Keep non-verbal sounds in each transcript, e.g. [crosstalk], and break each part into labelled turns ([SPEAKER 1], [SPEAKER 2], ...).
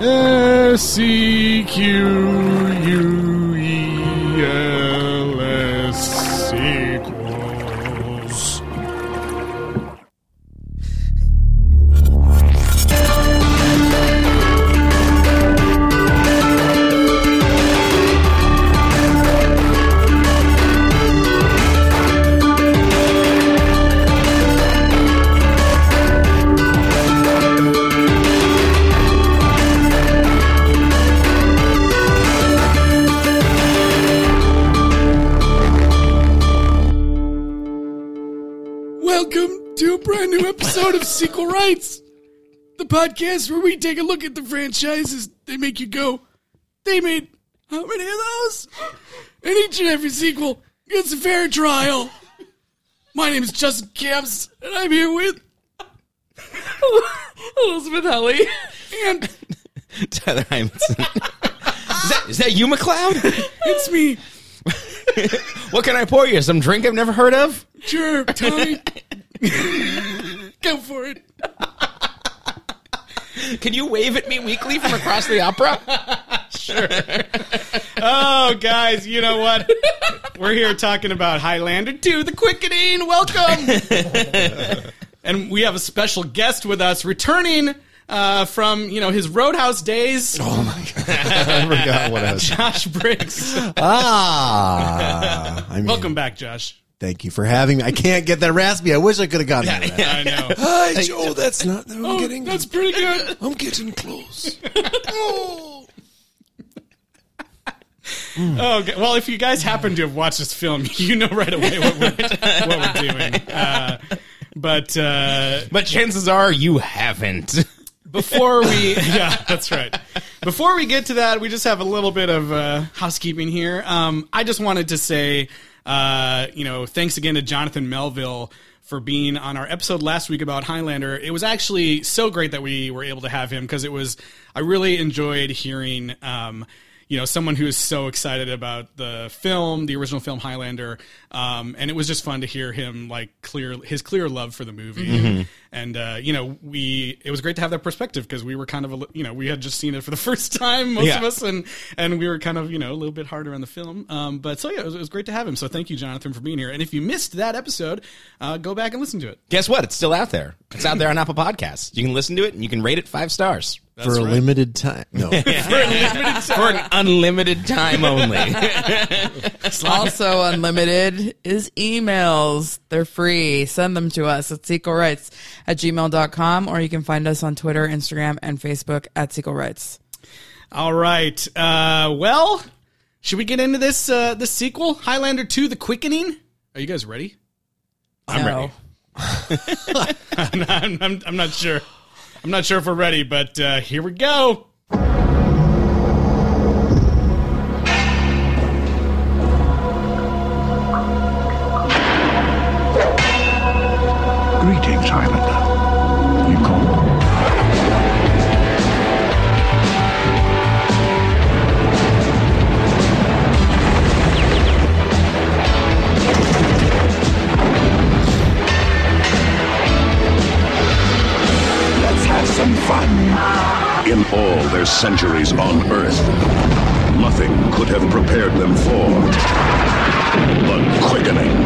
[SPEAKER 1] S E Q U E L S equals.
[SPEAKER 2] Welcome to a brand new episode of Sequel Rights, the podcast where we take a look at the franchises that make you go, they made how many of those? And each and every sequel gets a fair trial. My name is Justin Camps, and I'm here with
[SPEAKER 3] Elizabeth Helly.
[SPEAKER 2] and
[SPEAKER 4] Tyler Hymanson. is, that, is that you, McLeod?
[SPEAKER 2] it's me,
[SPEAKER 4] what can I pour you? Some drink I've never heard of?
[SPEAKER 2] sure,
[SPEAKER 5] [laughs]
[SPEAKER 2] Tony. go for it.
[SPEAKER 4] Can you wave at me weekly from across the [laughs] opera?
[SPEAKER 5] Oh, guys, you know what? We're here talking about Highlander [laughs] 2, The Quickening. Welcome. and we have a special guest with us returning uh, from, you know, his Roadhouse days,
[SPEAKER 1] I forgot what I was.
[SPEAKER 5] Josh Briggs.
[SPEAKER 6] Ah, I mean,
[SPEAKER 5] Welcome back, Josh.
[SPEAKER 6] Thank you for having me. I can't get that raspy. I wish I could have gotten yeah, that.
[SPEAKER 5] I know.
[SPEAKER 6] Hi, Joe. That's not. I'm
[SPEAKER 2] Oh, that's pretty good.
[SPEAKER 6] I'm getting close.
[SPEAKER 5] Oh, okay. well, if you guys happen to have watched this film, [laughs] you know right away what we're, [laughs] what we're doing. Uh, but uh,
[SPEAKER 4] But chances are you haven't. [laughs]
[SPEAKER 5] before we [laughs] yeah that's right before we get to that we just have a little bit of uh, housekeeping here um, i just wanted to say uh, you know thanks again to jonathan melville for being on our episode last week about highlander it was actually so great that we were able to have him because it was i really enjoyed hearing um, you know someone who is so excited about the film the original film highlander um, and it was just fun to hear him like clear his clear love for the movie and uh, you know we it was great to have that perspective because we were kind of a li- you know we had just seen it for the [laughs] first time most of
[SPEAKER 4] Yeah.
[SPEAKER 5] us and and we were kind of you know a little bit harder on the film um, but so yeah it was, it was great to have him so thank you jonathan for being here and if you missed that episode uh, go back and listen to it
[SPEAKER 4] Guess what? It's still out there. It's out there on Apple Podcasts. You can listen to it and you can rate it five stars.
[SPEAKER 6] for a limited time. No.
[SPEAKER 4] For an unlimited time only.
[SPEAKER 3] also unlimited is emails. They're free. Send them to us at sequelrights at gmail.com or you can find us on Twitter, Instagram, and Facebook at sequelrights.
[SPEAKER 5] all right uh, well should we get into this uh, this sequel highlander 2 the quickening are you guys ready
[SPEAKER 3] I'm
[SPEAKER 4] ready.
[SPEAKER 5] I'm, I'm, I'm not sure. I'm not sure if we're ready, but uh, here we go.
[SPEAKER 7] Greetings, Highlander. You call? Let's have some fun.
[SPEAKER 8] In all their centuries on Earth, nothing could have prepared them for the quickening.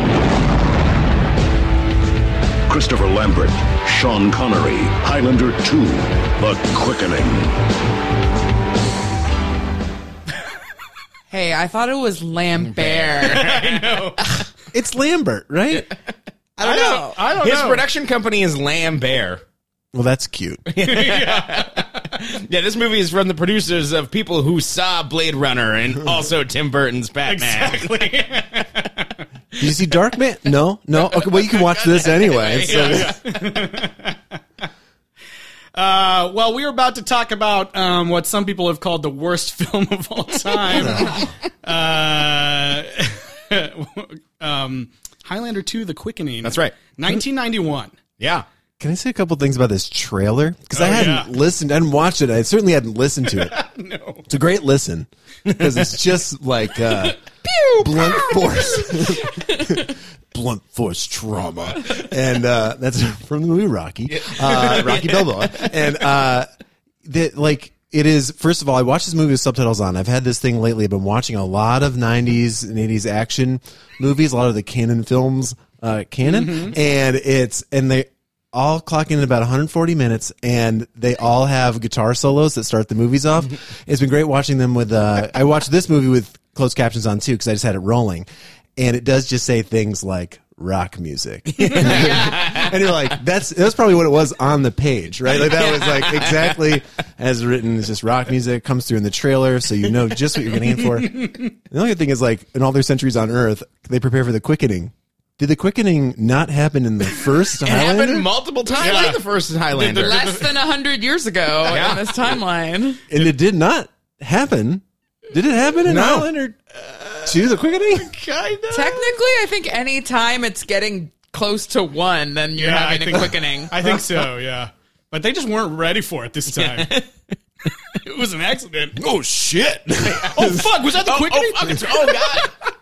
[SPEAKER 8] Christopher Lambert, Sean Connery, Highlander 2, The Quickening.
[SPEAKER 3] Hey, I thought it was Lambert.
[SPEAKER 6] It's Lambert, right?
[SPEAKER 4] I don't know.
[SPEAKER 5] I don't
[SPEAKER 4] His
[SPEAKER 5] know.
[SPEAKER 4] production company is Lambert.
[SPEAKER 6] Well, that's cute.
[SPEAKER 4] Yeah, this movie is from the producers of people who saw Blade Runner [laughs] and also Tim Burton's Batman.
[SPEAKER 6] Did you see Dark Man? No, no. Okay, well, you can watch this anyway.
[SPEAKER 4] [laughs]
[SPEAKER 6] So
[SPEAKER 5] Uh, well, we are about to talk about um, what some people have called the worst [laughs] film of all time. uh, [laughs] um, Highlander 2 The Quickening.
[SPEAKER 4] That's right.
[SPEAKER 9] [laughs]
[SPEAKER 5] 1991.
[SPEAKER 4] Yeah.
[SPEAKER 6] Can I say a couple things about this trailer? Because I
[SPEAKER 5] Oh,
[SPEAKER 6] hadn't
[SPEAKER 5] yeah.
[SPEAKER 6] listened, I hadn't watched it. I certainly hadn't listened
[SPEAKER 5] [laughs]
[SPEAKER 6] to it. no. It's a great listen because it's just like
[SPEAKER 5] [laughs]
[SPEAKER 6] uh, blunt force, [laughs] blunt force trauma, and uh, [laughs] that's from the movie Rocky, uh, Rocky Balboa, and uh, that like It is first of all, I watched this movie with subtitles on. I've had this thing lately. I've been watching a lot of '90s and '80s action movies, a lot of the canon films, uh, canon, and it's and they all clock in at about 140 minutes, and they all have guitar solos that start the movies off. It's been great watching them with. Uh, I watched this movie with closed captions on too because I just had it rolling, and it does just say things like rock music and you're like, that's that's probably what it was on the page, right? Like that was like exactly as written. It's just rock music comes through in the trailer, so you know just what you're going to aim for. The only thing is, like in all their centuries on Earth, they prepare for the quickening. Did the quickening not happen
[SPEAKER 4] [laughs]
[SPEAKER 6] in the first?
[SPEAKER 4] It happened
[SPEAKER 6] Highlander?
[SPEAKER 4] multiple times. I like the first Highlander.
[SPEAKER 3] [laughs] Less than 100 years ago in this timeline.
[SPEAKER 6] and it did not happen. Did it happen in Highlander? To the quickening?
[SPEAKER 3] Technically, I think any time it's getting close to one, then you're
[SPEAKER 5] Yeah, I
[SPEAKER 3] having
[SPEAKER 5] think-
[SPEAKER 3] a quickening.
[SPEAKER 5] I think
[SPEAKER 4] [laughs]
[SPEAKER 5] so, yeah. But they just weren't ready for it this time. it was an accident.
[SPEAKER 10] Oh shit!
[SPEAKER 5] [laughs] Oh fuck, was that the quick?
[SPEAKER 4] Oh, fuck, it's- oh
[SPEAKER 3] [laughs]
[SPEAKER 4] god,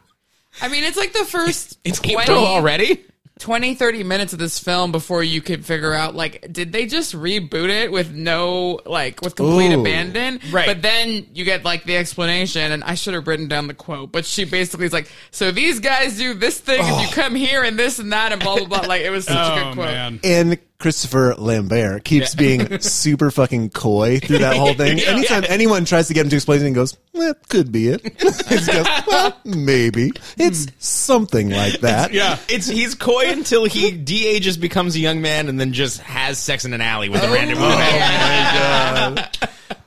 [SPEAKER 3] I mean, it's like the first
[SPEAKER 4] it's
[SPEAKER 3] 20,
[SPEAKER 4] April already.
[SPEAKER 3] 20, 30 minutes of this film before you could figure out, like, did they just reboot it with no, like, with complete
[SPEAKER 6] Ooh.
[SPEAKER 3] abandon?
[SPEAKER 4] Right.
[SPEAKER 3] But then you get, like, the explanation, and I should have written down the quote, but she basically is like, so these guys do this thing, and you come here, and this and that, and blah, blah, blah. Like, it was such a
[SPEAKER 5] Oh
[SPEAKER 3] good quote.
[SPEAKER 5] man.
[SPEAKER 6] and Christopher Lambert
[SPEAKER 5] [laughs]
[SPEAKER 6] keeps being super fucking coy through that whole thing. Anytime anyone tries to get him to explain anything, he goes, well, that could be it. [laughs] he just goes, well, maybe. It's something like that.
[SPEAKER 5] Yeah.
[SPEAKER 4] It's he's coy until [laughs] he de-ages, becomes a young man, and then just has sex in an alley with a random woman.
[SPEAKER 5] Oh
[SPEAKER 3] [laughs]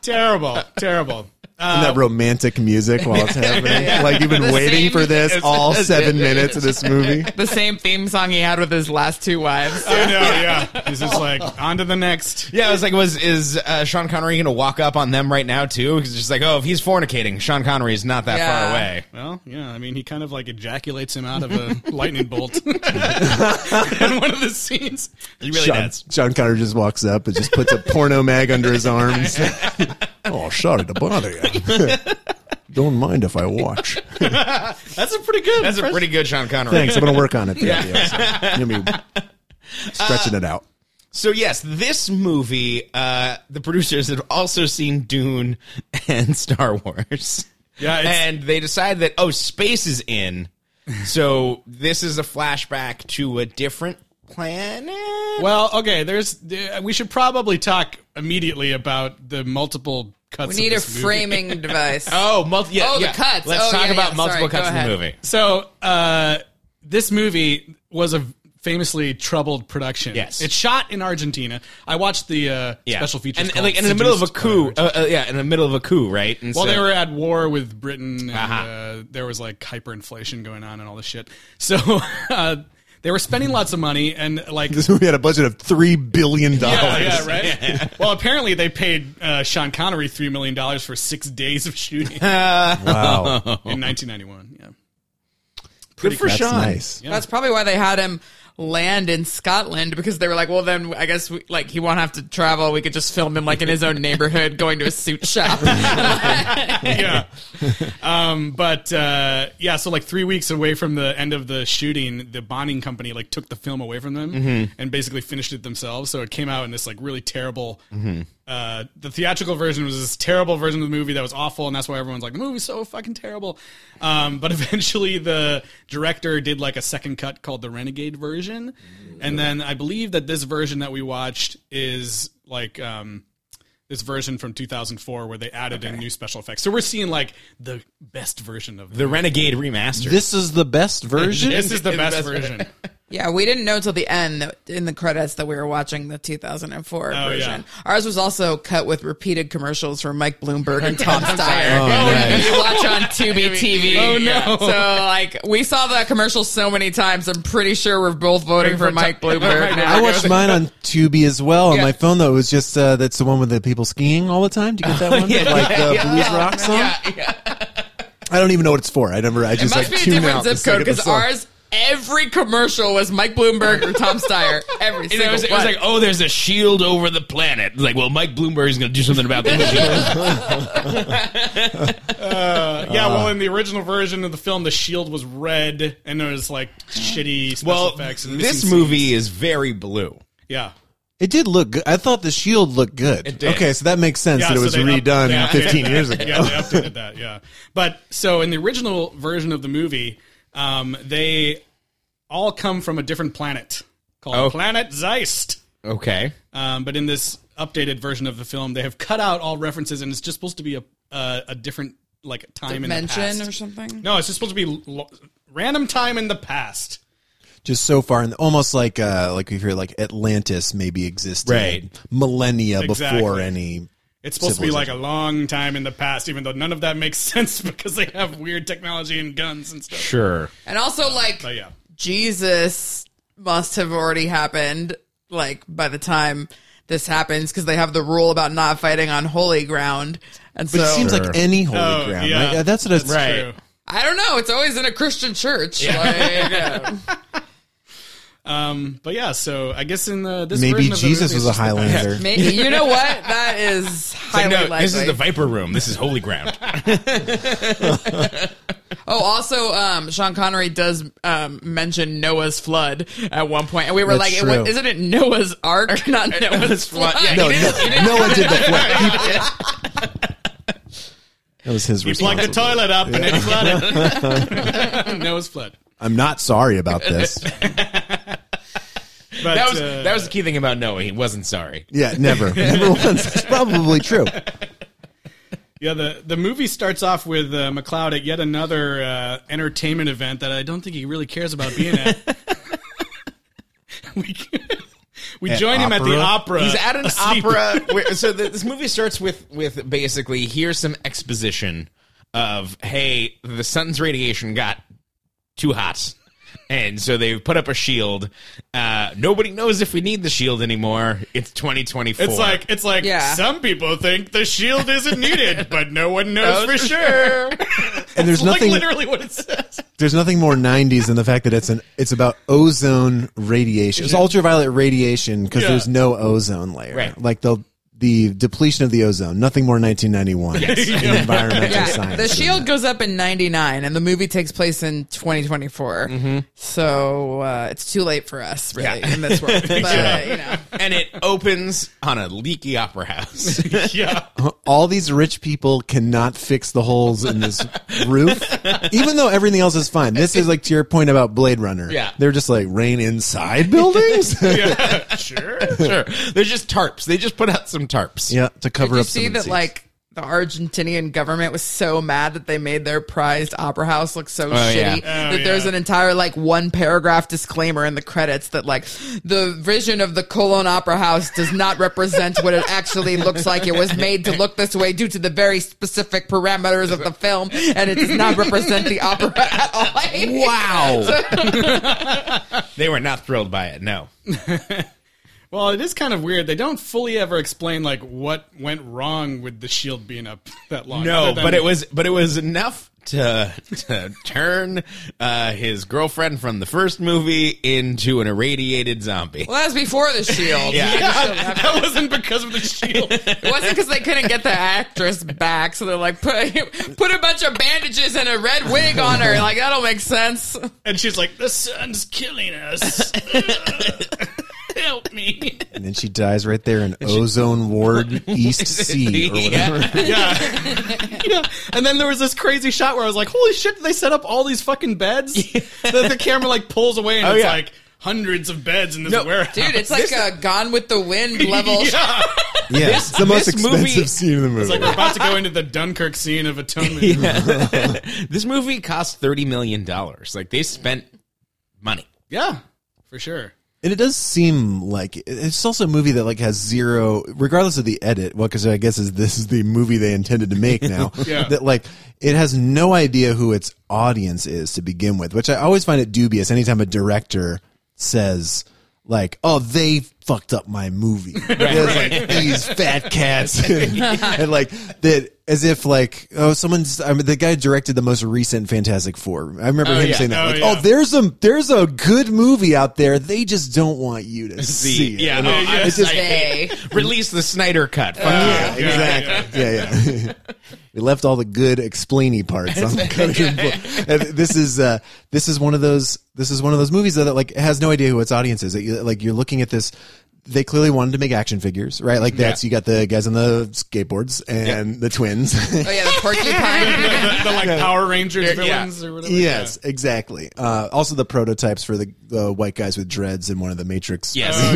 [SPEAKER 5] Terrible. Terrible. Um,
[SPEAKER 6] And that romantic music
[SPEAKER 5] [laughs]
[SPEAKER 6] while it's happening.
[SPEAKER 3] Yeah.
[SPEAKER 6] Like you've been
[SPEAKER 3] The
[SPEAKER 6] waiting
[SPEAKER 3] same-
[SPEAKER 6] for this all seven minutes of
[SPEAKER 5] [laughs]
[SPEAKER 6] this movie.
[SPEAKER 3] The same theme song he had with his last two wives. [laughs]
[SPEAKER 5] I know, yeah. He's just like, on to the next.
[SPEAKER 4] Yeah, I was like, was is uh, Sean Connery going to walk up on them right now too? Because it's just like, oh, if he's fornicating, Sean Connery is not that
[SPEAKER 3] Yeah.
[SPEAKER 4] far away.
[SPEAKER 5] Well, yeah, I mean, he kind of like ejaculates him out of a lightning bolt in one of the scenes.
[SPEAKER 4] He really
[SPEAKER 6] Sean,
[SPEAKER 4] does.
[SPEAKER 6] Sean Conner just walks up and just puts a porno mag under his [laughs] arms. oh, sorry to bother you. Don't mind if I watch.
[SPEAKER 5] That's a pretty good.
[SPEAKER 4] That's a pretty good Sean Connery.
[SPEAKER 6] Thanks. I'm gonna work on it. The yeah. You'll be stretching it out.
[SPEAKER 4] So yes, this movie, uh, the producers had also seen Dune and [laughs] Star Wars.
[SPEAKER 5] Yeah, Uh, it's-
[SPEAKER 4] and they decided that oh, space is in, so this is a flashback to a different planet.
[SPEAKER 5] Well, okay. There's. uh, We should probably talk immediately about the multiple cuts.
[SPEAKER 3] We
[SPEAKER 5] of
[SPEAKER 3] need a
[SPEAKER 5] this movie.
[SPEAKER 3] framing device.
[SPEAKER 4] Oh, multi- yeah,
[SPEAKER 3] Oh, the
[SPEAKER 4] yeah.
[SPEAKER 3] cuts.
[SPEAKER 4] Let's
[SPEAKER 3] Oh,
[SPEAKER 4] talk
[SPEAKER 3] yeah,
[SPEAKER 4] about
[SPEAKER 3] yeah,
[SPEAKER 4] multiple cuts
[SPEAKER 3] sorry, go
[SPEAKER 4] in the
[SPEAKER 3] ahead.
[SPEAKER 4] movie.
[SPEAKER 5] So uh, this movie was a famously troubled production.
[SPEAKER 4] Yes.
[SPEAKER 5] it's shot in Argentina. I watched the uh, special features
[SPEAKER 4] and, and
[SPEAKER 5] called
[SPEAKER 4] like in the middle of a
[SPEAKER 5] Seduced by
[SPEAKER 4] coup.
[SPEAKER 5] Argentina.
[SPEAKER 4] Uh, uh, yeah, in the middle of a coup, right? And
[SPEAKER 5] well,
[SPEAKER 4] so-
[SPEAKER 5] they were at war with Britain, and
[SPEAKER 4] Uh-huh.
[SPEAKER 5] uh, there was like hyperinflation going on and all this shit. So [laughs] uh, they were spending lots of money, and like
[SPEAKER 6] This movie had a budget of three billion
[SPEAKER 5] Yeah,
[SPEAKER 6] dollars.
[SPEAKER 5] yeah, right. [laughs] Well, apparently they paid uh, Sean Connery three million dollars for six days of shooting in
[SPEAKER 6] Wow,
[SPEAKER 5] 1991. Yeah,
[SPEAKER 4] good for
[SPEAKER 6] that's
[SPEAKER 4] Sean.
[SPEAKER 6] nice.
[SPEAKER 3] That's probably why they had him land in Scotland because they were like, well, then I guess we, like he won't have to travel. We could just film him like in his own neighborhood, [laughs] going to a suit shop. [laughs]
[SPEAKER 5] yeah. um, but uh, yeah, so like three weeks away from the end of the shooting, the bonding company like took the film away from them and basically finished it themselves. So it came out in this like really terrible. Uh, the theatrical version was this terrible version of the movie that was awful, and that's why everyone's like, "The movie's so fucking terrible." Um, but [laughs] eventually, the director did like a second cut called the Renegade version, and then I believe that this version that we watched is like. Um, this version from 2004 where they added in new special effects. So we're seeing like the best version of
[SPEAKER 4] The Renegade remastered.
[SPEAKER 6] This is the best version.
[SPEAKER 5] This is the best, version.
[SPEAKER 4] [laughs]
[SPEAKER 3] yeah, we didn't know till the end that, in the credits that we were watching the 2004
[SPEAKER 5] Oh,
[SPEAKER 3] version.
[SPEAKER 5] yeah.
[SPEAKER 3] Ours was also cut with repeated commercials from Mike Bloomberg
[SPEAKER 5] [laughs]
[SPEAKER 3] and Tom
[SPEAKER 5] Steyer.
[SPEAKER 3] Steyer.
[SPEAKER 5] Oh,
[SPEAKER 6] nice.
[SPEAKER 3] You watch on Tubi TV.
[SPEAKER 5] Oh, no.
[SPEAKER 3] Yeah. So like we saw that commercial so many times. I'm pretty sure we're both voting for
[SPEAKER 5] [laughs]
[SPEAKER 3] Mike Bloomberg. now.
[SPEAKER 6] I watched mine on Tubi as well on my phone though. It was just uh, that's the one with the people skiing all the time. Do you get
[SPEAKER 3] Oh,
[SPEAKER 6] that one?
[SPEAKER 4] yeah,
[SPEAKER 6] like the blues rock song. I don't even know what it's for. I never. I just like
[SPEAKER 3] Must be a
[SPEAKER 6] tune
[SPEAKER 3] different
[SPEAKER 6] out the
[SPEAKER 3] zip code
[SPEAKER 6] second the
[SPEAKER 3] because
[SPEAKER 6] song-
[SPEAKER 3] ours. Every commercial was Mike Bloomberg or Tom Steyer. Every
[SPEAKER 4] And
[SPEAKER 3] single
[SPEAKER 4] it was, it
[SPEAKER 3] one.
[SPEAKER 4] was like, oh, there's a shield over the planet. Like, well, Mike Bloomberg is going to do
[SPEAKER 5] [laughs]
[SPEAKER 4] something about this. shield.
[SPEAKER 5] Uh, yeah, well, in the original version of the film, the shield was red and there was like shitty special
[SPEAKER 4] well,
[SPEAKER 5] effects. And
[SPEAKER 4] this
[SPEAKER 5] missing scenes.
[SPEAKER 4] movie is very blue.
[SPEAKER 5] yeah,
[SPEAKER 6] It did look good. I thought the shield looked good.
[SPEAKER 4] did.
[SPEAKER 6] Okay, so that makes sense that it
[SPEAKER 9] so
[SPEAKER 6] was
[SPEAKER 9] they up-
[SPEAKER 6] redone
[SPEAKER 9] they updated
[SPEAKER 6] 15
[SPEAKER 9] [laughs]
[SPEAKER 6] years
[SPEAKER 9] that.
[SPEAKER 6] ago.
[SPEAKER 9] Yeah, they updated that. Yeah, but so in the original version of the movie, um, they all come from a different planet called
[SPEAKER 4] Oh.
[SPEAKER 9] Planet Zeist.
[SPEAKER 4] Okay.
[SPEAKER 9] Um, but in this updated version of the film, they have cut out all references, and it's just supposed to be a uh, a different like time in the
[SPEAKER 3] Mention
[SPEAKER 9] past.
[SPEAKER 3] or something?
[SPEAKER 9] No, it's just supposed to be lo- random time in the past.
[SPEAKER 6] Just so far, and almost like uh, like we hear like Atlantis maybe existed
[SPEAKER 4] Right.
[SPEAKER 6] millennia before
[SPEAKER 9] Exactly.
[SPEAKER 6] any.
[SPEAKER 9] It's supposed to be like a long time in the past, even though none of that makes [laughs] sense because they have weird technology and guns and stuff.
[SPEAKER 4] Sure.
[SPEAKER 3] And also, like,
[SPEAKER 9] But yeah,
[SPEAKER 3] Jesus must have already happened, like, by the time this happens, because they have the rule about not fighting on holy ground. And
[SPEAKER 6] But
[SPEAKER 3] so,
[SPEAKER 6] it seems like any holy
[SPEAKER 9] Oh,
[SPEAKER 6] ground,
[SPEAKER 9] yeah.
[SPEAKER 6] right? Yeah, That's what I was
[SPEAKER 4] Right.
[SPEAKER 9] true.
[SPEAKER 3] I don't know. It's always in a Christian church. Like, uh,
[SPEAKER 9] Um, but yeah, so I guess in the this
[SPEAKER 6] Maybe
[SPEAKER 9] version of the
[SPEAKER 6] Jesus
[SPEAKER 9] movie,
[SPEAKER 6] was
[SPEAKER 9] it's
[SPEAKER 6] a
[SPEAKER 9] just [laughs] the past.
[SPEAKER 6] Highlander.
[SPEAKER 3] maybe, you know what? That is highly
[SPEAKER 4] no,
[SPEAKER 3] likely.
[SPEAKER 4] this is the Viper Room. This is
[SPEAKER 5] [laughs]
[SPEAKER 4] holy ground.
[SPEAKER 3] Oh, also, um, Sean Connery does um, mention Noah's flood at one point, and we were
[SPEAKER 6] That's
[SPEAKER 3] like, it,
[SPEAKER 6] true.
[SPEAKER 3] wa- "Isn't it Noah's Ark, not Noah's flood?"
[SPEAKER 4] flood. Yeah,
[SPEAKER 6] No,
[SPEAKER 3] He [laughs] didn't- he
[SPEAKER 6] no, no
[SPEAKER 3] didn't-
[SPEAKER 6] one did the flip.
[SPEAKER 9] [laughs]
[SPEAKER 6] that was his
[SPEAKER 9] He plugged the
[SPEAKER 6] responsibility.
[SPEAKER 9] toilet up and it
[SPEAKER 6] [laughs]
[SPEAKER 9] flooded. [laughs] Nose flood.
[SPEAKER 6] I'm not sorry about this.
[SPEAKER 9] But
[SPEAKER 4] That was
[SPEAKER 9] uh,
[SPEAKER 4] that was the key thing about Noah. He wasn't sorry.
[SPEAKER 6] Yeah,
[SPEAKER 9] [laughs]
[SPEAKER 6] never, never once. It's probably true.
[SPEAKER 9] yeah. The the movie starts off with uh, McLeod at yet another uh, entertainment event that I don't think he really cares about being at.
[SPEAKER 6] [laughs]
[SPEAKER 9] [laughs] we [laughs] we
[SPEAKER 6] At
[SPEAKER 9] join him at the
[SPEAKER 6] opera?
[SPEAKER 9] opera.
[SPEAKER 4] He's at an
[SPEAKER 9] asleep. [laughs]
[SPEAKER 4] opera. Where, so the, this movie starts with with basically here's some exposition of hey the sun's radiation got too hot. And so they've put up a shield. Uh, nobody knows if we need the shield anymore. It's 2024.
[SPEAKER 9] It's like [laughs] it's like
[SPEAKER 3] Yeah.
[SPEAKER 9] some people think the shield [laughs] isn't needed, but no one knows for sure.
[SPEAKER 6] And there's
[SPEAKER 9] Like
[SPEAKER 6] nothing.
[SPEAKER 9] literally what it says.
[SPEAKER 6] There's nothing more 90s than the fact that it's an it's about ozone radiation. It's ultraviolet radiation because
[SPEAKER 9] Yeah.
[SPEAKER 6] there's no ozone layer.
[SPEAKER 4] Right.
[SPEAKER 6] Like the the depletion of the ozone. Nothing more 1991 in environmental
[SPEAKER 3] Yeah,
[SPEAKER 6] science.
[SPEAKER 3] the
[SPEAKER 6] than
[SPEAKER 3] shield
[SPEAKER 6] that.
[SPEAKER 3] goes up in '99, and the movie takes place in 2024. So uh, it's too late for us, really,
[SPEAKER 4] Yeah.
[SPEAKER 3] in this world. But, uh, you know,
[SPEAKER 4] and it opens on a leaky opera
[SPEAKER 9] [laughs]
[SPEAKER 4] house.
[SPEAKER 9] Yeah.
[SPEAKER 6] All these rich people cannot fix the holes in this roof, even though everything else is fine. This is like to your point about Blade Runner.
[SPEAKER 4] Yeah.
[SPEAKER 6] They're just like rain inside buildings. yeah. [laughs]
[SPEAKER 9] sure.
[SPEAKER 4] [laughs] sure. There's just tarps. They just put out some tarps.
[SPEAKER 6] To cover
[SPEAKER 3] did you
[SPEAKER 6] up
[SPEAKER 3] see
[SPEAKER 6] some
[SPEAKER 3] that? Like the Argentinian government was so mad that they made their prized opera house look so
[SPEAKER 4] yeah.
[SPEAKER 3] shitty that there's
[SPEAKER 9] yeah.
[SPEAKER 3] an entire like one paragraph disclaimer in the credits that like the vision of the Cologne Opera House does not represent what it actually looks like. It was made to look this way due to the very specific parameters of the film, and it does not represent the opera at all. [laughs]
[SPEAKER 9] [laughs]
[SPEAKER 4] Wow. [laughs] they were not thrilled by it. No.
[SPEAKER 9] Well, it is kind of weird. They don't fully ever explain like what went wrong with the shield being up that long.
[SPEAKER 4] No,
[SPEAKER 9] Other than-
[SPEAKER 4] but it was but it was enough to to turn uh, his girlfriend from the first movie into an irradiated zombie.
[SPEAKER 3] Well, that was before the Shield.
[SPEAKER 9] Yeah, that wasn't
[SPEAKER 5] [laughs]
[SPEAKER 9] because of the shield.
[SPEAKER 3] It wasn't because they couldn't get the actress back, so they're like, put put a bunch of bandages and a red wig on her. Like that'll make sense.
[SPEAKER 9] and she's like, "The sun's
[SPEAKER 4] [laughs]
[SPEAKER 9] killing us. [laughs] Help me."
[SPEAKER 6] And then she dies right there in Ozone
[SPEAKER 3] [laughs]
[SPEAKER 6] Ward East Sea or whatever.
[SPEAKER 9] Yeah. [laughs] yeah. And then there was this crazy shot where I was like, "Holy shit! Did they set up all these fucking beds?"
[SPEAKER 4] [laughs]
[SPEAKER 9] That the camera like pulls away and
[SPEAKER 4] Oh,
[SPEAKER 9] it's
[SPEAKER 4] yeah.
[SPEAKER 9] like hundreds of beds in this
[SPEAKER 4] No,
[SPEAKER 9] warehouse.
[SPEAKER 3] Dude, it's like a Gone with the Wind level.
[SPEAKER 9] yeah.
[SPEAKER 6] Yeah, it's the most
[SPEAKER 4] this
[SPEAKER 6] expensive
[SPEAKER 4] movie-
[SPEAKER 6] scene in the movie.
[SPEAKER 9] It's like we're about to go into the Dunkirk scene
[SPEAKER 4] [laughs]
[SPEAKER 9] of Atonement.
[SPEAKER 4] This movie cost thirty million dollars. Like they spent money.
[SPEAKER 9] yeah for sure.
[SPEAKER 6] and it does seem like it's also a movie that like has zero, regardless of the edit. Well, because I guess is this is the movie they intended to make [laughs] now.
[SPEAKER 9] Yeah.
[SPEAKER 6] That like it has no idea who its audience is to begin with, which I always find it dubious. Anytime a director says. Like, oh, they fucked up my
[SPEAKER 9] [laughs]
[SPEAKER 6] movie. It's like these fat cats, [laughs] and, like that, as if like, oh, someone's. I mean, the guy directed the most recent Fantastic Four. I remember him
[SPEAKER 4] yeah.
[SPEAKER 6] saying that.
[SPEAKER 9] Oh,
[SPEAKER 6] like,
[SPEAKER 9] yeah.
[SPEAKER 6] oh, there's a there's a good movie out there. They just don't want you
[SPEAKER 9] [laughs]
[SPEAKER 6] to see. it.
[SPEAKER 4] yeah,
[SPEAKER 6] And
[SPEAKER 4] no,
[SPEAKER 6] it-
[SPEAKER 4] I-
[SPEAKER 6] it's just-
[SPEAKER 4] I hate- release the Snyder cut. Fuck
[SPEAKER 6] yeah,
[SPEAKER 4] you.
[SPEAKER 6] exactly. Yeah, yeah. [laughs] we left all the good explainy parts on the [laughs] cutting board. And this is uh, this is one of those this is one of those movies though, that like has no idea who its audience is. That you, like you're looking at this they clearly wanted to make action figures, right? Like that's you got the guys on the skateboards and the twins. [laughs]
[SPEAKER 3] Oh yeah, the porcupine.
[SPEAKER 9] the, the, like Power Rangers
[SPEAKER 4] Yeah.
[SPEAKER 9] villains or whatever.
[SPEAKER 6] yes, exactly. Uh, also the prototypes for the, the white guys with dreads in one of the Matrix.
[SPEAKER 4] Yes.
[SPEAKER 9] Oh,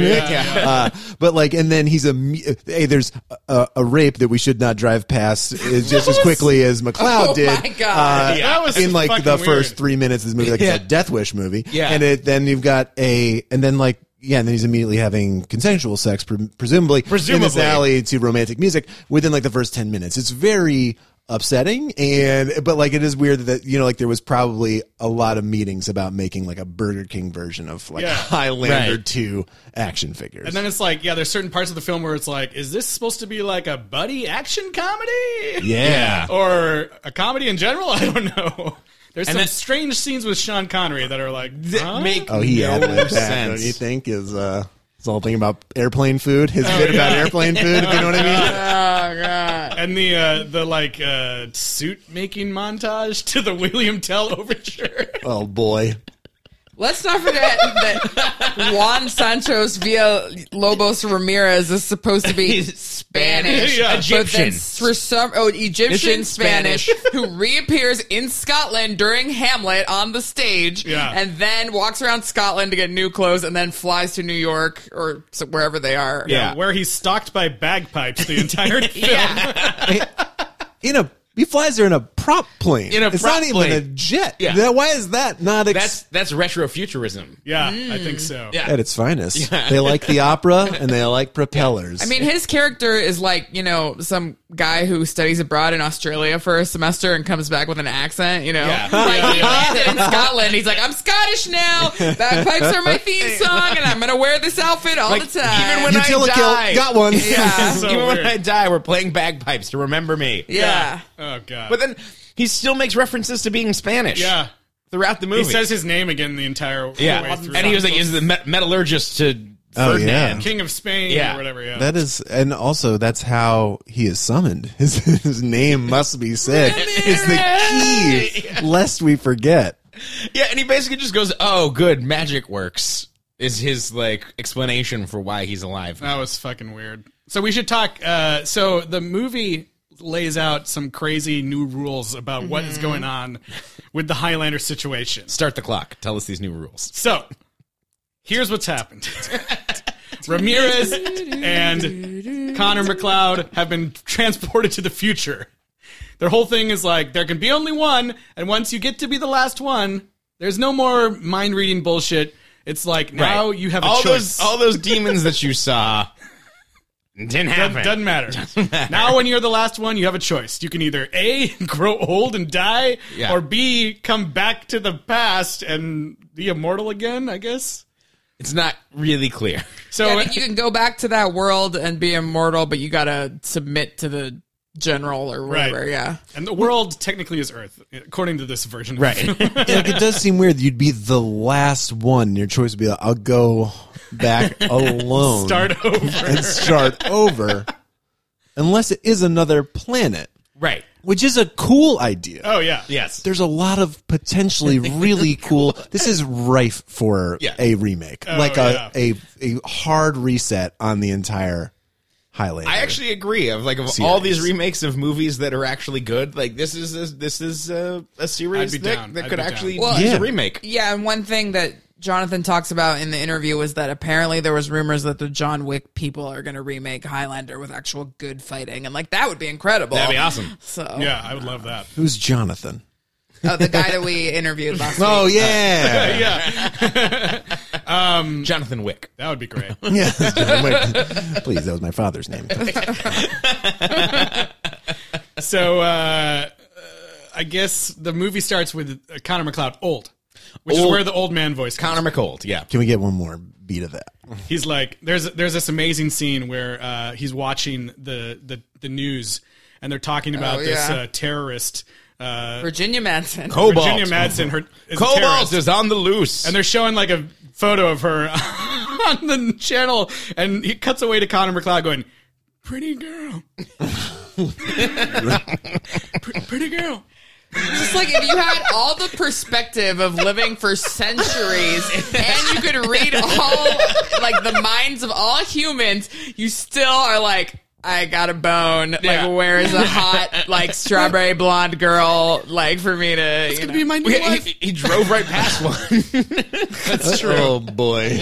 [SPEAKER 6] [laughs]
[SPEAKER 9] yeah,
[SPEAKER 6] Uh, but like, and then he's a me- hey. There's a, a rape that we should not drive past uh, just as quickly as McLeod
[SPEAKER 3] Oh,
[SPEAKER 6] did.
[SPEAKER 3] my God.
[SPEAKER 6] uh,
[SPEAKER 4] Yeah. That
[SPEAKER 9] was
[SPEAKER 6] in like
[SPEAKER 9] fucking
[SPEAKER 6] the
[SPEAKER 9] weird.
[SPEAKER 6] first three minutes of this movie, like it's a Death Wish movie.
[SPEAKER 4] Yeah.
[SPEAKER 6] and it, then you've got a, and then like. Yeah, and then he's immediately having consensual sex, pre- presumably, in this
[SPEAKER 4] Presumably.
[SPEAKER 6] alley to romantic music within like the first ten minutes. It's very upsetting, and but like it is weird that you know like there was probably a lot of meetings about making like a Burger King version of like
[SPEAKER 9] Yeah.
[SPEAKER 6] Highlander
[SPEAKER 4] Right.
[SPEAKER 6] two action figures.
[SPEAKER 9] And then it's like, yeah, there's certain parts of the film where it's like, is this supposed to be like a buddy action comedy?
[SPEAKER 6] yeah.
[SPEAKER 1] Oh,
[SPEAKER 9] Or a comedy in general? [laughs] I don't know. There's some
[SPEAKER 4] then-
[SPEAKER 9] strange scenes with Sean Connery that are like, huh?
[SPEAKER 4] Make
[SPEAKER 6] Oh, he
[SPEAKER 4] no
[SPEAKER 6] had that. Don't
[SPEAKER 4] sense.
[SPEAKER 6] you think is uh, this whole thing about airplane food? His
[SPEAKER 9] Oh,
[SPEAKER 6] bit about airplane food. If you know what I
[SPEAKER 9] [laughs]
[SPEAKER 6] mean?
[SPEAKER 3] oh god.
[SPEAKER 9] and the uh, the like uh, suit making montage to the William
[SPEAKER 4] [laughs]
[SPEAKER 9] Tell overture.
[SPEAKER 6] Oh boy.
[SPEAKER 3] Let's not
[SPEAKER 4] [laughs]
[SPEAKER 3] forget that Juan Sancho's via Lobos Ramirez is supposed to
[SPEAKER 4] [laughs]
[SPEAKER 3] be
[SPEAKER 4] He's
[SPEAKER 3] Spanish,
[SPEAKER 9] Yeah.
[SPEAKER 3] but then
[SPEAKER 4] Egyptian.
[SPEAKER 3] for some oh Egyptian
[SPEAKER 4] Egyptian,
[SPEAKER 3] Spanish,
[SPEAKER 4] Spanish.
[SPEAKER 3] who reappears in Scotland during Hamlet on the stage,
[SPEAKER 9] Yeah.
[SPEAKER 3] and then walks around Scotland to get new clothes, and then flies to New York or so- wherever they are.
[SPEAKER 4] Yeah.
[SPEAKER 9] Where he's stalked by bagpipes
[SPEAKER 4] [laughs]
[SPEAKER 9] the entire film.
[SPEAKER 6] In a he flies there in a prop plane.
[SPEAKER 4] In a
[SPEAKER 6] it's
[SPEAKER 4] prop
[SPEAKER 6] not
[SPEAKER 4] plane.
[SPEAKER 6] even a jet.
[SPEAKER 4] Yeah.
[SPEAKER 6] That- why is that not? Ex-
[SPEAKER 4] That's that's retrofuturism.
[SPEAKER 9] Yeah, I think so.
[SPEAKER 4] Yeah.
[SPEAKER 6] at its finest. They like
[SPEAKER 4] [laughs]
[SPEAKER 6] the opera and they like propellers.
[SPEAKER 3] I mean, his character is like, you know, some guy who studies abroad in Australia for a semester and comes back with an accent, you know?
[SPEAKER 4] Yeah.
[SPEAKER 3] Like, he landed in Scotland. He's like, I'm Scottish now. Bagpipes are my theme song, and I'm going to wear this outfit all
[SPEAKER 4] Like,
[SPEAKER 3] the time.
[SPEAKER 4] even when I
[SPEAKER 6] Utility
[SPEAKER 4] die-
[SPEAKER 6] got one.
[SPEAKER 3] Yeah.
[SPEAKER 9] [laughs] So
[SPEAKER 4] Even
[SPEAKER 9] weird.
[SPEAKER 4] when I die, we're playing bagpipes to remember me.
[SPEAKER 3] yeah.
[SPEAKER 9] Oh god.
[SPEAKER 4] But then he still makes references to being Spanish.
[SPEAKER 9] yeah.
[SPEAKER 4] Throughout the movie.
[SPEAKER 9] He says his name again the entire
[SPEAKER 4] yeah.
[SPEAKER 9] way through.
[SPEAKER 4] And he was like, is the me- metallurgist to
[SPEAKER 6] Oh,
[SPEAKER 4] Ferdinand.
[SPEAKER 9] King of Spain
[SPEAKER 4] Yeah.
[SPEAKER 9] or whatever. Yeah.
[SPEAKER 6] [laughs] that is, and also that's how he is summoned. [laughs] His, his name must be said. It's the key, lest we forget.
[SPEAKER 4] Yeah, and he basically just goes, "Oh, good, magic works." Is his like explanation for why he's alive?
[SPEAKER 9] That was fucking weird. So we should talk. Uh, so the movie lays out some crazy new rules about what is going on with the Highlander situation.
[SPEAKER 4] Start the clock. Tell us these new rules.
[SPEAKER 9] So here's what's happened.
[SPEAKER 4] [laughs]
[SPEAKER 9] Ramirez and Connor McLeod have been transported to the future. Their whole thing is like there can be only one, and once you get to be the last one, there's no more mind reading bullshit. It's like now you have a
[SPEAKER 4] all
[SPEAKER 9] choice.
[SPEAKER 4] those all those demons that you [laughs] saw didn't happen. [laughs]
[SPEAKER 9] Doesn't matter. Now, when you're the last one, you have a choice. You can either A, [laughs] grow old and die,
[SPEAKER 4] Yeah.
[SPEAKER 9] or B, come back to the past and be immortal again, I guess.
[SPEAKER 4] it's not really clear.
[SPEAKER 9] So,
[SPEAKER 4] Oh,
[SPEAKER 3] I think you can go back to that world and be immortal, but you got to submit to the general or whatever.
[SPEAKER 9] Right.
[SPEAKER 3] Yeah.
[SPEAKER 9] and the world technically is Earth, according to this version. of the film.
[SPEAKER 4] Right.
[SPEAKER 6] like it does seem weird. that You'd be the last one. Your choice would be, I'll go back alone
[SPEAKER 9] Start over.
[SPEAKER 6] and start over, unless it is another planet,
[SPEAKER 4] right.
[SPEAKER 6] which is a cool idea.
[SPEAKER 9] Oh, yeah.
[SPEAKER 4] Yes.
[SPEAKER 6] There's a lot of potentially really cool. This is rife for
[SPEAKER 4] Yeah.
[SPEAKER 6] a remake, like a,
[SPEAKER 9] yeah.
[SPEAKER 6] a a hard reset on the entire Highlander.
[SPEAKER 4] I actually agree. Of like of all these remakes of movies that are actually good, like this is a, this is a, a series
[SPEAKER 9] I'd be
[SPEAKER 4] that,
[SPEAKER 9] down.
[SPEAKER 4] that
[SPEAKER 9] I'd
[SPEAKER 4] could
[SPEAKER 9] be down.
[SPEAKER 4] actually
[SPEAKER 3] Well,
[SPEAKER 4] use
[SPEAKER 6] Yeah.
[SPEAKER 4] a remake.
[SPEAKER 3] Yeah, and one thing that Jonathan talks about in the interview was that apparently there was rumors that the John Wick people are going to remake Highlander with actual good fighting, and like that would be incredible.
[SPEAKER 4] That'd be [laughs] awesome.
[SPEAKER 3] So,
[SPEAKER 9] Yeah, I would love that.
[SPEAKER 6] who's Jonathan?
[SPEAKER 3] oh, the guy that
[SPEAKER 4] [laughs]
[SPEAKER 3] we interviewed last week.
[SPEAKER 6] Oh [laughs] yeah,
[SPEAKER 4] Jonathan Wick.
[SPEAKER 9] Um, That would be great.
[SPEAKER 6] yeah. John Wick. Please, that was my father's name.
[SPEAKER 9] so, uh, uh, I guess the movie starts with uh, Connor McLeod old, which is
[SPEAKER 4] Old.
[SPEAKER 9] where the old man voice comes
[SPEAKER 4] Connor McCold. Yeah.
[SPEAKER 6] Can we get one more beat of that?
[SPEAKER 9] he's like there's there's this amazing scene where uh, he's watching the, the the news and they're talking about this
[SPEAKER 3] Oh, yeah.
[SPEAKER 9] uh, terrorist uh,
[SPEAKER 3] Virginia Manson.
[SPEAKER 4] Cobalt.
[SPEAKER 9] Virginia Madsen her is a
[SPEAKER 4] Cobalt
[SPEAKER 9] terrorist.
[SPEAKER 4] is on the loose.
[SPEAKER 9] and they're showing like a photo of her on the channel and he cuts away to Connor McCloud going pretty girl Pre- pretty girl
[SPEAKER 3] It's just like if you had all the perspective of living for centuries and you could read all like the minds of all humans, you still are like, I got a bone.
[SPEAKER 4] Yeah.
[SPEAKER 3] Like where
[SPEAKER 4] [laughs]
[SPEAKER 3] is
[SPEAKER 9] [laughs]
[SPEAKER 3] a hot, like strawberry blonde girl like for me to you
[SPEAKER 5] Could
[SPEAKER 3] know.
[SPEAKER 5] be
[SPEAKER 4] [laughs]
[SPEAKER 5] my new
[SPEAKER 4] He,
[SPEAKER 5] wife.
[SPEAKER 4] he- he drove right past one.
[SPEAKER 6] That's true. Oh boy.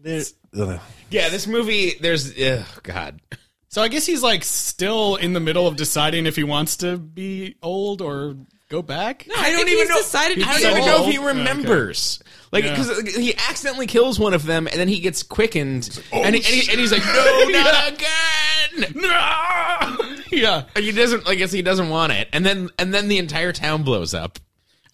[SPEAKER 6] There's- ugh.
[SPEAKER 4] yeah, this movie. There's ugh,
[SPEAKER 9] [laughs]
[SPEAKER 4] God.
[SPEAKER 1] So I guess he's like still in the middle of deciding if he wants to be old or go back.
[SPEAKER 4] I
[SPEAKER 3] think
[SPEAKER 4] don't even
[SPEAKER 3] he's
[SPEAKER 4] know.
[SPEAKER 3] decided to
[SPEAKER 4] I
[SPEAKER 3] be
[SPEAKER 4] don't even know
[SPEAKER 3] old.
[SPEAKER 4] if he remembers. Like, because he accidentally kills one of them, and then he gets quickened, and, he, and, he- and he's
[SPEAKER 9] [laughs]
[SPEAKER 4] like, "No, not again!" No.
[SPEAKER 1] Yeah.
[SPEAKER 4] He doesn't. I guess he doesn't want it, and then and then the entire town blows up.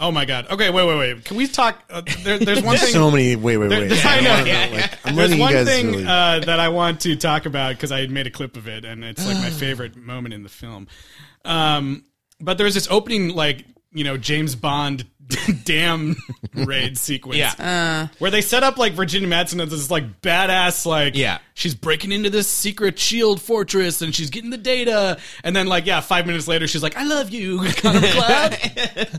[SPEAKER 1] Oh my god. Okay, wait, wait, wait. Can we talk? Uh, there,
[SPEAKER 4] [laughs]
[SPEAKER 1] there's one thing.
[SPEAKER 6] so many. Wait, wait, wait.
[SPEAKER 9] [laughs]
[SPEAKER 1] There- I know.
[SPEAKER 6] I'm
[SPEAKER 1] There's
[SPEAKER 6] letting you
[SPEAKER 1] one
[SPEAKER 6] guys
[SPEAKER 1] thing
[SPEAKER 6] really.
[SPEAKER 1] uh, that I want to talk about because I had made a clip of it, and it's like
[SPEAKER 6] [sighs]
[SPEAKER 1] my favorite moment in the film. Um, but there's this opening, like you know, James Bond [laughs] dam raid sequence, where they set up like Virginia Madsen as this like badass, like
[SPEAKER 4] Yeah.
[SPEAKER 1] she's breaking into this secret shield fortress and she's getting the data, and then like yeah, five minutes later she's like, "I love you, [laughs] Cotton Club."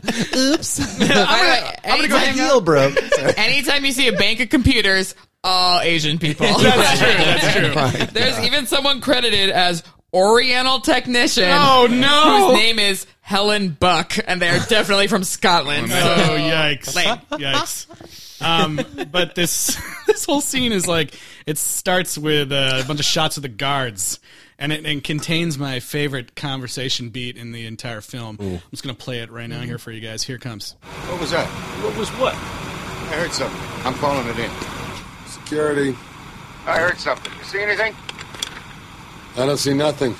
[SPEAKER 3] [laughs] By the way, anytime,
[SPEAKER 6] Deal, bro. Sorry.
[SPEAKER 3] anytime you see a bank of computers, all Asian people.
[SPEAKER 1] [laughs] that's true.
[SPEAKER 3] [laughs]
[SPEAKER 1] That's true.
[SPEAKER 3] There's even someone credited as Oriental technician.
[SPEAKER 1] Oh
[SPEAKER 3] whose
[SPEAKER 1] no!
[SPEAKER 3] name is Helen Buck, and they're definitely from Scotland.
[SPEAKER 1] Oh
[SPEAKER 3] So
[SPEAKER 1] yikes! Yikes! Um, but this [laughs] this whole scene is like it starts with uh, a bunch of shots of the guards, and it and contains my favorite conversation beat in the entire film. I'm just gonna play it right now here for you guys. Here it comes.
[SPEAKER 9] What was that? What was what? I heard something. I'm calling it in.
[SPEAKER 11] Security.
[SPEAKER 9] I heard something. You see anything?
[SPEAKER 11] I don't see nothing.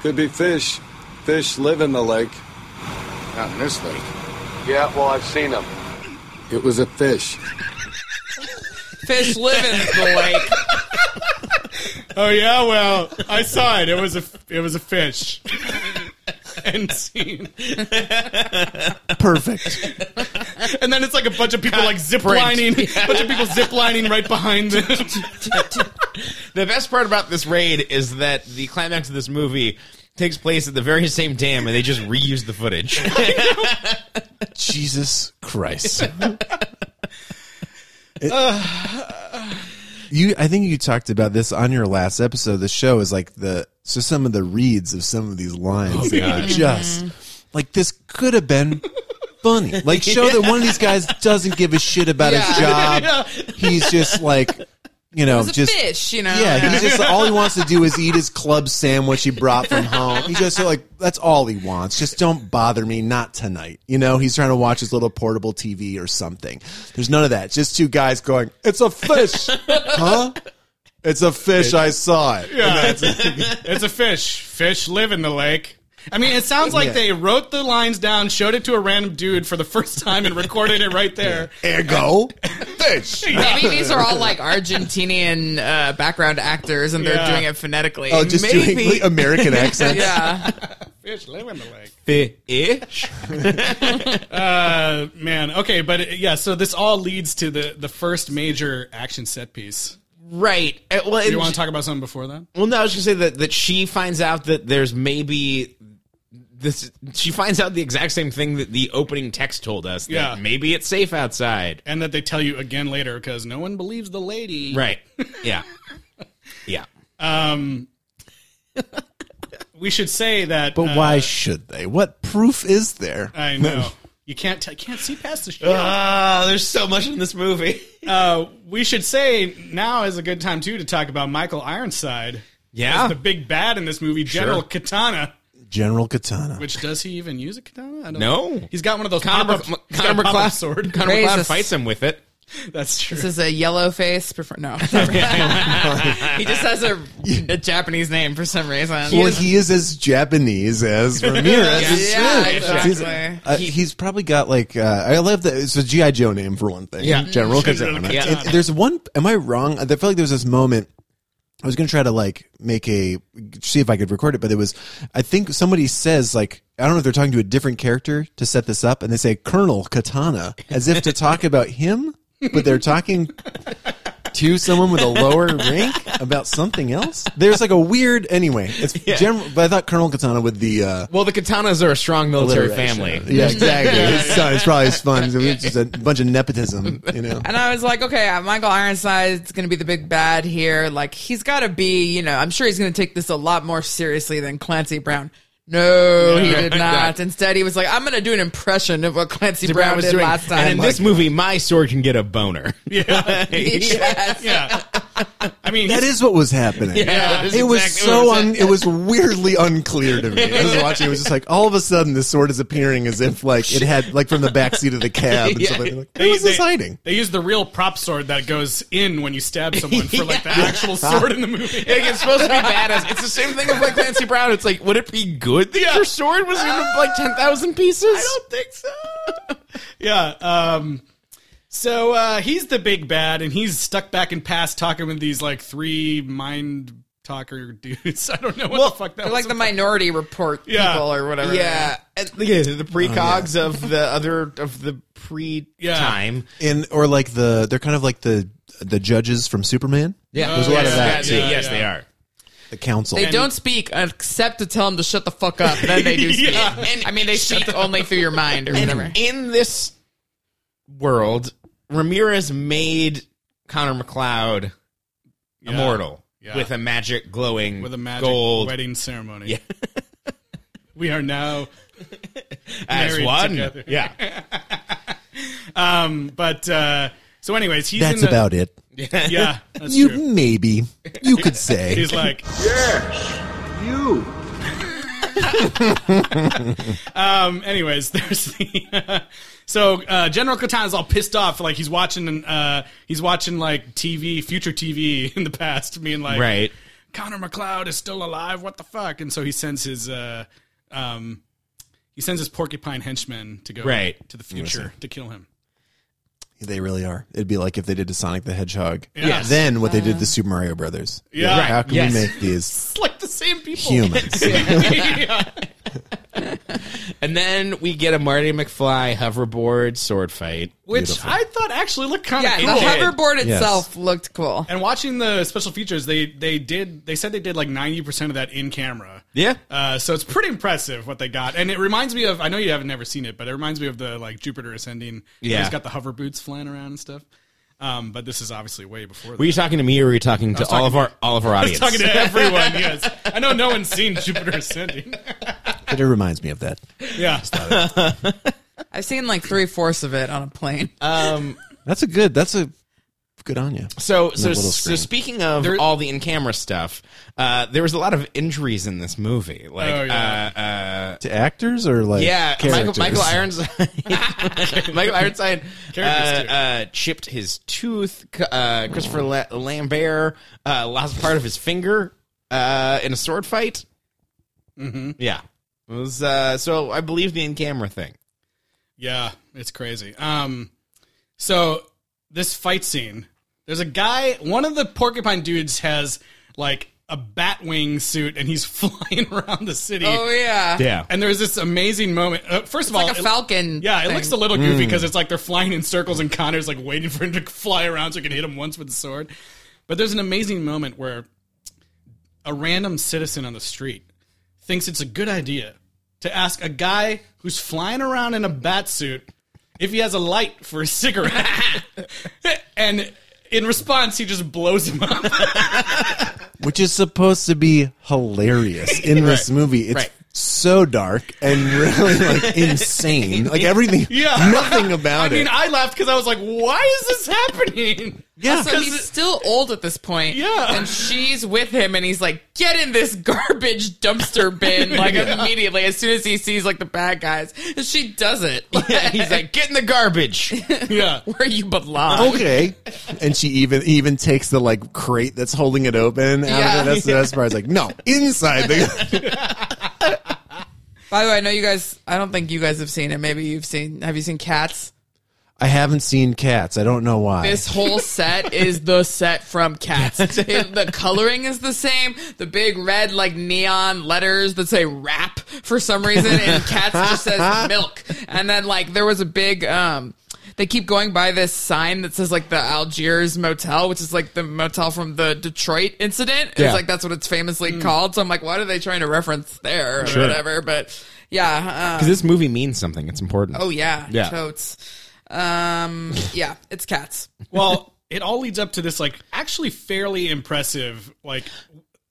[SPEAKER 11] Could be fish. Fish live in the lake.
[SPEAKER 9] Not in this lake.
[SPEAKER 11] Yeah, well, I've seen them. It was a fish.
[SPEAKER 3] fish live in the lake.
[SPEAKER 1] Oh yeah, well I saw it. It was a it was a fish. [laughs] End scene.
[SPEAKER 6] Perfect.
[SPEAKER 1] And then it's like a bunch of people like [laughs] ziplining, a bunch of people ziplining right behind [laughs] them.
[SPEAKER 4] The best part about this raid is that the climax of this movie takes place at the very same dam, and they just reuse the footage.
[SPEAKER 6] Jesus
[SPEAKER 1] [laughs]
[SPEAKER 6] Christ. It- you, I think you talked about this on your last episode. of The show is like the so some of the reads of some of these
[SPEAKER 1] Oh,
[SPEAKER 6] lines are just like this could have been funny. Like show that one of these guys doesn't give a shit about his
[SPEAKER 1] [laughs]
[SPEAKER 6] job. He's just like you know
[SPEAKER 3] It's a
[SPEAKER 6] just
[SPEAKER 3] fish, you know.
[SPEAKER 6] Yeah, he's just all he wants to do is eat his club sandwich he brought from home. He's just like that's all he wants. Just don't bother me, not tonight. You know, he's trying to watch his little portable TV or something. There's none of that. It's just two guys going, "It's a fish, huh? It's a fish. I saw it."
[SPEAKER 1] it's a fish. Fish live in the lake. I mean, it sounds like
[SPEAKER 6] Yeah.
[SPEAKER 1] they wrote the lines down, showed it to a random dude for the first time, and recorded it right [laughs] there.
[SPEAKER 6] Ergo, fish.
[SPEAKER 3] [laughs] Maybe these are all like Argentinian uh, background actors, and they're
[SPEAKER 1] Yeah.
[SPEAKER 3] doing it phonetically.
[SPEAKER 6] Oh, just
[SPEAKER 3] Maybe. [laughs]
[SPEAKER 6] doing like, American accents.
[SPEAKER 3] yeah,
[SPEAKER 1] Fish live in the lake.
[SPEAKER 4] Fish.
[SPEAKER 1] Uh, man. Okay, but uh, yeah. So this all leads to the the first major action set piece.
[SPEAKER 4] Right. Uh, Well,
[SPEAKER 1] Do you
[SPEAKER 4] and-
[SPEAKER 1] want to talk about something before that?
[SPEAKER 4] Well, no, I was gonna say that that she finds out that there's maybe this. She finds out the exact same thing that the opening text told us. That
[SPEAKER 1] Yeah.
[SPEAKER 4] maybe it's safe outside.
[SPEAKER 1] And that they tell you again later because no one believes the lady. [laughs]
[SPEAKER 4] Right. Yeah. yeah.
[SPEAKER 1] Um. we should say that.
[SPEAKER 6] But why should they? What proof is there?
[SPEAKER 1] I
[SPEAKER 6] [laughs]
[SPEAKER 1] know. You can't t- can't see past the shit.
[SPEAKER 6] Uh-huh.
[SPEAKER 4] Ah, there's so much in this movie.
[SPEAKER 1] Uh, we should say now is a good time too to talk about Michael Ironside.
[SPEAKER 4] Yeah.
[SPEAKER 1] As the big bad in this movie, General Katana.
[SPEAKER 6] General Katana.
[SPEAKER 1] Which does he even use a katana? I don't
[SPEAKER 4] No.
[SPEAKER 1] he's got one of those
[SPEAKER 4] Connor,
[SPEAKER 1] pop-up-
[SPEAKER 4] Mc-
[SPEAKER 1] he's got a
[SPEAKER 4] Connor
[SPEAKER 1] pop-up
[SPEAKER 4] McLeod
[SPEAKER 1] sword.
[SPEAKER 4] Connor
[SPEAKER 3] Raises.
[SPEAKER 4] McLeod fights him with it.
[SPEAKER 1] That's true.
[SPEAKER 3] this is a yellow face. Prefer-
[SPEAKER 1] [laughs]
[SPEAKER 3] no, he just has a, a Japanese name for some reason.
[SPEAKER 6] Well, he is as Japanese as Ramirez. is
[SPEAKER 3] Yeah,
[SPEAKER 6] Smith.
[SPEAKER 3] exactly.
[SPEAKER 6] He's, uh, he's probably got like uh, I love that it's a GI Joe name for one thing.
[SPEAKER 4] Yeah.
[SPEAKER 6] General
[SPEAKER 1] General
[SPEAKER 6] Katana.
[SPEAKER 4] Katana.
[SPEAKER 6] And There's one. Am I wrong? I felt like there was this moment. I was gonna try to like make a see if I could record it, but it was I think somebody says like I don't know if they're talking to a different character to set this up, and they say Colonel Katana as if to talk about him, but they're talking to someone with a lower rank about something else? There's like a weird. Anyway, it's general. But I thought Colonel Katana with the. Uh,
[SPEAKER 4] Well, the Katanas are a strong military
[SPEAKER 6] alliteration.
[SPEAKER 4] family.
[SPEAKER 6] Yeah, exactly. It's, so- it's probably fun. It's just a bunch of nepotism, you know.
[SPEAKER 3] And I was like, okay, uh, Michael Ironside's going to be the big bad here. Like, he's got to be, you know, I'm sure he's going to take this a lot more seriously than Clancy Brown. No, he
[SPEAKER 1] [laughs]
[SPEAKER 3] did not. Instead, he was like, I'm going to do an impression of what Clancy
[SPEAKER 4] That's what I
[SPEAKER 3] Brown
[SPEAKER 4] was
[SPEAKER 3] did
[SPEAKER 4] doing.
[SPEAKER 3] last time.
[SPEAKER 4] And in this movie, my sword can get a boner.
[SPEAKER 3] [laughs] yes.
[SPEAKER 9] Yeah. I
[SPEAKER 6] [laughs]
[SPEAKER 9] mean,
[SPEAKER 6] That is what was happening.
[SPEAKER 4] Yeah, that's
[SPEAKER 6] it was
[SPEAKER 4] exactly
[SPEAKER 6] so
[SPEAKER 4] what was
[SPEAKER 6] un, it was weirdly unclear to me. I was watching. It was just like all of a sudden the sword is appearing as if like it had like from the back seat of the cab. And stuff like, like, where was this hiding?
[SPEAKER 9] They use the real prop sword that goes in when you stab someone for like the actual sword in the
[SPEAKER 4] [laughs]
[SPEAKER 9] movie.
[SPEAKER 4] Like, it's supposed to be badass. It's the same thing as like Clancy Brown. It's like, would it be good that your sword was in like ten thousand pieces?
[SPEAKER 9] I don't think so. [laughs] yeah. Um, so uh, he's the big bad, and he's stuck back in past talking with these like three mind talker dudes. [laughs] I don't know what the fuck that
[SPEAKER 3] They're
[SPEAKER 9] was.
[SPEAKER 3] like the minority report
[SPEAKER 9] Yeah.
[SPEAKER 3] people or whatever.
[SPEAKER 4] Yeah, and- Oh, yeah, the precogs of the other of the pre time.
[SPEAKER 6] And or like the they're kind of like the the judges from Superman,
[SPEAKER 4] Yeah,
[SPEAKER 6] There's a lot of that,
[SPEAKER 4] Yes,
[SPEAKER 6] too.
[SPEAKER 4] yes,
[SPEAKER 9] Yeah,
[SPEAKER 4] they are.
[SPEAKER 6] the council.
[SPEAKER 3] They don't speak except to tell them to shut the fuck up. Then they
[SPEAKER 9] [laughs]
[SPEAKER 3] do speak. And, I mean, they speak only through your mind or whatever.
[SPEAKER 4] In this world, Ramirez made Connor McLeod immortal
[SPEAKER 9] Yeah.
[SPEAKER 4] with a magic glowing
[SPEAKER 9] with a magic
[SPEAKER 4] gold.
[SPEAKER 9] wedding ceremony. we are now
[SPEAKER 4] As
[SPEAKER 9] married
[SPEAKER 4] one,
[SPEAKER 9] together.
[SPEAKER 4] yeah.
[SPEAKER 9] um but uh so
[SPEAKER 4] [laughs]
[SPEAKER 9] anyways he's
[SPEAKER 6] That's
[SPEAKER 9] in the,
[SPEAKER 6] about it.
[SPEAKER 9] yeah that's
[SPEAKER 6] you
[SPEAKER 9] true
[SPEAKER 6] maybe you could say
[SPEAKER 9] he's like
[SPEAKER 12] You.
[SPEAKER 9] [laughs] um anyways [laughs] there's the [laughs] so uh general katana's all pissed off like he's watching uh he's watching like tv future tv [laughs] in the past being like
[SPEAKER 4] Right.
[SPEAKER 9] connor mcleod is still alive what the fuck and so he sends his uh um he sends his porcupine henchmen to go
[SPEAKER 4] Right.
[SPEAKER 9] to the future to kill him
[SPEAKER 6] they really are. It'd be like if they did to Sonic the Hedgehog.
[SPEAKER 9] Yes.
[SPEAKER 6] Then what they did to Super Mario Brothers.
[SPEAKER 9] Yeah. Right.
[SPEAKER 6] How can
[SPEAKER 4] Yes.
[SPEAKER 6] we make
[SPEAKER 4] [laughs]
[SPEAKER 6] these
[SPEAKER 9] it's like the same people [laughs]
[SPEAKER 6] humans?
[SPEAKER 4] And then we get a Marty McFly hoverboard sword fight.
[SPEAKER 9] which
[SPEAKER 6] Beautiful.
[SPEAKER 9] i thought actually looked kind of
[SPEAKER 3] Yeah,
[SPEAKER 9] cool
[SPEAKER 3] the hoverboard
[SPEAKER 6] Yes.
[SPEAKER 3] itself looked cool.
[SPEAKER 9] And watching the special features, they they did they said they did like ninety percent of that in camera.
[SPEAKER 4] Yeah.
[SPEAKER 9] Uh, so it's pretty impressive what they got, and it reminds me of I know you haven't never seen it, but it reminds me of the like Jupiter Ascending.
[SPEAKER 4] Yeah.
[SPEAKER 9] he's got the hover boots flying around and stuff. Um, but this is obviously way before.
[SPEAKER 4] Were you talking to me or were you talking to all
[SPEAKER 9] talking
[SPEAKER 4] of our all of our
[SPEAKER 9] [laughs] I was
[SPEAKER 4] audience?
[SPEAKER 9] talking to [laughs] everyone. yes, I know no one's seen Jupiter Ascending.
[SPEAKER 6] but it reminds me of that.
[SPEAKER 9] yeah,
[SPEAKER 3] I've seen like three fourths of it on a plane.
[SPEAKER 6] That's a good. That's a good on you.
[SPEAKER 4] so so
[SPEAKER 6] little
[SPEAKER 4] so
[SPEAKER 6] screen.
[SPEAKER 4] speaking of all the in camera stuff, uh, there was a lot of injuries in this movie. Like
[SPEAKER 9] Oh, yeah.
[SPEAKER 4] uh, uh,
[SPEAKER 6] To actors or like
[SPEAKER 4] yeah, Michael,
[SPEAKER 6] characters?
[SPEAKER 9] [laughs]
[SPEAKER 4] Michael Ironside. [laughs] Michael Ironside uh,
[SPEAKER 9] Characters, too.
[SPEAKER 4] uh, chipped his tooth. C- Uh, Christopher La- Lambert uh, lost part of his finger uh, in a sword fight. Mm-hmm. Yeah, it was. Uh, so I believe the in-camera thing.
[SPEAKER 9] yeah, it's crazy. Um, so this fight scene, there's a guy. One of the porcupine dudes has like a bat wing suit, and he's [laughs] flying around the city.
[SPEAKER 3] Oh yeah,
[SPEAKER 4] Yeah,
[SPEAKER 9] And there's this amazing moment. Uh, first of all,
[SPEAKER 3] like a
[SPEAKER 9] it-
[SPEAKER 3] falcon.
[SPEAKER 9] yeah, it
[SPEAKER 3] thing.
[SPEAKER 9] looks a little goofy because it's like they're flying in circles, and Connor's like waiting for him to fly around so he can hit him once with the sword. But there's an amazing moment where a random citizen on the street thinks it's a good idea to ask a guy who's flying around in a bat suit if he has a light for a cigarette, [laughs] and in response, he just blows him up.
[SPEAKER 6] which is supposed to be hilarious
[SPEAKER 4] [laughs]
[SPEAKER 6] in this movie. It's
[SPEAKER 4] Right.
[SPEAKER 6] so dark and really like
[SPEAKER 4] [laughs]
[SPEAKER 6] insane. Like everything,
[SPEAKER 9] Yeah.
[SPEAKER 6] nothing about
[SPEAKER 9] I mean,
[SPEAKER 6] it.
[SPEAKER 9] I laughed because I was like, "Why is this happening?"
[SPEAKER 6] yeah,
[SPEAKER 3] So he's still old at this point.
[SPEAKER 9] Yeah.
[SPEAKER 3] And she's with him and he's like, get in this garbage dumpster
[SPEAKER 9] [laughs]
[SPEAKER 3] bin, like immediately, as soon as he sees like the bad guys. And she does it.
[SPEAKER 4] [laughs] yeah. He's like, get in the
[SPEAKER 3] [laughs]
[SPEAKER 4] garbage.
[SPEAKER 9] Yeah.
[SPEAKER 3] where you belong.
[SPEAKER 6] okay. And she even even takes the like crate that's holding it open. Out
[SPEAKER 3] Yeah.
[SPEAKER 6] of it. That's the best part. It's like no inside the. [laughs]
[SPEAKER 3] By the way, I know you guys I don't think you guys have seen it. Maybe you've seen have you seen cats?
[SPEAKER 6] I haven't seen cats. I don't know why.
[SPEAKER 4] [laughs]
[SPEAKER 3] This whole set is the set from Cats. It- the coloring is the same. The big red, like neon letters that say
[SPEAKER 4] [laughs]
[SPEAKER 3] "rap" for some reason, and Cats just says "milk." And then, like, there was a big. um they keep going by this sign that says like the Algiers Motel, which is like the motel from the Detroit incident.
[SPEAKER 6] Yeah.
[SPEAKER 3] It's like that's what it's famously called. So I'm like, what are they trying to reference there or
[SPEAKER 4] Mm. Sure.
[SPEAKER 3] whatever? But yeah, um,
[SPEAKER 4] Because this movie means something. It's important.
[SPEAKER 3] oh yeah,
[SPEAKER 4] Yeah.
[SPEAKER 3] totes. Um, yeah, it's cats.
[SPEAKER 9] well, it all leads up to this like actually fairly impressive like.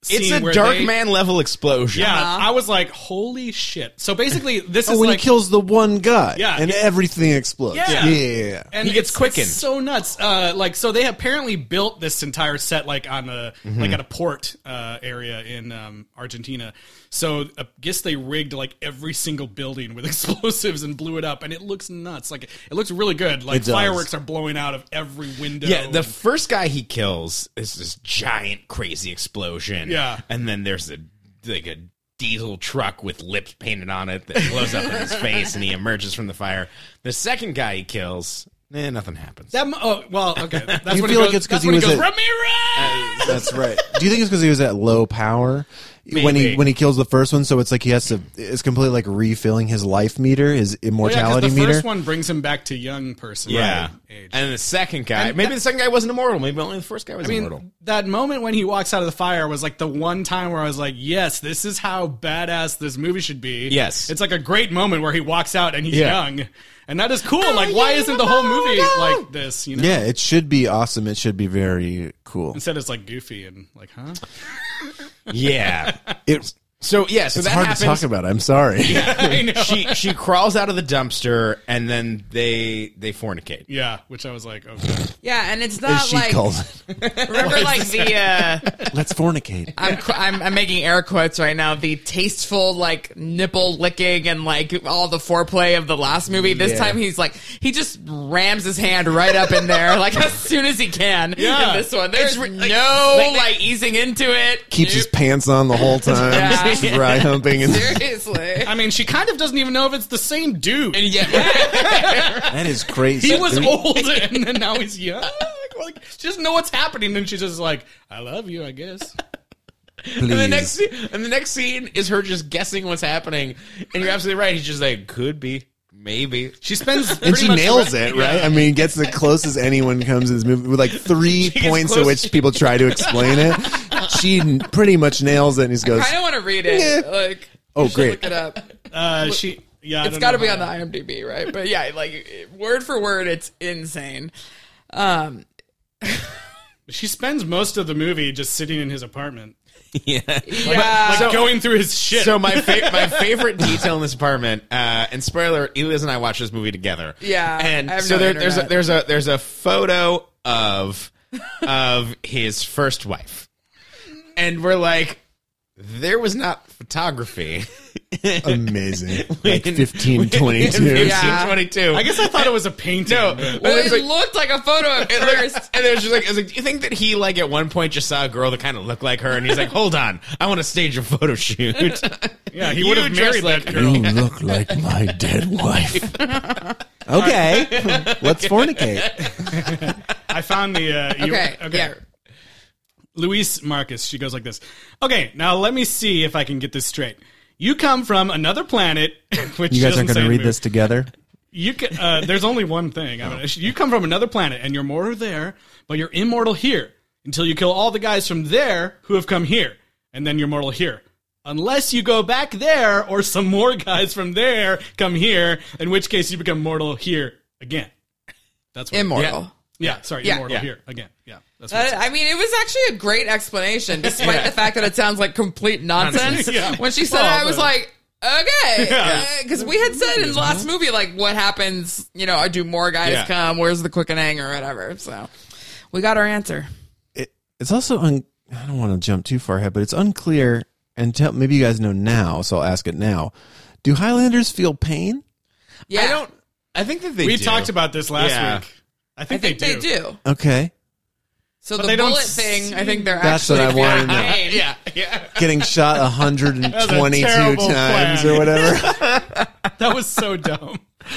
[SPEAKER 4] It's a
[SPEAKER 9] scene where
[SPEAKER 4] dark
[SPEAKER 9] they-
[SPEAKER 4] man level explosion. Uh-huh.
[SPEAKER 9] Yeah, I was like, holy shit. So basically, this
[SPEAKER 6] Oh,
[SPEAKER 9] is
[SPEAKER 6] when
[SPEAKER 9] like
[SPEAKER 6] he kills the one guy,
[SPEAKER 9] Yeah.
[SPEAKER 6] and everything explodes.
[SPEAKER 9] Yeah.
[SPEAKER 6] yeah.
[SPEAKER 9] and
[SPEAKER 4] He gets
[SPEAKER 9] it's-
[SPEAKER 4] quickened.
[SPEAKER 9] it's so nuts. Uh, like so, they apparently built this entire set like on a
[SPEAKER 6] Mm-hmm.
[SPEAKER 9] like at a port uh, area in um, Argentina. So I guess they rigged like every single building with [laughs] explosives and blew it up, and it looks nuts. Like it looks really good. Like
[SPEAKER 6] It does.
[SPEAKER 9] fireworks are blowing out of every window.
[SPEAKER 4] Yeah, the
[SPEAKER 9] and-
[SPEAKER 4] first guy he kills is this giant crazy explosion.
[SPEAKER 9] Yeah.
[SPEAKER 4] And then there's a like a diesel truck with lips painted on it that blows up in his face and he emerges from the fire. The second guy he kills, eh, nothing happens.
[SPEAKER 9] that, mo- oh, well,
[SPEAKER 6] [laughs]
[SPEAKER 9] okay. That's
[SPEAKER 6] You feel
[SPEAKER 9] when he
[SPEAKER 6] like
[SPEAKER 9] goes,
[SPEAKER 6] it's 'cause
[SPEAKER 9] that's when
[SPEAKER 6] he was
[SPEAKER 9] goes,
[SPEAKER 6] a-
[SPEAKER 9] Ramirez.
[SPEAKER 6] That's right. Do you think it's because he was at low power when he
[SPEAKER 4] Maybe.
[SPEAKER 6] when he kills the first one? So it's like he has to. It's completely like refilling his life meter, his
[SPEAKER 9] Well, yeah, 'cause
[SPEAKER 6] immortality
[SPEAKER 9] the
[SPEAKER 6] meter.
[SPEAKER 9] first one brings him back to young person.
[SPEAKER 4] yeah.
[SPEAKER 9] Age.
[SPEAKER 4] And the second guy,
[SPEAKER 9] And
[SPEAKER 4] maybe
[SPEAKER 9] that-
[SPEAKER 4] the second guy wasn't immortal. Maybe only the first guy was
[SPEAKER 9] I mean,
[SPEAKER 4] immortal.
[SPEAKER 9] that moment when he walks out of the fire was like the one time where I was like, yes, this is how badass this movie should be.
[SPEAKER 4] Yes.
[SPEAKER 9] It's like a great moment where he walks out and he's
[SPEAKER 4] Yeah.
[SPEAKER 9] young. And that is cool.
[SPEAKER 3] Oh,
[SPEAKER 9] like, why isn't the whole movie like this, you know?
[SPEAKER 6] yeah, it should be awesome. It should be very cool.
[SPEAKER 9] Instead, it's like goofy and like, huh?
[SPEAKER 4] [laughs] Yeah.
[SPEAKER 6] It,
[SPEAKER 4] So yeah, so
[SPEAKER 6] it's
[SPEAKER 4] that
[SPEAKER 6] hard
[SPEAKER 4] happens.
[SPEAKER 6] to talk about. I'm
[SPEAKER 9] [laughs]
[SPEAKER 6] sorry.
[SPEAKER 9] I know.
[SPEAKER 4] she she crawls out of the dumpster and then they they fornicate.
[SPEAKER 9] yeah, which I was like, okay.
[SPEAKER 3] Yeah, and
[SPEAKER 6] As
[SPEAKER 3] it's not
[SPEAKER 6] she
[SPEAKER 3] like
[SPEAKER 6] calls it.
[SPEAKER 3] remember like the uh,
[SPEAKER 6] Let's fornicate.
[SPEAKER 3] I'm, qu- I'm I'm making air quotes right now. The tasteful like nipple licking and like all the foreplay of the last movie. This
[SPEAKER 6] Yeah.
[SPEAKER 3] time he's like he just rams his hand right up in there like as soon as he can.
[SPEAKER 9] Yeah.
[SPEAKER 3] In this one,
[SPEAKER 4] It's
[SPEAKER 3] there's
[SPEAKER 4] re- like-
[SPEAKER 3] no
[SPEAKER 4] like-
[SPEAKER 3] like, easing into it.
[SPEAKER 6] Keeps his pants on the whole time.
[SPEAKER 3] Yeah.
[SPEAKER 6] Just dry humping and
[SPEAKER 3] seriously.
[SPEAKER 9] I mean, she kind of doesn't even know if it's the same dude.
[SPEAKER 3] And yeah,
[SPEAKER 6] [laughs] that is crazy.
[SPEAKER 9] he was
[SPEAKER 6] Dude.
[SPEAKER 9] old [laughs] and then now he's young. Like, she doesn't know what's happening. And she's just like, I love you, I guess.
[SPEAKER 4] And the next scene, and the next scene is her just guessing what's happening. And you're absolutely right. He's just like, could be, maybe.
[SPEAKER 9] She spends
[SPEAKER 6] And
[SPEAKER 9] pretty
[SPEAKER 6] she
[SPEAKER 9] much
[SPEAKER 6] nails
[SPEAKER 9] the-
[SPEAKER 6] it, right?
[SPEAKER 4] [laughs]
[SPEAKER 6] I mean, gets the closest anyone comes in this movie with like three
[SPEAKER 4] gets
[SPEAKER 6] points at
[SPEAKER 4] close.
[SPEAKER 6] which people try to explain it. She n- pretty much nails it and he goes,
[SPEAKER 3] I don't want to read it.
[SPEAKER 6] Yeah.
[SPEAKER 3] Like
[SPEAKER 6] Oh,
[SPEAKER 3] you should
[SPEAKER 6] great.
[SPEAKER 3] look it up.
[SPEAKER 9] [laughs] Uh, she, yeah, I
[SPEAKER 3] It's
[SPEAKER 9] don't
[SPEAKER 3] got to
[SPEAKER 9] know
[SPEAKER 3] be
[SPEAKER 9] how-
[SPEAKER 3] on the IMDb, right? But yeah, like word for word, it's insane. Um,
[SPEAKER 9] She spends most of the movie just sitting in his apartment,
[SPEAKER 3] yeah.
[SPEAKER 9] like going through his shit.
[SPEAKER 4] So my fa- my favorite detail in this apartment, uh, and spoiler, alert, Elias and I watched this movie together.
[SPEAKER 3] Yeah,
[SPEAKER 4] and
[SPEAKER 3] I have
[SPEAKER 4] so
[SPEAKER 3] no
[SPEAKER 4] there, there's a,
[SPEAKER 3] internet.
[SPEAKER 4] there's a there's a photo of of his first wife, and we're like, there was not photography.
[SPEAKER 6] amazing. Like
[SPEAKER 4] When-
[SPEAKER 6] 1522.
[SPEAKER 4] Fifteen
[SPEAKER 3] Yeah.
[SPEAKER 4] twenty-two.
[SPEAKER 9] I guess I thought it was a painting.
[SPEAKER 4] No,
[SPEAKER 9] but-
[SPEAKER 4] but
[SPEAKER 3] Well,
[SPEAKER 4] it's
[SPEAKER 3] it
[SPEAKER 4] like-
[SPEAKER 3] looked like a
[SPEAKER 4] [laughs]
[SPEAKER 3] photo at
[SPEAKER 4] And there-
[SPEAKER 3] first.
[SPEAKER 4] and there's just like, I was like, do you think that he like at one point just saw a girl that kind of looked like her, and he's like, hold on, I want to stage a photo shoot.
[SPEAKER 9] yeah, he
[SPEAKER 4] You
[SPEAKER 9] would have
[SPEAKER 4] dress
[SPEAKER 9] married
[SPEAKER 4] like
[SPEAKER 9] that
[SPEAKER 6] You
[SPEAKER 9] girl.
[SPEAKER 6] look like my dead wife. okay. Let's fornicate.
[SPEAKER 9] I found the. Uh, you-
[SPEAKER 3] okay, yeah.
[SPEAKER 9] Luis Marcus. She goes like this. Okay, now let me see if I can get this straight. You come from another planet, [laughs] which
[SPEAKER 6] You guys aren't
[SPEAKER 9] going to
[SPEAKER 6] read this together?
[SPEAKER 9] You ca uh, there's only one thing. I mean, you come from another planet, and you're mortal there, but you're immortal here until you kill all the guys from there who have come here, and then you're mortal here. Unless you go back there, or some more guys from there come here, in which case you become mortal here again. That's what
[SPEAKER 3] Immortal.
[SPEAKER 9] Yeah, sorry,
[SPEAKER 3] Yeah.
[SPEAKER 9] immortal
[SPEAKER 4] Yeah.
[SPEAKER 9] here again. Yeah, that's what
[SPEAKER 3] Uh,
[SPEAKER 9] it says.
[SPEAKER 3] I mean, it was actually a great explanation, despite
[SPEAKER 4] Yeah.
[SPEAKER 3] the fact that it sounds like complete nonsense.
[SPEAKER 9] Nonsense. Yeah.
[SPEAKER 3] When she said
[SPEAKER 9] Well,
[SPEAKER 3] it, I was
[SPEAKER 9] but-
[SPEAKER 3] like, okay,
[SPEAKER 9] Yeah.
[SPEAKER 3] because we had said in the last movie, like, what happens? You know, do more guys
[SPEAKER 4] Yeah.
[SPEAKER 3] come? Where's the quickening or whatever? So we got our answer.
[SPEAKER 6] it, it's also un, I don't want to jump too far ahead, but it's unclear. And tell, maybe you guys know now, so I'll ask it now. Do Highlanders feel pain?
[SPEAKER 3] Yeah,
[SPEAKER 4] I don't. I think that they.
[SPEAKER 9] we
[SPEAKER 4] do.
[SPEAKER 9] talked about this last
[SPEAKER 4] Yeah.
[SPEAKER 9] week. I
[SPEAKER 3] I
[SPEAKER 9] think,
[SPEAKER 3] think
[SPEAKER 9] they,
[SPEAKER 3] they
[SPEAKER 9] do.
[SPEAKER 3] do.
[SPEAKER 6] Okay,
[SPEAKER 3] So
[SPEAKER 9] they
[SPEAKER 3] the
[SPEAKER 9] don't
[SPEAKER 3] bullet thing, I think they're
[SPEAKER 6] That's
[SPEAKER 3] actually
[SPEAKER 6] what I
[SPEAKER 3] [laughs]
[SPEAKER 6] wanted to know.
[SPEAKER 3] behind.
[SPEAKER 4] Yeah, yeah.
[SPEAKER 6] getting shot
[SPEAKER 4] [laughs]
[SPEAKER 6] 122 times
[SPEAKER 9] terrible plan.
[SPEAKER 6] or whatever.
[SPEAKER 9] That was so [laughs] dumb.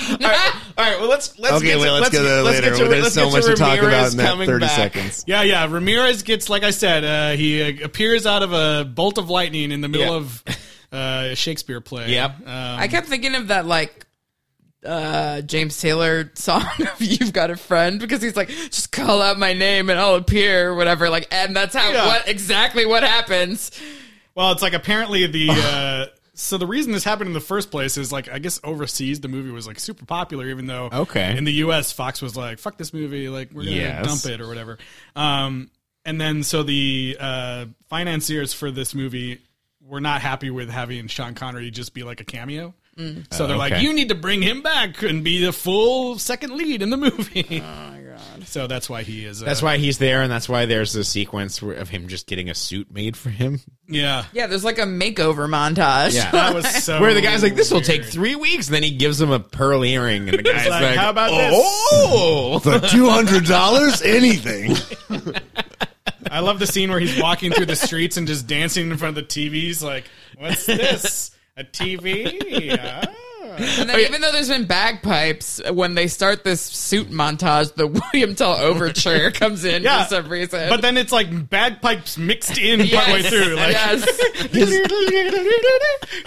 [SPEAKER 4] All right, all right. Well, let's let's
[SPEAKER 6] okay,
[SPEAKER 4] get
[SPEAKER 6] wait,
[SPEAKER 4] to,
[SPEAKER 6] let's, go there
[SPEAKER 4] let's
[SPEAKER 6] later.
[SPEAKER 4] Get to,
[SPEAKER 6] There's
[SPEAKER 4] let's
[SPEAKER 6] so
[SPEAKER 4] get
[SPEAKER 6] much to talk about
[SPEAKER 4] Ramirez
[SPEAKER 6] in that
[SPEAKER 4] coming
[SPEAKER 6] 30
[SPEAKER 4] back.
[SPEAKER 6] seconds.
[SPEAKER 9] Yeah, yeah. Ramirez gets, like I said, uh, he uh, appears out of a bolt of lightning in the middle
[SPEAKER 4] Yeah.
[SPEAKER 9] of uh, a Shakespeare play.
[SPEAKER 4] Yep.
[SPEAKER 9] Um,
[SPEAKER 3] I kept thinking of that like uh, James Taylor song [laughs] of "You've Got a Friend" because he's like, just call out my name and I'll appear, or whatever. Like, and that's how
[SPEAKER 9] Yeah.
[SPEAKER 3] what exactly what happens.
[SPEAKER 9] Well, it's like apparently the uh, so the reason this happened in the first place is like I guess overseas the movie was like super popular, even though
[SPEAKER 4] Okay.
[SPEAKER 9] in the U.S. Fox was like fuck this movie, like we're gonna
[SPEAKER 4] Yes.
[SPEAKER 9] dump it or whatever. Um, and then so the uh, financiers for this movie were not happy with having Sean Connery just be like a cameo. So they're like,
[SPEAKER 4] Okay.
[SPEAKER 9] you need to bring him back and be the full second lead in the movie. Oh my god! So that's why he is. Uh,
[SPEAKER 4] That's why he's there, and that's why there's a sequence where- of him just getting a suit made for him.
[SPEAKER 9] Yeah,
[SPEAKER 3] Yeah, there's like a makeover montage.
[SPEAKER 4] Yeah.
[SPEAKER 9] that was
[SPEAKER 4] [laughs]
[SPEAKER 9] so.
[SPEAKER 4] Where the guy's like, "This will take
[SPEAKER 9] weird.
[SPEAKER 4] three weeks," and then he gives him a pearl earring, and the guy's
[SPEAKER 9] like,
[SPEAKER 4] like,
[SPEAKER 9] "How about this?"
[SPEAKER 4] "Oh,
[SPEAKER 6] For [laughs] two hundred dollars, anything.
[SPEAKER 9] I love the scene where he's walking through the streets and just dancing in front of the TVs. Like, what's this? A TV? Ah.
[SPEAKER 3] And
[SPEAKER 4] Oh,
[SPEAKER 3] then, even though there's been bagpipes, when they start this suit montage, the [laughs] William Tell
[SPEAKER 4] [laughs]
[SPEAKER 3] overture comes in
[SPEAKER 9] Yeah.
[SPEAKER 3] for some reason.
[SPEAKER 9] But then it's like bagpipes mixed in partway through. Like,
[SPEAKER 4] [laughs]
[SPEAKER 3] yes.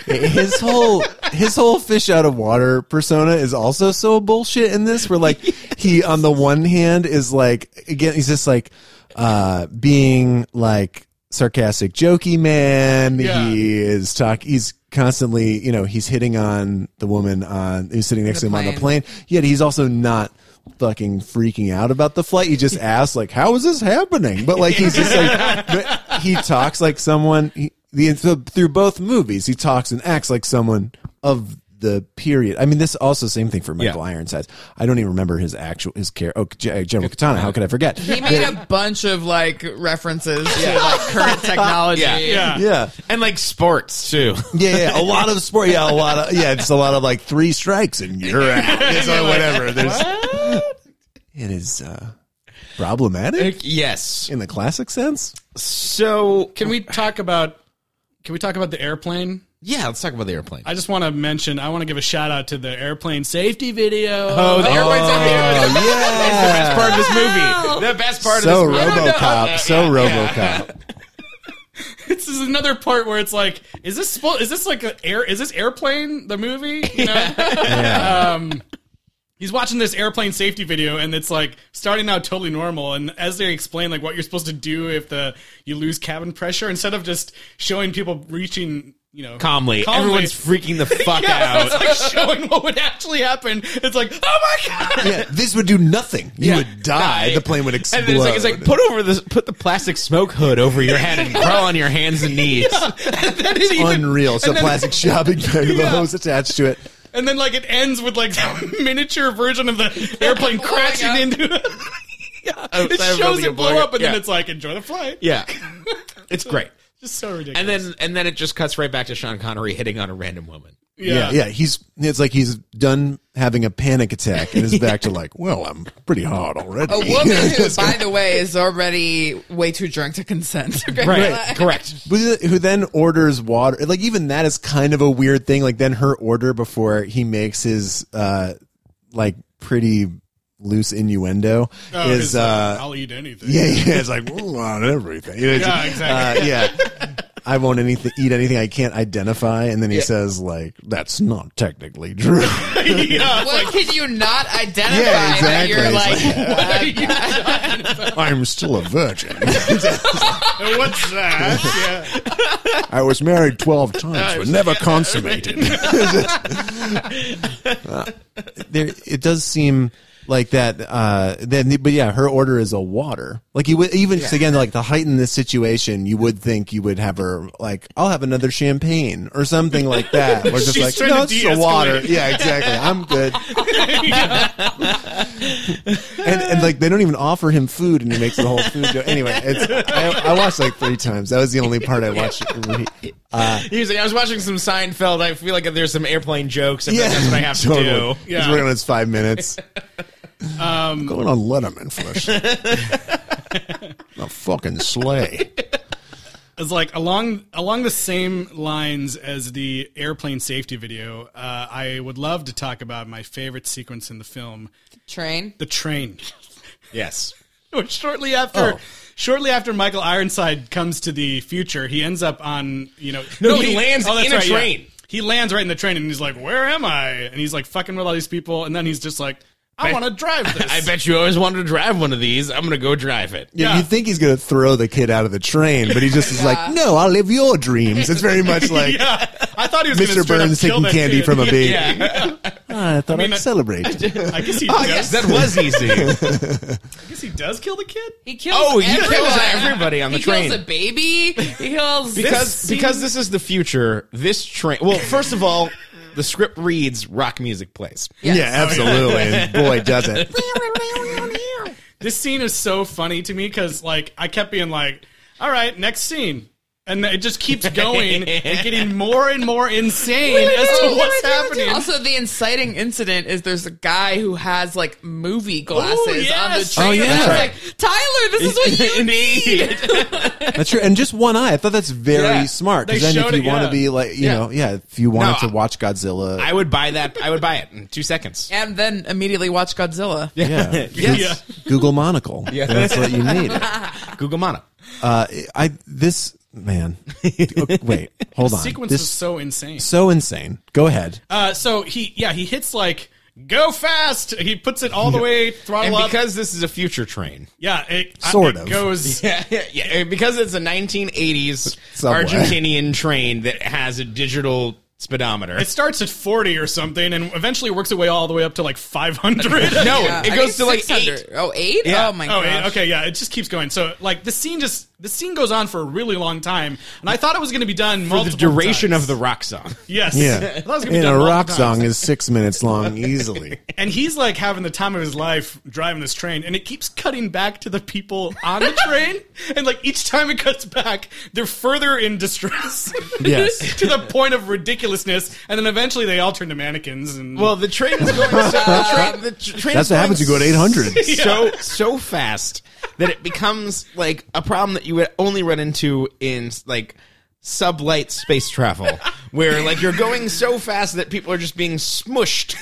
[SPEAKER 6] his whole his whole fish out of water persona is also so bullshit in this where like he on the one hand is like again he's just like uh being like sarcastic jokey man
[SPEAKER 9] Yeah.
[SPEAKER 6] he is talk he's constantly you know he's hitting on the woman on who's sitting next
[SPEAKER 3] The
[SPEAKER 6] to him on the
[SPEAKER 3] plane.
[SPEAKER 6] plane yet he's also not fucking freaking out about the flight he
[SPEAKER 4] [laughs]
[SPEAKER 6] just asks like how is this happening but like he's just like but he talks like someone he, the so through both movies he talks and acts like someone of the period i mean this also same thing for michael ironsides i don't even remember his actual his care oh G- general katana how could i forget
[SPEAKER 3] He made a bunch of like references to like current
[SPEAKER 4] [laughs]
[SPEAKER 3] technology.
[SPEAKER 4] Yeah.
[SPEAKER 6] [laughs]
[SPEAKER 9] yeah.
[SPEAKER 6] yeah
[SPEAKER 4] and like sports [laughs] too."
[SPEAKER 6] Yeah, yeah, a lot of sport. Yeah, a lot of yeah, it's a lot of like three strikes and you're out.
[SPEAKER 4] [laughs]
[SPEAKER 6] It's like, whatever. There's, it is uh, problematic
[SPEAKER 4] yes.
[SPEAKER 6] in the classic sense.
[SPEAKER 4] So
[SPEAKER 9] Can we talk about? Can we talk about the airplane?
[SPEAKER 4] yeah, let's talk about the airplane.
[SPEAKER 9] I just want to mention. I want to give a shout out to the airplane safety video.
[SPEAKER 4] Oh, the airplane's up here.
[SPEAKER 6] Yeah,
[SPEAKER 4] part of this movie. The best part
[SPEAKER 6] so
[SPEAKER 4] of this movie.
[SPEAKER 6] RoboCop, so RoboCop.
[SPEAKER 9] this is another part where it's like, is this spo- is this like an air? Is this airplane the movie? You know? [laughs] um, he's watching this airplane safety video, and it's like starting out totally normal. And as they explain like what you're supposed to do if the you lose cabin pressure, instead of just showing people reaching. You know,
[SPEAKER 4] Calmly. Everyone's freaking the [laughs] fuck
[SPEAKER 9] yeah,
[SPEAKER 4] out.
[SPEAKER 9] it's [laughs] like showing what would actually happen. It's like, oh my god!
[SPEAKER 6] [laughs] Yeah, this would do nothing. You
[SPEAKER 4] Yeah.
[SPEAKER 6] would die. The plane would explode.
[SPEAKER 4] And then it's like, it's like put over this, put the plastic smoke hood over your head and crawl on your hands and knees.
[SPEAKER 9] And
[SPEAKER 4] [laughs]
[SPEAKER 9] then it even-
[SPEAKER 6] unreal. It's a
[SPEAKER 9] and then-
[SPEAKER 6] plastic [laughs] shopping bag with a
[SPEAKER 9] Yeah.
[SPEAKER 6] hose attached to it.
[SPEAKER 9] And then like it ends with like [laughs] a miniature version of the airplane crashing
[SPEAKER 3] God.
[SPEAKER 9] into [laughs] it. yeah. It
[SPEAKER 4] sorry,
[SPEAKER 9] shows
[SPEAKER 4] I'm
[SPEAKER 9] it blow
[SPEAKER 4] blowing
[SPEAKER 9] up
[SPEAKER 4] up.
[SPEAKER 9] and then
[SPEAKER 4] Yeah.
[SPEAKER 9] it's like enjoy the flight.
[SPEAKER 4] [laughs] Yeah, it's great.
[SPEAKER 9] Just so ridiculous.
[SPEAKER 4] And then and then it just cuts right back to Sean Connery hitting on a random woman.
[SPEAKER 6] Yeah. yeah, He's it's like he's done having a panic attack and
[SPEAKER 4] [laughs]
[SPEAKER 6] is back to like, well, I'm pretty hot already. [laughs]
[SPEAKER 3] A woman who, by the way, is already way too drunk to consent. [laughs] Okay?
[SPEAKER 4] Right,
[SPEAKER 3] [laughs]
[SPEAKER 4] correct.
[SPEAKER 6] Who who then orders water? Like even that is kind of a weird thing. Like then her order before he makes his uh like pretty loose innuendo
[SPEAKER 9] Oh,
[SPEAKER 6] is
[SPEAKER 9] it's, uh,
[SPEAKER 6] uh
[SPEAKER 9] I'll eat anything.
[SPEAKER 6] yeah [laughs] yeah it's like "Ooh, on everything. You know, it's-
[SPEAKER 9] Yeah, exactly.
[SPEAKER 6] uh, yeah. I won't anything eat anything I can't identify, and then he says like that's not technically
[SPEAKER 9] [laughs]
[SPEAKER 6] true.
[SPEAKER 9] yeah.
[SPEAKER 3] What can you not identify
[SPEAKER 6] Yeah,
[SPEAKER 3] that
[SPEAKER 6] exactly.
[SPEAKER 3] you're like, [laughs]
[SPEAKER 9] [laughs]
[SPEAKER 6] I'm still a virgin.
[SPEAKER 9] What's [laughs] that? Yeah.
[SPEAKER 6] I was married 12
[SPEAKER 9] [laughs]
[SPEAKER 6] times, but never consummated. [laughs] Uh, there, it does seem like that. Uh, then, but yeah, her order is a water. Like you would even just again, like to heighten this situation, you would think you would have her like, I'll have another champagne or something
[SPEAKER 9] [laughs]
[SPEAKER 6] like that, or just
[SPEAKER 9] She's
[SPEAKER 6] like,
[SPEAKER 9] trying
[SPEAKER 6] no,
[SPEAKER 9] to
[SPEAKER 6] it's just a water.
[SPEAKER 9] de-escalate.
[SPEAKER 6] Yeah, exactly. I'm good. and, and like they don't even offer him food, and he makes the whole food. Joke. Anyway, it's I, I watched like three times. That was the only part I
[SPEAKER 9] [laughs]
[SPEAKER 6] watched.
[SPEAKER 4] He was like, I was watching some Seinfeld. I feel like there's some airplane jokes. And
[SPEAKER 6] Yeah,
[SPEAKER 4] that's what
[SPEAKER 6] [laughs]
[SPEAKER 4] I have
[SPEAKER 6] totally.
[SPEAKER 4] to do.
[SPEAKER 6] He's working on his five minutes. Um, going on Letterman flesh. a fucking sleigh.
[SPEAKER 9] It's like along along the same lines as the airplane safety video, uh, I would love to talk about my favorite sequence in the film,
[SPEAKER 3] train?
[SPEAKER 9] the train.
[SPEAKER 4] Yes.
[SPEAKER 9] [laughs] Which shortly after
[SPEAKER 4] Oh.
[SPEAKER 9] shortly after Michael Ironside comes to the future, he ends up on you know
[SPEAKER 4] No, he lands in
[SPEAKER 9] that's
[SPEAKER 4] a train.
[SPEAKER 9] yeah. He lands right in the train and he's like, "Where am I?" And he's like fucking with all these people, and then he's just like, "I want to drive
[SPEAKER 4] [laughs]
[SPEAKER 9] this."
[SPEAKER 4] I bet you always wanted to drive one of these. I'm gonna go drive it.
[SPEAKER 6] Yeah, you think he's going to throw the kid out of the train, but he just is like, "No, I'll live your dreams." It's very much like
[SPEAKER 9] yeah, I thought he was
[SPEAKER 6] Mr. Burns taking candy from
[SPEAKER 9] [laughs]
[SPEAKER 6] a baby.
[SPEAKER 9] baby.
[SPEAKER 6] "Ah, I thought I
[SPEAKER 9] mean,
[SPEAKER 6] would
[SPEAKER 9] I-
[SPEAKER 6] celebrate.
[SPEAKER 9] I guess
[SPEAKER 6] [laughs]
[SPEAKER 9] he.
[SPEAKER 4] Oh,
[SPEAKER 9] does.
[SPEAKER 4] yes, that was easy.
[SPEAKER 9] I guess he does kill the kid.
[SPEAKER 3] He kills
[SPEAKER 4] Oh, he
[SPEAKER 3] everyone.
[SPEAKER 4] kills everybody on the
[SPEAKER 3] [laughs] he
[SPEAKER 4] train.
[SPEAKER 3] kills a baby. He kills
[SPEAKER 4] because because this is the future. This train. Well, first of all, the script reads rock music plays.
[SPEAKER 6] Yeah, absolutely. And boy, does it.
[SPEAKER 9] This scene is so funny to me because like I kept being like, "All right, next scene." And then it just keeps going
[SPEAKER 4] [laughs]
[SPEAKER 9] and getting more and more insane as to what's happening.
[SPEAKER 3] Also, the inciting incident is there's a guy who has like movie glasses on the
[SPEAKER 9] yes.
[SPEAKER 3] train.
[SPEAKER 6] Oh, yeah.
[SPEAKER 3] And I was
[SPEAKER 6] Right.
[SPEAKER 3] like, Tyler, this is what you need.
[SPEAKER 6] That's true. And just one eye. I thought that's very
[SPEAKER 4] Yeah.
[SPEAKER 6] smart. Because
[SPEAKER 9] They
[SPEAKER 6] then if
[SPEAKER 9] showed
[SPEAKER 6] you
[SPEAKER 9] it,
[SPEAKER 6] want
[SPEAKER 9] yeah.
[SPEAKER 6] to be like, you
[SPEAKER 4] Yeah.
[SPEAKER 6] know, yeah, if you wanted
[SPEAKER 4] No,
[SPEAKER 6] to watch Godzilla,
[SPEAKER 4] I would buy that. I would buy it in two seconds.
[SPEAKER 3] and then immediately watch Godzilla.
[SPEAKER 6] yeah, Just Google monocle. Yeah, that's what you need.
[SPEAKER 4] Google Mono.
[SPEAKER 6] Uh, I this man. Okay,
[SPEAKER 9] [laughs]
[SPEAKER 6] wait, hold on.
[SPEAKER 9] sequence
[SPEAKER 6] this
[SPEAKER 9] is so insane.
[SPEAKER 6] so insane. Go
[SPEAKER 9] [laughs]
[SPEAKER 6] ahead.
[SPEAKER 9] Uh, so he, yeah, he hits like go fast. He puts it all the way
[SPEAKER 4] And
[SPEAKER 9] throttle up.
[SPEAKER 4] because this is a future train.
[SPEAKER 9] yeah, it I-
[SPEAKER 6] Sort
[SPEAKER 9] it
[SPEAKER 6] of.
[SPEAKER 9] goes.
[SPEAKER 4] Yeah, yeah, yeah, because it's a 1980s
[SPEAKER 6] Subway.
[SPEAKER 4] Argentinian train that has a digital speedometer.
[SPEAKER 9] It starts at forty or something, and eventually works away all the way up to like five hundred.
[SPEAKER 4] no,
[SPEAKER 3] Yeah.
[SPEAKER 4] Oh, it
[SPEAKER 3] I
[SPEAKER 4] goes
[SPEAKER 3] think
[SPEAKER 4] to like eight.
[SPEAKER 3] 600. Oh, eight?
[SPEAKER 4] Yeah.
[SPEAKER 3] Oh, my
[SPEAKER 9] [laughs] Oh,
[SPEAKER 3] god.
[SPEAKER 9] yeah, okay, yeah. It just keeps going. So, like, the scene just the scene goes on for a really long time, and I thought it was going to be done
[SPEAKER 4] for the
[SPEAKER 9] multiple
[SPEAKER 4] duration
[SPEAKER 9] times.
[SPEAKER 4] of the rock song.
[SPEAKER 9] yes, [laughs] I
[SPEAKER 6] Yeah,
[SPEAKER 9] thought it was gonna be
[SPEAKER 6] and
[SPEAKER 9] done
[SPEAKER 6] a
[SPEAKER 9] multiple
[SPEAKER 6] rock
[SPEAKER 9] times.
[SPEAKER 6] song is six minutes
[SPEAKER 9] [laughs]
[SPEAKER 6] long easily.
[SPEAKER 9] and he's like having the time of his life driving this train, and it keeps cutting back to the people on [laughs] the train, and like each time it cuts back, they're further in [laughs] distress.
[SPEAKER 6] Yes.
[SPEAKER 9] to the point of ridiculousness, and then eventually they all turn to mannequins. And
[SPEAKER 4] [laughs] Well, the train is going so the train, the tr- train
[SPEAKER 6] That's
[SPEAKER 4] is
[SPEAKER 6] what
[SPEAKER 4] going
[SPEAKER 6] happens. You go to eight hundred.
[SPEAKER 9] [laughs]
[SPEAKER 4] so so fast that it becomes like a problem that you would only run into in like sublight space travel where like you're going so fast that people are just being smushed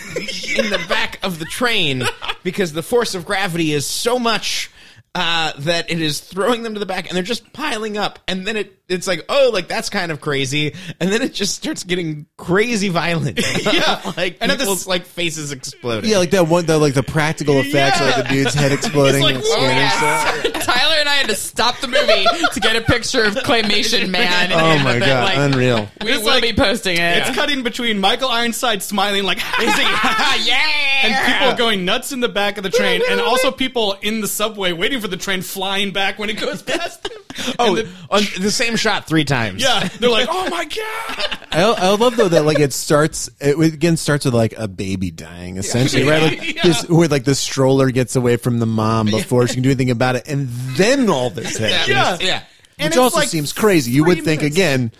[SPEAKER 4] in the back of the train because the force of gravity is so much uh, that it is throwing them to the back and they're just piling up and then it it's like oh like that's kind of crazy and then it just starts getting crazy
[SPEAKER 9] [laughs]
[SPEAKER 4] violent yeah [laughs] like
[SPEAKER 9] And
[SPEAKER 4] and
[SPEAKER 9] at the s-
[SPEAKER 4] people's like faces exploding
[SPEAKER 6] Yeah, like that one, that like the practical effects, like the dude's head exploding.
[SPEAKER 9] like,
[SPEAKER 6] and scanning stuff.
[SPEAKER 3] Tyler and I had to stop the movie to get a picture of Claymation Man. and
[SPEAKER 6] Oh
[SPEAKER 3] have
[SPEAKER 6] my
[SPEAKER 3] it,
[SPEAKER 6] god,
[SPEAKER 3] like,
[SPEAKER 9] [laughs]
[SPEAKER 6] unreal!
[SPEAKER 3] We
[SPEAKER 9] It's
[SPEAKER 3] will
[SPEAKER 9] like-
[SPEAKER 3] be posting it. [laughs]
[SPEAKER 9] it's cutting between Michael Ironside smiling like, [laughs]
[SPEAKER 3] Ah,
[SPEAKER 4] yeah
[SPEAKER 9] and people going nuts in the back of the train, and [laughs] also people in the subway waiting for the train flying back when it goes past them. [laughs]
[SPEAKER 4] Oh,
[SPEAKER 9] And
[SPEAKER 4] the,
[SPEAKER 9] the-
[SPEAKER 4] on the same shot three times.
[SPEAKER 9] yeah, they're like, oh my god.
[SPEAKER 6] I, I love though that like it starts it again starts with like a baby dying essentially right like
[SPEAKER 9] Yeah.
[SPEAKER 6] this where like the stroller gets away from the mom before she can do anything about it and then all this happens
[SPEAKER 9] [laughs] Yeah.
[SPEAKER 4] yeah.
[SPEAKER 6] which also seems crazy you would think again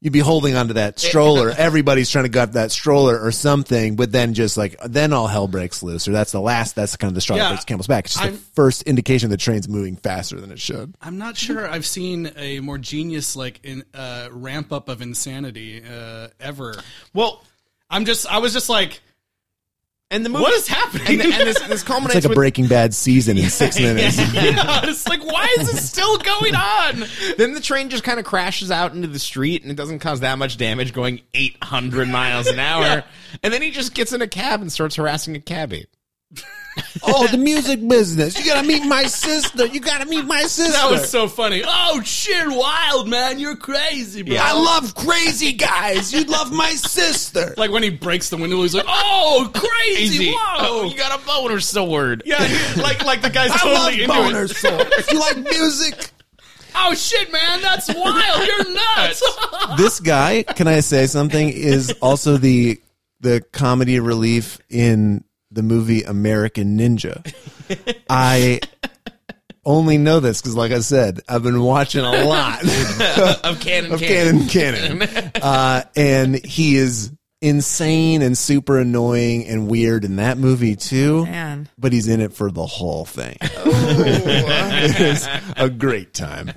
[SPEAKER 6] you'd be holding onto that stroller everybody's trying to gut that stroller or something but then just like then all hell breaks loose or that's the last that's kind of the straw
[SPEAKER 9] Yeah.
[SPEAKER 6] that breaks the camel's back it's just
[SPEAKER 9] I'm-
[SPEAKER 6] the first indication the train's moving faster than it should
[SPEAKER 9] I'm not sure I've seen a more genius like in, uh, ramp up of insanity uh, ever.
[SPEAKER 4] Well,
[SPEAKER 9] I'm just, I was just like,
[SPEAKER 4] and the movie.
[SPEAKER 9] what is
[SPEAKER 4] And,
[SPEAKER 9] happening?
[SPEAKER 4] the- and this, this culminates
[SPEAKER 6] it's like a
[SPEAKER 4] with
[SPEAKER 6] Breaking Bad season in six minutes
[SPEAKER 9] [laughs] yeah, it's like, why is this still going on?
[SPEAKER 4] Then the train just kind of crashes out into the street, and it doesn't cause that much damage, going 800 miles an
[SPEAKER 3] [laughs]
[SPEAKER 4] hour. And then he just gets in a cab and starts harassing a cabbie.
[SPEAKER 6] Oh, the music business. You gotta meet my sister. You gotta meet my sister.
[SPEAKER 9] That was so funny. Oh shit, wild man, you're crazy, bro.
[SPEAKER 6] I love crazy guys. You love my sister.
[SPEAKER 9] Like when he breaks the window, he's like, "Oh, crazy!
[SPEAKER 4] Easy.
[SPEAKER 9] Wow!"
[SPEAKER 4] Oh, you got a boner sword.
[SPEAKER 9] yeah, he- like like the guy's totally
[SPEAKER 6] I
[SPEAKER 9] into
[SPEAKER 6] love
[SPEAKER 9] it.
[SPEAKER 6] boner swords. You like music?
[SPEAKER 9] Oh shit, man, that's
[SPEAKER 4] [laughs]
[SPEAKER 9] wild! You're nuts.
[SPEAKER 6] This guy, can I say something? Is also the the comedy relief in the movie American Ninja. I only know this because, like I said, I've been watching a lot.
[SPEAKER 4] Of cannon,
[SPEAKER 6] of
[SPEAKER 4] cannon.
[SPEAKER 6] Cannon Cannon. uh, and he is insane and super annoying and weird in that movie too.
[SPEAKER 3] Man.
[SPEAKER 6] But he's in it for the whole thing. [laughs] it's a great time.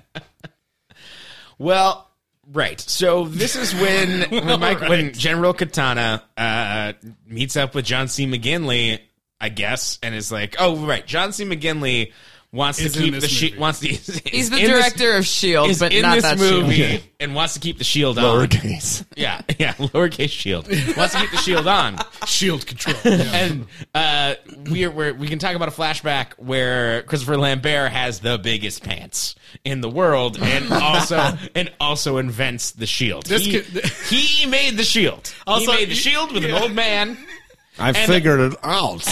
[SPEAKER 4] Well, right. So this
[SPEAKER 5] [laughs]
[SPEAKER 4] is when when, Mike, when General Katana uh, meets up with John C. McGinley, I guess, and is like, "Oh, right, John C. McGinley wants
[SPEAKER 5] Is
[SPEAKER 4] to
[SPEAKER 5] in
[SPEAKER 4] keep
[SPEAKER 5] this
[SPEAKER 4] the shi-
[SPEAKER 5] movie.
[SPEAKER 4] wants the [laughs]
[SPEAKER 3] He's
[SPEAKER 4] is
[SPEAKER 3] the
[SPEAKER 4] in this-
[SPEAKER 3] director of Shield,
[SPEAKER 4] is
[SPEAKER 3] E but
[SPEAKER 4] in
[SPEAKER 3] not
[SPEAKER 4] this
[SPEAKER 3] that Shield.
[SPEAKER 4] movie
[SPEAKER 5] [laughs]
[SPEAKER 4] and wants to keep the shield E on.
[SPEAKER 6] Lowercase.
[SPEAKER 4] Yeah, [laughs] yeah, lowercase shield wants to keep the shield on.
[SPEAKER 5] Shield
[SPEAKER 4] [laughs]
[SPEAKER 5] control.
[SPEAKER 4] and uh, we're, we're we can talk about a flashback where Christopher Lambert has the biggest pants in the world, [laughs] and also and also invents the shield.
[SPEAKER 5] This
[SPEAKER 4] He, [laughs]
[SPEAKER 5] could-
[SPEAKER 4] he made the shield.
[SPEAKER 5] Also,
[SPEAKER 4] he made the
[SPEAKER 5] you-
[SPEAKER 4] shield with
[SPEAKER 5] yeah.
[SPEAKER 4] an old man,
[SPEAKER 13] I figured it out.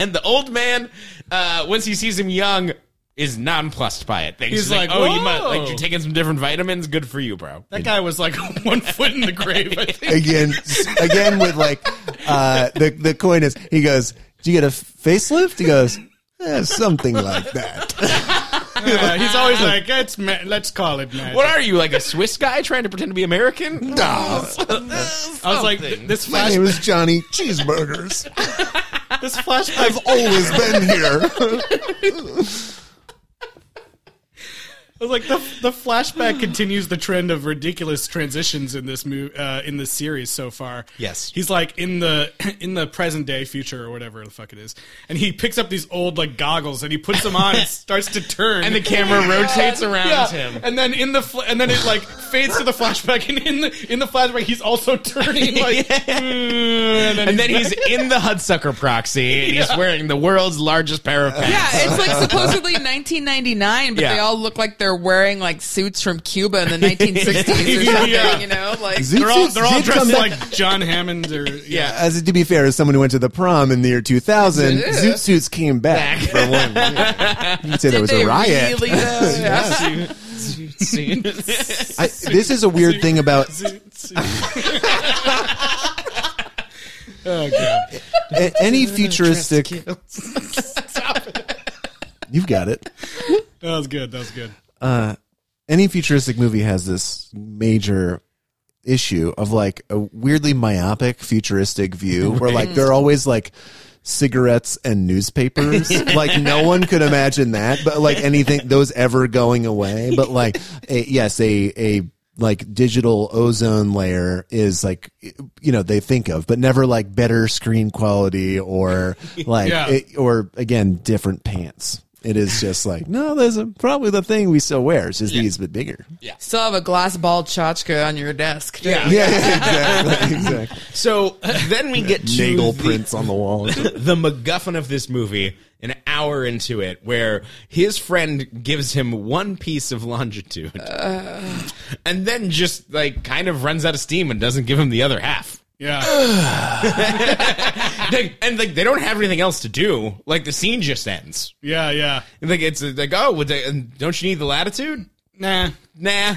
[SPEAKER 4] and the old man, uh, once he sees him young, is nonplussed by it. Thinks
[SPEAKER 5] He's
[SPEAKER 4] like,
[SPEAKER 5] like,
[SPEAKER 4] "Oh, you might,
[SPEAKER 5] "Whoa."
[SPEAKER 4] like you're taking some different vitamins. Good for you, bro."
[SPEAKER 9] [laughs]
[SPEAKER 5] That guy was like one foot in the grave. I think.
[SPEAKER 6] again, again with like uh, the the coin is. He goes, "Do you get a facelift?" He goes, eh, "Something like that."
[SPEAKER 5] Yeah, he's always like, it's ma- let's call it magic.
[SPEAKER 4] What are you like a Swiss guy trying to pretend to be [laughs] American?
[SPEAKER 6] No,
[SPEAKER 5] I was like,
[SPEAKER 4] Something.
[SPEAKER 5] this
[SPEAKER 6] [laughs] my
[SPEAKER 5] flash,
[SPEAKER 6] name is Johnny Cheeseburgers.
[SPEAKER 5] this flashback.
[SPEAKER 6] I've always been here.
[SPEAKER 5] I was like, the, the flashback continues the trend of ridiculous transitions in this movie, uh, in this series so far.
[SPEAKER 4] Yes.
[SPEAKER 5] he's like in the [clears throat] in the present day, future, or whatever the fuck it is, and he picks up these old like goggles and he puts them on
[SPEAKER 4] [laughs]
[SPEAKER 5] and starts to turn,
[SPEAKER 4] And the [laughs] camera rotates around
[SPEAKER 5] Yeah,
[SPEAKER 4] him.
[SPEAKER 5] and then in the fl- and then it like fades to the flashback, and in the in the flashback he's also turning
[SPEAKER 4] [laughs]
[SPEAKER 5] like, hmm, and then,
[SPEAKER 4] and
[SPEAKER 5] [laughs]
[SPEAKER 4] then he's in the Hudsucker proxy, and he's wearing the world's largest pair of pants.
[SPEAKER 3] Yeah, it's like supposedly 1999, but
[SPEAKER 4] Yeah.
[SPEAKER 3] they all look like they're wearing like suits from Cuba in the 1960s or something.
[SPEAKER 5] Yeah.
[SPEAKER 3] You know, like
[SPEAKER 6] Zoot
[SPEAKER 5] they're all
[SPEAKER 6] suits
[SPEAKER 5] they're all
[SPEAKER 6] did
[SPEAKER 5] dressed
[SPEAKER 6] come back-
[SPEAKER 5] like John Hammond
[SPEAKER 9] [laughs]
[SPEAKER 5] or yeah.
[SPEAKER 6] As to be fair, as someone who went to the prom in the year 2000,
[SPEAKER 3] Yeah.
[SPEAKER 6] Zoot Suits came back.
[SPEAKER 4] Back.
[SPEAKER 5] [laughs]
[SPEAKER 6] For one. Yeah. You could say there was
[SPEAKER 3] they
[SPEAKER 6] a riot. [laughs]
[SPEAKER 3] really though? Yeah.
[SPEAKER 9] [laughs]
[SPEAKER 6] I, this is a weird thing about
[SPEAKER 5] [laughs] Oh god.
[SPEAKER 6] a- any
[SPEAKER 5] [laughs]
[SPEAKER 6] futuristic. [laughs] You've got it.
[SPEAKER 5] That was good. That was good.
[SPEAKER 6] Any futuristic movie has this major issue of like a weirdly myopic futuristic view where like they're always like cigarettes and newspapers [laughs] like no one could imagine that but like anything those ever going away but like a, yes a a like digital ozone layer is like you know they think of but never like better screen quality or like
[SPEAKER 5] Yeah.
[SPEAKER 6] it, or again different pants it is just like no there's a, probably the thing we still wear it's just these but bigger
[SPEAKER 3] Still have a glass ball tchotchka on your desk. Yeah.
[SPEAKER 6] [laughs] yeah, exactly exactly
[SPEAKER 4] So then we get to
[SPEAKER 6] Nagel
[SPEAKER 4] the,
[SPEAKER 6] prints on the wall.
[SPEAKER 4] [laughs] the MacGuffin of this movie, an hour into it, where his friend gives him one piece of longitude, and then just like kind of runs out of steam and doesn't give him the other half.
[SPEAKER 5] Yeah.
[SPEAKER 4] They- and [laughs] like they don't have anything else to do. Like the scene just ends.
[SPEAKER 5] Yeah. Yeah.
[SPEAKER 4] Like it's uh, like oh, would they, and don't you need the latitude?
[SPEAKER 5] Nah. [laughs]
[SPEAKER 4] Nah.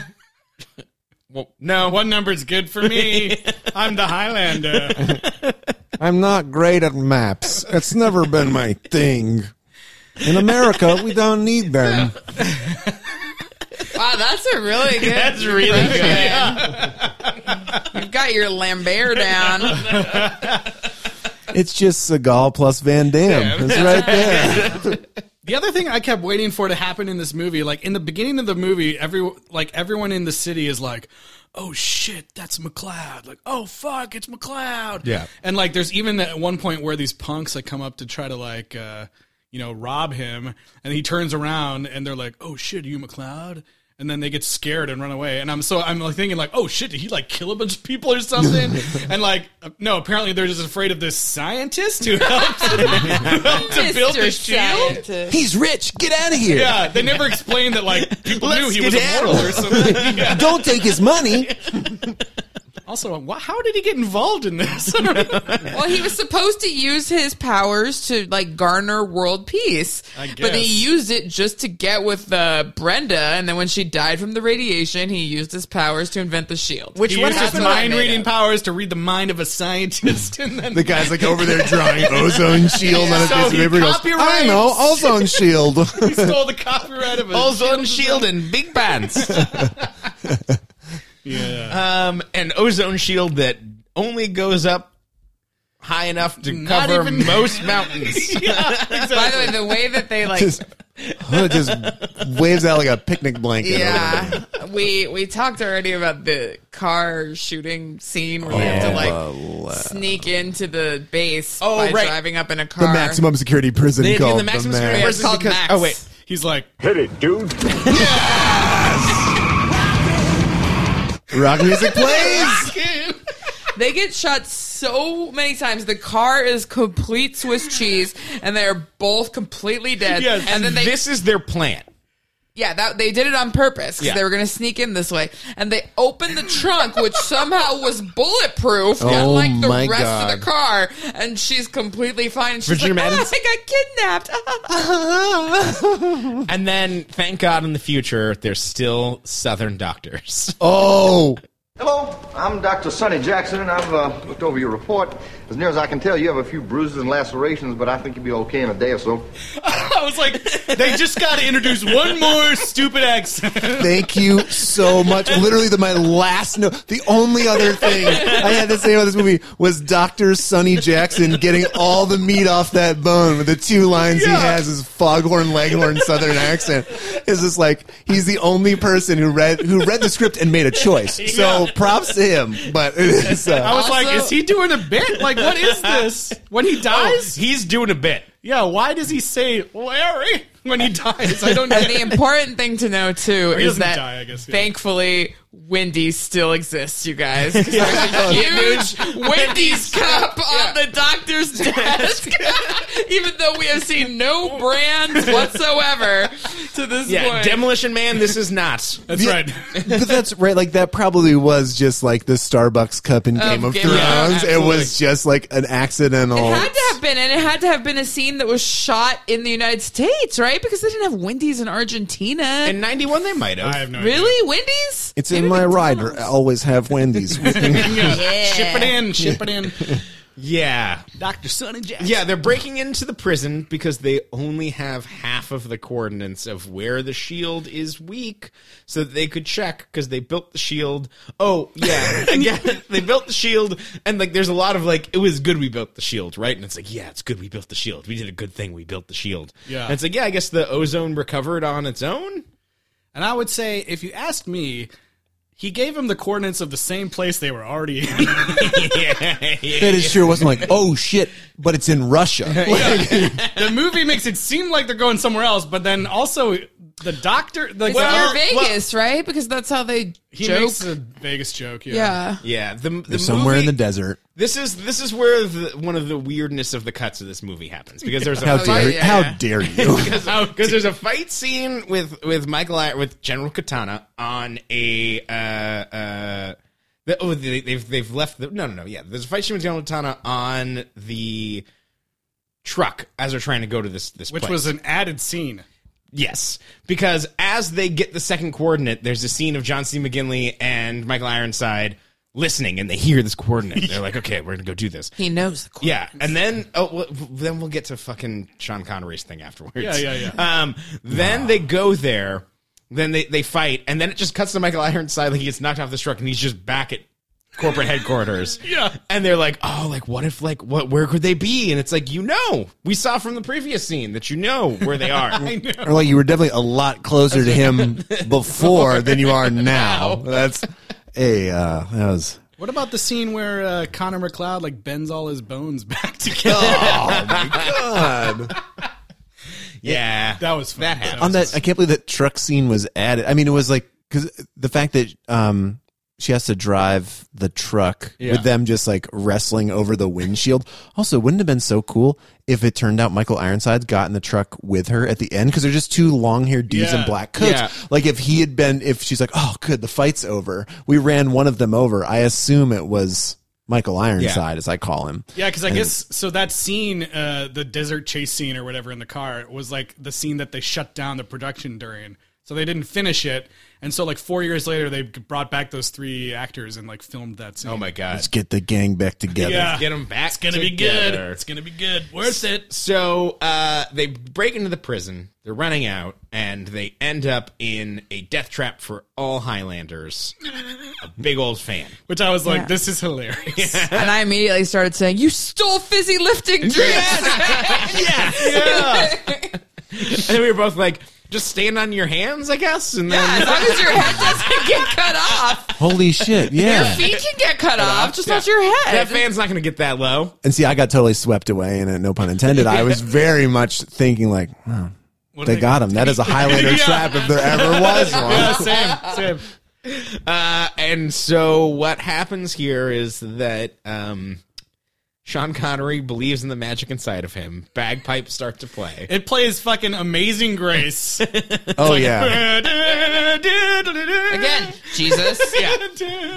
[SPEAKER 4] well, no.
[SPEAKER 5] One number's good for me. I'm the Highlander.
[SPEAKER 6] [laughs] I'm not great at maps. It's never been my thing. In America, we don't need them.
[SPEAKER 3] Wow, that's
[SPEAKER 5] [laughs]
[SPEAKER 3] a really good.
[SPEAKER 4] That's really good.
[SPEAKER 3] impression. You've got your Lambert down.
[SPEAKER 6] It's just Seagal plus Van Damme. It's
[SPEAKER 5] [laughs]
[SPEAKER 6] right there.
[SPEAKER 5] The other thing I kept waiting for to happen in this movie, like in the beginning of the movie, every like everyone in the city is like, "Oh shit, that's McLeod!" Like, "Oh fuck, it's McLeod!"
[SPEAKER 4] Yeah.
[SPEAKER 5] and like there's even at one point where these punks like come up to try to like, uh, you know, rob him, and he turns around and they're like, "Oh shit, are you McLeod?" And then they get scared and run away. And I'm so I'm like thinking like, "Oh shit, did he like kill a bunch of people or something?" and like, no, apparently they're just afraid of this scientist who [laughs] helped, who helped [laughs] to build
[SPEAKER 3] Mr.
[SPEAKER 5] this shield.
[SPEAKER 3] Scientist.
[SPEAKER 6] He's rich. Get out of here.
[SPEAKER 5] Yeah, they never explained that like people knew he was
[SPEAKER 6] skedaddle.
[SPEAKER 5] immortal or
[SPEAKER 6] [laughs]
[SPEAKER 5] something. Yeah.
[SPEAKER 6] Don't take his money.
[SPEAKER 5] Also, wh- how did he get involved in
[SPEAKER 9] [laughs]
[SPEAKER 5] this? I don't know.
[SPEAKER 3] Well, he was supposed to use his powers to like garner world peace,
[SPEAKER 5] I
[SPEAKER 3] but
[SPEAKER 5] guess.
[SPEAKER 3] he used it just to get with uh, Brenda. And then when she died from the radiation, he used his powers to invent the shield.
[SPEAKER 5] he
[SPEAKER 3] Which
[SPEAKER 5] used his mind reading powers to read the mind of a scientist, and then
[SPEAKER 6] The guy's like over there
[SPEAKER 5] [laughs]
[SPEAKER 6] drawing ozone shield on a piece of paper. He goes, I
[SPEAKER 5] copyrights.
[SPEAKER 6] know,
[SPEAKER 5] [laughs]
[SPEAKER 6] ozone shield. [laughs]
[SPEAKER 5] he stole the copyright of it.
[SPEAKER 4] Ozone shield and
[SPEAKER 5] [laughs]
[SPEAKER 4] big pants.
[SPEAKER 5] yeah.
[SPEAKER 4] um, an ozone shield that only goes up high enough to
[SPEAKER 9] Not
[SPEAKER 4] cover
[SPEAKER 9] even-
[SPEAKER 4] most mountains.
[SPEAKER 3] By the way, the way that they like
[SPEAKER 6] just hood just waves out like a picnic blanket. over
[SPEAKER 3] Yeah, we we talked already about the car shooting scene where they have to like sneak into the base
[SPEAKER 4] Oh,
[SPEAKER 3] by
[SPEAKER 4] right.
[SPEAKER 3] driving up in a
[SPEAKER 6] the
[SPEAKER 3] car.
[SPEAKER 6] maximum security prison
[SPEAKER 4] They had to get
[SPEAKER 6] called
[SPEAKER 4] the maximum
[SPEAKER 6] the
[SPEAKER 4] security
[SPEAKER 6] man.
[SPEAKER 3] It's
[SPEAKER 4] prison
[SPEAKER 3] called
[SPEAKER 4] because-
[SPEAKER 3] Max.
[SPEAKER 4] Oh wait,
[SPEAKER 9] He's like,
[SPEAKER 8] Hit it, dude.
[SPEAKER 6] Rock music plays.
[SPEAKER 3] [laughs] They get shot so many times. The car is complete Swiss cheese, and they are both completely dead.
[SPEAKER 9] Yes.
[SPEAKER 3] and then they
[SPEAKER 4] this is their plan.
[SPEAKER 3] yeah that they did it on purpose 'cause
[SPEAKER 4] Yeah.
[SPEAKER 3] they were going to sneak in this way, and they opened the trunk, which somehow was bulletproof,
[SPEAKER 9] Oh
[SPEAKER 3] unlike the
[SPEAKER 6] my
[SPEAKER 3] rest of
[SPEAKER 6] God.
[SPEAKER 3] the car. And she's completely fine. And she's
[SPEAKER 4] Virginia
[SPEAKER 3] like,
[SPEAKER 4] Madden's-
[SPEAKER 3] "Oh, I [laughs] got kidnapped.
[SPEAKER 4] And then, thank God, in the future, they're still Southern doctors.
[SPEAKER 6] Oh,
[SPEAKER 11] Hello, I'm Dr. Sonny Jackson, and I've uh, looked over your report. As near as I can tell, you have a few bruises and lacerations, but I think you'll be okay in a day or so.
[SPEAKER 9] I was like, they just got to introduce one more stupid accent.
[SPEAKER 6] thank you so much. Literally, the, my last note. The only other thing I had to say about this movie was Doctor Sonny Jackson getting all the meat off that bone with the two lines he has his foghorn leghorn southern accent. Is just like he's the only person who read who read the script and made a choice. So props to him. But it is,
[SPEAKER 9] I
[SPEAKER 6] uh,
[SPEAKER 9] was like,
[SPEAKER 3] Also-
[SPEAKER 9] is he doing a bit? Like, what [laughs] is this? When he dies?
[SPEAKER 4] He's doing a bit.
[SPEAKER 9] Yeah, why does he say Larry when he [laughs] dies? I don't know.
[SPEAKER 3] And the important thing to know too
[SPEAKER 9] he
[SPEAKER 3] is
[SPEAKER 9] doesn't
[SPEAKER 3] that
[SPEAKER 9] die, I guess, yeah.
[SPEAKER 3] thankfully Wendy still exists, you guys. 'Cause
[SPEAKER 9] [laughs]
[SPEAKER 3] There's a huge Wendy's cup on the
[SPEAKER 9] [laughs]
[SPEAKER 3] doctor's desk, [laughs] even though we have seen no brands whatsoever to this
[SPEAKER 4] Yeah,
[SPEAKER 3] point.
[SPEAKER 4] Demolition Man, this is not.
[SPEAKER 9] That's right.
[SPEAKER 6] but that's right. Like that probably was just like the Starbucks cup in Game of
[SPEAKER 3] Game of-
[SPEAKER 6] Thrones.
[SPEAKER 3] yeah,
[SPEAKER 6] it
[SPEAKER 3] absolutely.
[SPEAKER 6] was just like an accidental.
[SPEAKER 3] it had to have been, and it had to have been a scene that was shot in the United States, right? Because they didn't have Wendy's in Argentina.
[SPEAKER 4] In 91, they might have.
[SPEAKER 9] I have no
[SPEAKER 3] really, Wendy's?
[SPEAKER 6] It's
[SPEAKER 3] Maybe
[SPEAKER 6] in my
[SPEAKER 3] McDonald's.
[SPEAKER 6] rider. I always have Wendy's. with me.
[SPEAKER 9] idea.
[SPEAKER 3] Yeah.
[SPEAKER 9] Ship it in, ship it in.
[SPEAKER 4] Yeah.
[SPEAKER 9] Dr. Sonny Jackson.
[SPEAKER 4] Yeah, they're breaking into the prison because they only have half of the coordinates of where the shield is weak so that they could check because they built the shield. Oh,
[SPEAKER 9] [laughs]
[SPEAKER 4] yeah. [laughs] yeah. They built the shield and like there's a lot of like it was good we built the shield, right? And it's like, yeah, it's good we built the shield. We did a good thing we built the shield.
[SPEAKER 9] Yeah.
[SPEAKER 4] And it's like, yeah, I guess the ozone recovered on its own.
[SPEAKER 9] And I would say, if you asked me, he gave him the coordinates of the same place they were already in.
[SPEAKER 6] That is sure wasn't like, oh shit, but it's in Russia.
[SPEAKER 9] the movie makes it seem like they're going somewhere else, but then also the doctor, the
[SPEAKER 3] It's near Vegas, right? Because that's how they
[SPEAKER 9] he
[SPEAKER 3] joke.
[SPEAKER 9] makes a Vegas joke. Yeah.
[SPEAKER 3] yeah.
[SPEAKER 4] Yeah. The, the
[SPEAKER 6] They're somewhere in
[SPEAKER 4] movie-
[SPEAKER 6] the desert.
[SPEAKER 4] This is this is where the, one of the weirdness of the cuts of this movie happens because there's a
[SPEAKER 6] How
[SPEAKER 4] fight-
[SPEAKER 6] dare
[SPEAKER 3] yeah,
[SPEAKER 6] how
[SPEAKER 3] yeah.
[SPEAKER 6] dare you?
[SPEAKER 4] because there's a fight scene with with Michael I- with General Katana on a uh uh the, oh they, they've they've left the no no no yeah there's a fight scene with General Katana on the truck as they're trying to go to this this
[SPEAKER 9] Which
[SPEAKER 4] place.
[SPEAKER 9] was an added scene.
[SPEAKER 4] Yes, because as they get the second coordinate, there's a scene of John C. McGinley and Michael Ironside listening, and they hear this coordinate. They're like, "Okay, we're gonna go do this."
[SPEAKER 3] He knows the
[SPEAKER 4] Yeah, and then oh, well, then we'll get to fucking Sean Connery's thing afterwards.
[SPEAKER 9] Yeah, yeah,
[SPEAKER 4] yeah. Um, then they go there, then they they fight, and then it just cuts to Michael Ironside like he gets knocked off the truck, and he's just back at corporate headquarters.
[SPEAKER 9] [laughs] Yeah.
[SPEAKER 4] and they're like, oh, like what if like what where could they be? And it's like you know, we saw from the previous scene that you know where they
[SPEAKER 9] [laughs]
[SPEAKER 4] are.
[SPEAKER 6] or like you were definitely a lot closer to him before than you are now. That's a uh, that was
[SPEAKER 9] What about the scene where uh, Connor McLeod like bends all his bones [laughs] back together?
[SPEAKER 4] Yeah,
[SPEAKER 9] That was fun.
[SPEAKER 4] That
[SPEAKER 6] on
[SPEAKER 9] happened.
[SPEAKER 6] that I can't believe that truck scene was added. I mean, it was like because the fact that um she has to drive the truck with them just like wrestling over the windshield. Also, wouldn't it have been so cool if it turned out Michael Ironside got in the truck with her at the end because they're just two long haired dudes in
[SPEAKER 9] Yeah.
[SPEAKER 6] black coats.
[SPEAKER 4] Yeah.
[SPEAKER 6] Like if he had been, if she's like, oh, good, the fight's over. We ran one of them over. I assume it was Michael Ironside, as I call him.
[SPEAKER 9] Yeah, because I guess so. That scene, uh, the desert chase scene or whatever in the car, was like the scene that they shut down the production during. so they didn't finish it. And so, like four years later, they brought back those three actors and like filmed that scene.
[SPEAKER 4] Oh my god!
[SPEAKER 6] Let's get the gang back together.
[SPEAKER 9] Yeah.
[SPEAKER 4] Get them back.
[SPEAKER 9] It's gonna be good. It's gonna be good. Worth it.
[SPEAKER 4] So uh, they break into the prison. They're running out, and they end up in a death trap for all Highlanders. a big old fan.
[SPEAKER 9] Which I was like,
[SPEAKER 3] Yeah.
[SPEAKER 9] this is hilarious.
[SPEAKER 3] and I immediately started saying, "You stole fizzy lifting drinks." [laughs]
[SPEAKER 4] And we were both like, just stand on your hands, I guess. And then
[SPEAKER 3] As long as your head doesn't get cut off,
[SPEAKER 6] Holy
[SPEAKER 9] [laughs]
[SPEAKER 6] shit! Yeah.
[SPEAKER 3] feet can get cut off, just not your
[SPEAKER 4] that
[SPEAKER 3] head.
[SPEAKER 4] fan's not gonna get that low.
[SPEAKER 6] And see, I got totally swept away in it. No pun intended. I was very much thinking like, wow, they got him. That is a Highlander trap if there ever was one.
[SPEAKER 9] yeah, same, same.
[SPEAKER 4] Uh, and so what happens here is that um, Sean Connery believes in the magic inside of him. Bagpipes start to play.
[SPEAKER 9] It plays fucking
[SPEAKER 4] [laughs]
[SPEAKER 9] Amazing Grace.
[SPEAKER 6] Oh yeah,
[SPEAKER 9] Again.
[SPEAKER 3] Again, [laughs] Jesus.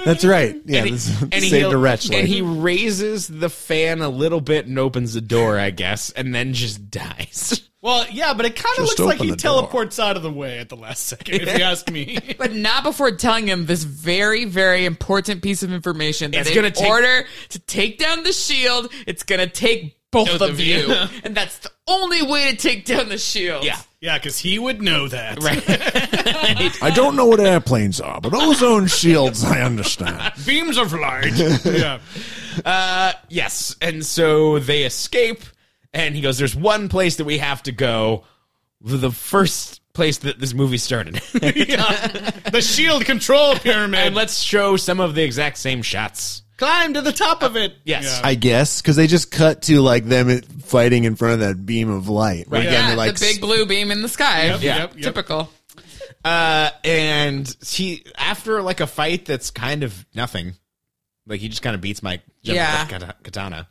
[SPEAKER 6] that's right. Yeah,
[SPEAKER 4] he-
[SPEAKER 6] this
[SPEAKER 4] and he-
[SPEAKER 6] saved a wretch.
[SPEAKER 4] And
[SPEAKER 6] life.
[SPEAKER 4] he raises the fan a little bit and opens the door, I guess, and then just dies.
[SPEAKER 9] Well, yeah, but it kind of
[SPEAKER 6] Just
[SPEAKER 9] looks like
[SPEAKER 6] open
[SPEAKER 9] he
[SPEAKER 6] the door.
[SPEAKER 9] teleports out of the way at the last second, if you ask me.
[SPEAKER 4] [laughs]
[SPEAKER 3] But not before telling him this very, very important piece of information that
[SPEAKER 4] It's
[SPEAKER 3] in
[SPEAKER 4] gonna take-
[SPEAKER 3] order to take down the shield, it's gonna take both of you. [laughs] and that's the only way to take down the shield.
[SPEAKER 9] yeah, because he would know that.
[SPEAKER 6] I don't know what airplanes are, but ozone [laughs] shields, I understand.
[SPEAKER 9] Beams of light. yeah.
[SPEAKER 4] Uh, yes. And so they escape, and he goes, There's one place that we have to go. The first place that this movie started.
[SPEAKER 9] The shield control
[SPEAKER 4] [laughs]
[SPEAKER 9] pyramid.
[SPEAKER 4] and let's show some of the exact same shots.
[SPEAKER 9] climb to the top of it.
[SPEAKER 4] Yes.
[SPEAKER 9] Yeah.
[SPEAKER 6] I guess because they just cut to like them at- fighting in front of that beam of light. Right. Again,
[SPEAKER 3] Yeah,
[SPEAKER 6] they're like
[SPEAKER 3] the big blue beam in the sky.
[SPEAKER 9] Yeah. yep, yep.
[SPEAKER 3] Typical.
[SPEAKER 4] Uh, and he after like a fight that's kind of nothing, like he just kind of beats Mike.
[SPEAKER 3] Yeah.
[SPEAKER 4] katana.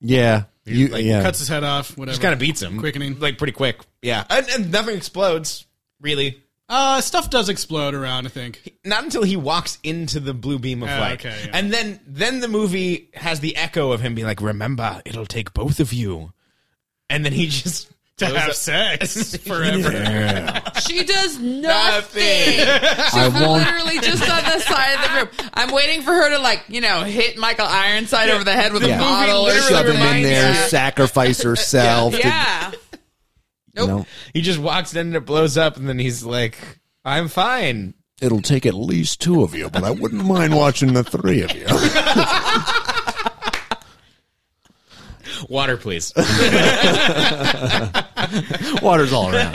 [SPEAKER 6] yeah, you,
[SPEAKER 4] like,
[SPEAKER 6] yeah.
[SPEAKER 9] Cuts his head off, whatever.
[SPEAKER 4] Just kind of beats him,
[SPEAKER 9] Quickening.
[SPEAKER 4] like pretty quick. Yeah, and, and nothing explodes really.
[SPEAKER 9] uh, stuff does explode around, I think.
[SPEAKER 4] Not until he walks into the blue beam of
[SPEAKER 9] Oh,
[SPEAKER 4] light,
[SPEAKER 9] okay, yeah.
[SPEAKER 4] and then then the movie has the echo of him being like, "Remember, it'll take both of you," and then he [laughs] just
[SPEAKER 9] To
[SPEAKER 4] blows
[SPEAKER 9] have
[SPEAKER 4] up- [laughs]
[SPEAKER 9] sex [laughs] forever.
[SPEAKER 3] She does
[SPEAKER 4] Nothing.
[SPEAKER 6] [laughs]
[SPEAKER 3] nothing.
[SPEAKER 6] I won't.
[SPEAKER 3] Literally just on the side of the room. I'm waiting for her to like, you know, hit Michael Ironside over the head with
[SPEAKER 6] Yeah.
[SPEAKER 3] a bottle or
[SPEAKER 6] Shove him in
[SPEAKER 3] something.
[SPEAKER 6] there,
[SPEAKER 3] Yeah.
[SPEAKER 6] sacrifice herself. to-
[SPEAKER 3] Yeah.
[SPEAKER 6] you know,
[SPEAKER 4] He just walks in and it blows up, and then he's like, "I'm fine."
[SPEAKER 6] it'll take at least two of you, but I wouldn't mind watching the three of you.
[SPEAKER 4] Water, please.
[SPEAKER 6] [laughs] Water's all around.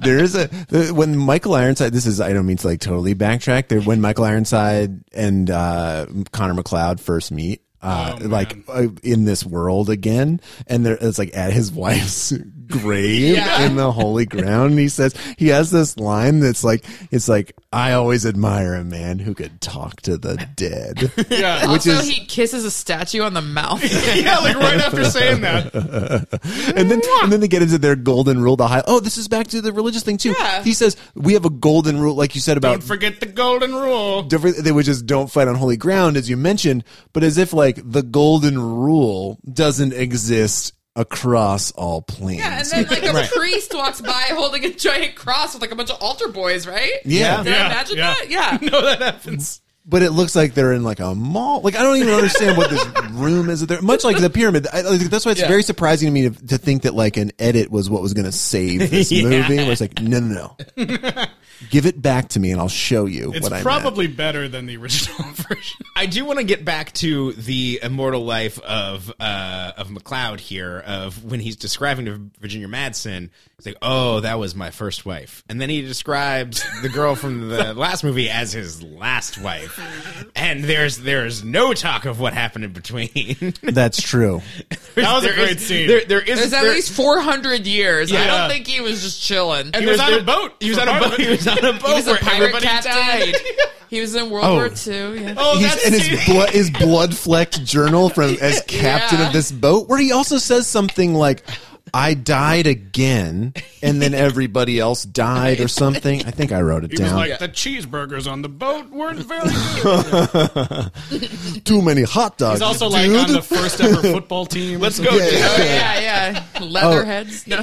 [SPEAKER 6] there is a the- when Michael Ironside. This is I don't mean to like totally backtrack. There when Michael Ironside and uh, Connor McLeod first meet. Uh, like uh, in this world again, and there, it's like at his wife's [laughs] grave in the holy ground. And he says he has this line that's like, it's like I always admire a man who could talk to the dead.
[SPEAKER 9] yeah.
[SPEAKER 6] Which
[SPEAKER 3] Also,
[SPEAKER 6] is-
[SPEAKER 3] he kisses a statue on the [laughs] mouth.
[SPEAKER 9] yeah, like right after saying that.
[SPEAKER 6] and then and then they get into their golden rule. The high oh, this is back to the religious thing too.
[SPEAKER 3] Yeah.
[SPEAKER 6] He says we have a golden rule, like you said about
[SPEAKER 9] Don't forget the golden rule.
[SPEAKER 6] different they would just don't fight on holy ground as you mentioned but as if like the golden rule doesn't exist across all planes
[SPEAKER 3] Yeah, and then like a priest walks by holding a giant cross with like a bunch of altar boys, right?
[SPEAKER 6] Yeah.
[SPEAKER 3] Did
[SPEAKER 9] Yeah,
[SPEAKER 3] I imagine
[SPEAKER 9] yeah.
[SPEAKER 3] that? [laughs] Yeah.
[SPEAKER 9] No, that happens.
[SPEAKER 6] but it looks like they're in like a mall like i don't even understand what this
[SPEAKER 3] [laughs]
[SPEAKER 6] room is there much like the pyramid I, like, that's why it's very surprising to me to, to think that like an edit was what was going to save
[SPEAKER 9] [laughs]
[SPEAKER 6] this movie where it's like no no no give it back to me and i'll show you
[SPEAKER 9] It's
[SPEAKER 6] what i meant.
[SPEAKER 9] probably better than the original [laughs] version.
[SPEAKER 4] I do want to get back to the immortal life of uh, of McLeod here, of when he's describing to Virginia Madsen, he's like, "Oh, that was my first wife," and then he describes the girl from the last movie as his last wife, and there's there's no talk of what happened in between. [laughs]
[SPEAKER 6] that's true
[SPEAKER 9] That was a
[SPEAKER 4] There is-
[SPEAKER 9] great scene.
[SPEAKER 4] There, there is
[SPEAKER 3] There's at
[SPEAKER 4] there-
[SPEAKER 3] least 400 years. I
[SPEAKER 9] Yeah.
[SPEAKER 3] don't think he was just chilling.
[SPEAKER 4] and
[SPEAKER 9] He was
[SPEAKER 4] there's-
[SPEAKER 9] on a
[SPEAKER 4] there-
[SPEAKER 9] boat
[SPEAKER 4] He was
[SPEAKER 9] for
[SPEAKER 4] on a
[SPEAKER 9] part of
[SPEAKER 4] boat.
[SPEAKER 9] it.
[SPEAKER 4] He was on a boat
[SPEAKER 3] he was a
[SPEAKER 4] where
[SPEAKER 3] pirate
[SPEAKER 4] everybody
[SPEAKER 3] captain.
[SPEAKER 4] died.
[SPEAKER 3] [laughs] He was in World War II. Yeah.
[SPEAKER 9] Oh,
[SPEAKER 6] He's,
[SPEAKER 9] that
[SPEAKER 6] and
[SPEAKER 9] scene-
[SPEAKER 6] his blood, his blood flecked journal from as captain
[SPEAKER 3] [laughs] Yeah.
[SPEAKER 6] of this boat, where he also says something like, "I died again," and then everybody else died or something. I think I wrote it
[SPEAKER 9] He was
[SPEAKER 6] down.
[SPEAKER 9] like, the cheeseburgers on the boat
[SPEAKER 4] [laughs]
[SPEAKER 9] weren't very good.
[SPEAKER 6] Too many hot dogs.
[SPEAKER 9] He's also like
[SPEAKER 6] dude.
[SPEAKER 9] on the first ever football team.
[SPEAKER 4] Let's go.
[SPEAKER 6] [laughs] Yeah. Oh.
[SPEAKER 3] Oh, yeah, yeah. Leatherheads. No.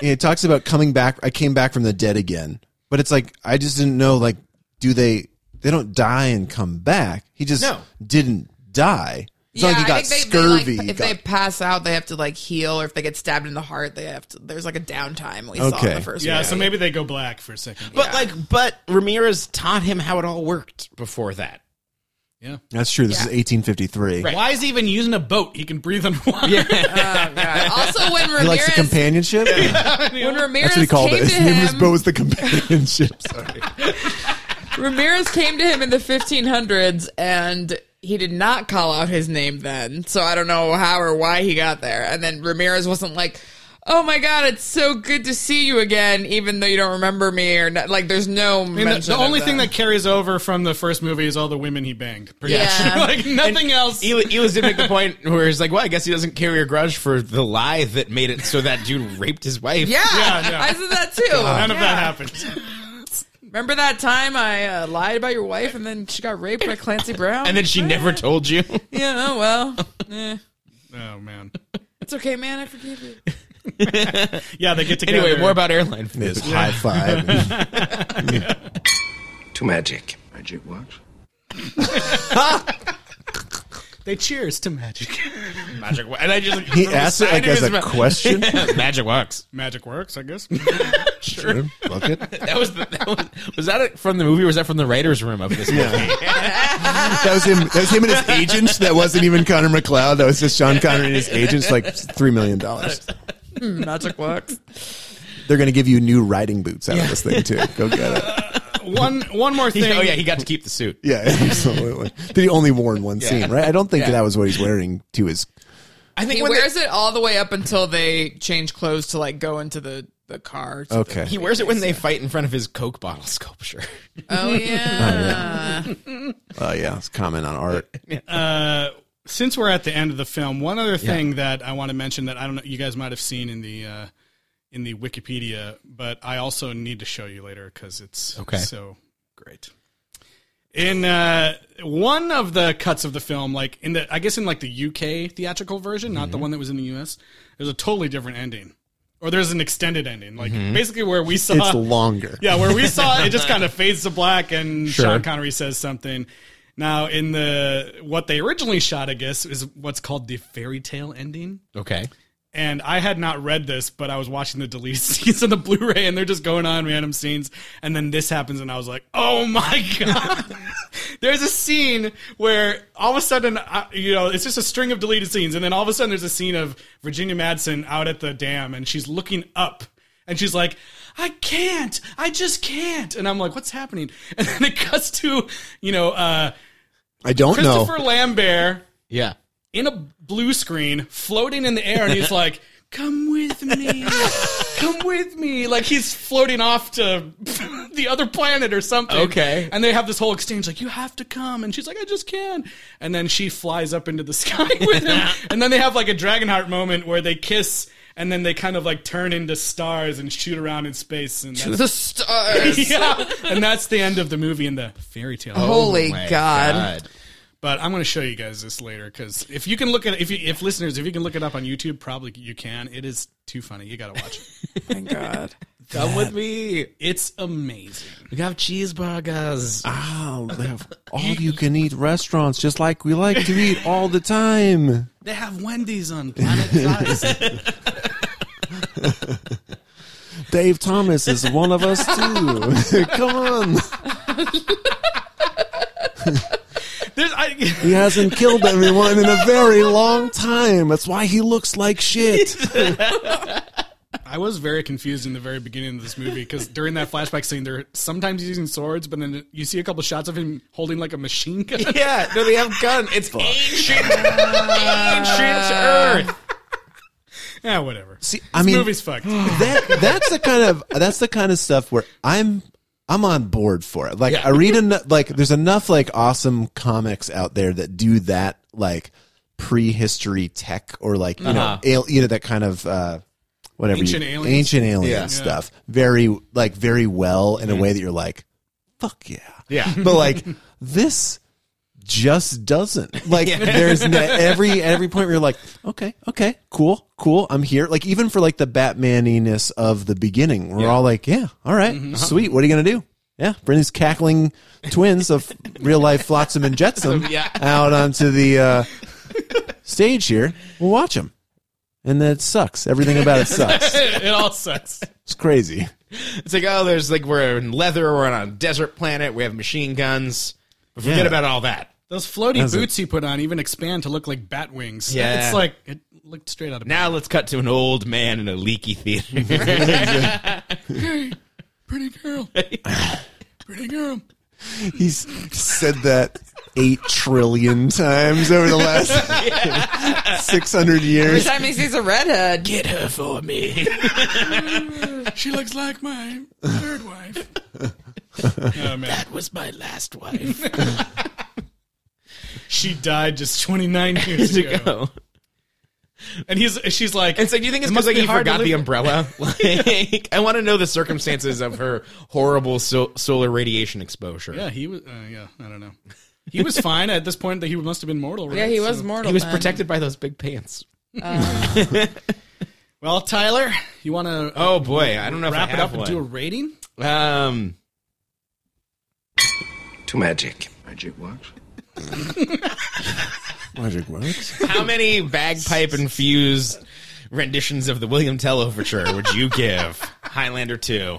[SPEAKER 6] And it talks about coming back. I came back from the dead again, but it's like I just didn't know. Like, do they? They don't die and come back. He just
[SPEAKER 3] No.
[SPEAKER 6] didn't die. It's not like he
[SPEAKER 3] I
[SPEAKER 6] got
[SPEAKER 3] think they- they, like,
[SPEAKER 6] scurvy.
[SPEAKER 3] if
[SPEAKER 6] got-
[SPEAKER 3] they pass out, they have to like heal, or if they get stabbed in the heart, they have to. There's like a downtime we saw in the first.
[SPEAKER 9] yeah,
[SPEAKER 3] movie.
[SPEAKER 9] so maybe they go black for a second.
[SPEAKER 4] But like, but Ramirez taught him how it all worked before that.
[SPEAKER 6] That's true. This is 1853.
[SPEAKER 9] Why is he even using a boat? He can breathe on [laughs] water.
[SPEAKER 3] Oh,
[SPEAKER 9] [laughs]
[SPEAKER 3] also when
[SPEAKER 6] He likes the
[SPEAKER 3] Ramirez
[SPEAKER 6] companionship.
[SPEAKER 3] [laughs] when
[SPEAKER 6] That's
[SPEAKER 3] Ramirez
[SPEAKER 6] what [laughs] he called
[SPEAKER 3] came
[SPEAKER 6] it.
[SPEAKER 3] to
[SPEAKER 6] His name was
[SPEAKER 3] him,
[SPEAKER 6] Bo's the
[SPEAKER 4] [laughs]
[SPEAKER 6] companionship.
[SPEAKER 3] Ramirez came to him in the 1500s, and he did not call out his name then. So I don't know how or why he got there. And then Ramirez wasn't like. Oh my God! It's so good to see you again, even though you don't remember me or not, like. There's no.
[SPEAKER 9] I mean, the, the only thing that carries over from the first movie is all the women he banged. pretty much. [laughs] like nothing else.
[SPEAKER 4] Elis did make the point where he's like, "Well, I guess he doesn't carry a grudge for the lie that made it so that dude raped his
[SPEAKER 9] [laughs]
[SPEAKER 4] wife."
[SPEAKER 3] Yeah, [laughs] I said that too.
[SPEAKER 9] None of
[SPEAKER 3] Yeah.
[SPEAKER 9] that happened.
[SPEAKER 3] Remember that time I uh, lied about your wife and then she got raped by Clancy Brown?
[SPEAKER 4] And then she never told you.
[SPEAKER 3] yeah, oh, well, eh,
[SPEAKER 9] Oh man.
[SPEAKER 3] it's okay, man. I
[SPEAKER 4] [laughs]
[SPEAKER 3] forgive you.
[SPEAKER 9] Yeah, they get together.
[SPEAKER 4] Anyway, more about airline food.
[SPEAKER 6] It's high [laughs] five.
[SPEAKER 12] To magic.
[SPEAKER 11] Magic
[SPEAKER 6] [laughs]
[SPEAKER 11] works.
[SPEAKER 9] They cheers to magic.
[SPEAKER 4] [laughs] magic. wa- And I just
[SPEAKER 6] He asked it like as a
[SPEAKER 4] [laughs]
[SPEAKER 6] question.
[SPEAKER 4] [laughs] magic works.
[SPEAKER 9] Magic works, I guess. [laughs]
[SPEAKER 6] Sure. Fuck
[SPEAKER 4] [laughs]
[SPEAKER 6] it.
[SPEAKER 4] That was the, that was, was that it from the movie? or Was that from the writers' room of this? Yeah.
[SPEAKER 6] That was him. That was him and his agent. That wasn't even Connor McLeod. That was just Sean Connery
[SPEAKER 4] [laughs]
[SPEAKER 6] and his agents. Like three million dollars.
[SPEAKER 3] Magic works.
[SPEAKER 6] They're gonna give you new riding boots out of this thing too. Go get it.
[SPEAKER 9] one one more thing.
[SPEAKER 4] [laughs] oh yeah, [laughs] he got to keep the suit.
[SPEAKER 6] Yeah, [laughs] absolutely. That he only wore in one scene, right? I don't think
[SPEAKER 4] Yeah.
[SPEAKER 6] that was what he's wearing to his.
[SPEAKER 4] I think
[SPEAKER 3] He
[SPEAKER 4] when they-
[SPEAKER 3] wears it all the way up until they change clothes to like go into the the car. to the-
[SPEAKER 6] Okay.
[SPEAKER 4] he wears it when they fight in front of his Coke bottle sculpture.
[SPEAKER 3] oh
[SPEAKER 4] [laughs]
[SPEAKER 3] yeah.
[SPEAKER 6] Oh yeah, it's comment on art.
[SPEAKER 9] Uh, since we're at the end of the film, one other thing that I want to mention that I don't know you guys might have seen in the uh, in the Wikipedia, but I also need to show you later because it's
[SPEAKER 4] Okay.
[SPEAKER 9] so great. In uh, one of the cuts of the film, like in the I guess in like the UK theatrical version, not the one that was in the US, there's a totally different ending. Or there's an extended ending, like basically where we saw
[SPEAKER 6] It's longer.
[SPEAKER 9] [laughs] yeah, where we saw it, it just kind of fades to black, and Sean Connery says something. Now, in the what they originally shot, I guess, is what's called the fairy tale ending.
[SPEAKER 4] Okay.
[SPEAKER 9] And I had not read this, but I was watching the deleted [laughs] scenes on the Blu-ray, and they're just going on random scenes, and then this happens, and I was like, "Oh my [laughs] god!" there's a scene where all of a sudden, I, you know, it's just a string of deleted scenes, and then all of a sudden, there's a scene of Virginia Madsen out at the dam, and she's looking up, and she's like, I can't. I just can't. And I'm like, what's happening? [laughs] And then it cuts to, you know, uh,
[SPEAKER 6] I don't know.
[SPEAKER 9] Christopher Lambert
[SPEAKER 4] Yeah.
[SPEAKER 9] in a blue screen floating in the air. And he's like, come with me. Come with me. Like he's floating off to [laughs] the other planet or something.
[SPEAKER 4] Okay.
[SPEAKER 9] And they have this whole exchange like, you have to come. And she's like, I just can. And then she flies up into the [laughs] sky with him. and then they have like a Dragonheart moment where they kiss. And then they kind of like turn into stars and shoot around in space. And that's
[SPEAKER 3] the stars.
[SPEAKER 9] [laughs] yeah, and that's the end of the movie in the fairy tale.
[SPEAKER 3] Holy
[SPEAKER 4] Oh my
[SPEAKER 3] God.
[SPEAKER 9] But I'm going to show you guys this later because if you can look at if you, if listeners if you can look it up on YouTube, probably you can. It is too funny. You got to watch it.
[SPEAKER 3] Thank God.
[SPEAKER 4] Come with me.
[SPEAKER 9] It's amazing.
[SPEAKER 4] We have cheeseburgers.
[SPEAKER 6] Wow,
[SPEAKER 4] [laughs]
[SPEAKER 6] they have all you can eat restaurants just like we like to eat all the time.
[SPEAKER 9] They have Wendy's on Planet Size.
[SPEAKER 6] Dave Thomas is one of us too. Come on.
[SPEAKER 9] There's I,
[SPEAKER 6] He hasn't killed anyone in a very long time. That's why he looks like shit.
[SPEAKER 9] I was very confused in the very beginning of this movie because during that flashback scene, they're sometimes using swords, but then you see a couple shots of him holding like a machine gun.
[SPEAKER 4] [laughs] Yeah, no, they have gun. It's ancient, ancient Earth.
[SPEAKER 9] yeah, whatever.
[SPEAKER 6] See, I mean,
[SPEAKER 9] movie's
[SPEAKER 6] [gasps]
[SPEAKER 9] fucked.
[SPEAKER 6] that that's the kind of that's the kind of stuff where I'm I'm on board for it. Like I read en- like there's enough like awesome comics out there that do that like prehistory tech or like you
[SPEAKER 4] Uh-huh.
[SPEAKER 6] know al- you know that kind of uh whatever
[SPEAKER 9] Ancient
[SPEAKER 6] you,
[SPEAKER 9] aliens.
[SPEAKER 6] ancient alien
[SPEAKER 4] Yeah.
[SPEAKER 6] stuff very like
[SPEAKER 9] Mm.
[SPEAKER 6] very well in a way that you're like fuck yeah
[SPEAKER 4] Yeah.
[SPEAKER 6] but like this just doesn't. Like there's n- every every point where you're like, okay, okay, cool, cool, I'm here. Like even for like the Batmaniness of the beginning, we're all like, yeah, all right, sweet. What are you gonna do? Yeah, bring these cackling twins of real life Flotsam and Jetsam
[SPEAKER 4] Yeah.
[SPEAKER 6] out onto the uh, stage here. We'll watch them, and that sucks. Everything about it sucks.
[SPEAKER 9] it all sucks.
[SPEAKER 6] It's crazy.
[SPEAKER 4] It's like, oh, there's like we're in leather, we're on a desert planet, we have machine guns. But forget
[SPEAKER 9] Yeah.
[SPEAKER 4] about all that.
[SPEAKER 9] Those floaty
[SPEAKER 4] That's it.
[SPEAKER 9] boots he put on even expand to look like bat wings. [laughs]
[SPEAKER 4] Yeah.
[SPEAKER 9] It's like, it looked straight out of
[SPEAKER 4] Now let's cut to an old man in a leaky
[SPEAKER 9] [laughs]
[SPEAKER 4] theater.
[SPEAKER 2] Hey, pretty
[SPEAKER 4] [laughs]
[SPEAKER 2] girl. Pretty girl.
[SPEAKER 6] He's said that eight trillion times over the last six hundred
[SPEAKER 3] Every
[SPEAKER 6] years.
[SPEAKER 3] time he sees a redhead,
[SPEAKER 4] get her for me.
[SPEAKER 2] she looks like my third wife.
[SPEAKER 9] That
[SPEAKER 4] was my last wife.
[SPEAKER 9] [laughs] she died just
[SPEAKER 4] [laughs]
[SPEAKER 9] 29
[SPEAKER 4] Years
[SPEAKER 9] years ago.
[SPEAKER 4] ago.
[SPEAKER 9] And he's she's like,
[SPEAKER 4] And so do you think it's
[SPEAKER 9] "It must
[SPEAKER 4] because like he
[SPEAKER 9] be hard to
[SPEAKER 4] forgot the
[SPEAKER 9] live-
[SPEAKER 4] umbrella?
[SPEAKER 9] [laughs]
[SPEAKER 4] Like, I want to know the circumstances of her horrible so- solar radiation exposure.
[SPEAKER 9] Yeah, he was. Uh, yeah, I don't know. He was fine at this point. That he must have been mortal. Right?
[SPEAKER 3] Yeah, he was mortal
[SPEAKER 4] He was
[SPEAKER 3] then.
[SPEAKER 4] protected by those big pants.
[SPEAKER 9] Well, Tyler, you want to?
[SPEAKER 4] Oh boy, I don't know if I
[SPEAKER 9] Wrap it
[SPEAKER 4] have
[SPEAKER 9] up and do a
[SPEAKER 4] one.
[SPEAKER 9] rating.
[SPEAKER 4] Um,
[SPEAKER 12] To magic.
[SPEAKER 7] Magic works.
[SPEAKER 6] Magic works.
[SPEAKER 4] how many bagpipe infused renditions of the William Tell overture would you give Highlander Two: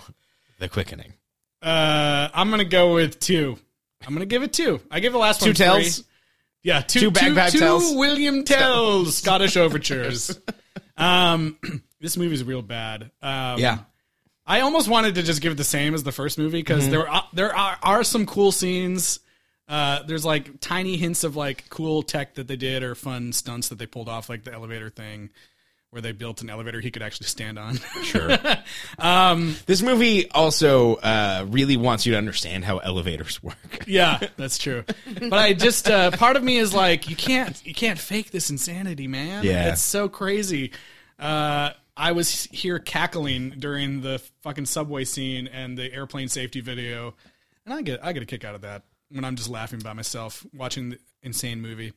[SPEAKER 4] The Quickening?
[SPEAKER 9] Uh, I'm gonna go with two. I'm gonna give it two. I give the last
[SPEAKER 4] Two
[SPEAKER 9] one
[SPEAKER 4] tells?
[SPEAKER 9] three. Yeah, two,
[SPEAKER 4] Two bagpipe
[SPEAKER 9] two,
[SPEAKER 4] tells?
[SPEAKER 9] William tells Scottish overtures. um, [clears throat] this movie's real bad. Um,
[SPEAKER 4] Yeah.
[SPEAKER 9] I almost wanted to just give it the same as the first movie because
[SPEAKER 4] Mhm.
[SPEAKER 9] there are there are, are some cool scenes. Uh, there's like tiny hints of like cool tech that they did or fun stunts that they pulled off, like the elevator thing where they built an elevator he could actually stand on.
[SPEAKER 4] [laughs] Sure. um, this movie also uh, really wants you to understand how elevators work.
[SPEAKER 9] [laughs] Yeah, that's true. But I just uh, part of me is like, you can't you can't fake this insanity, man.
[SPEAKER 4] Yeah.
[SPEAKER 9] it's so crazy. Uh, I was here cackling during the fucking subway scene and the airplane safety video, and I get I get a kick out of that when I'm just laughing by myself watching the insane movie.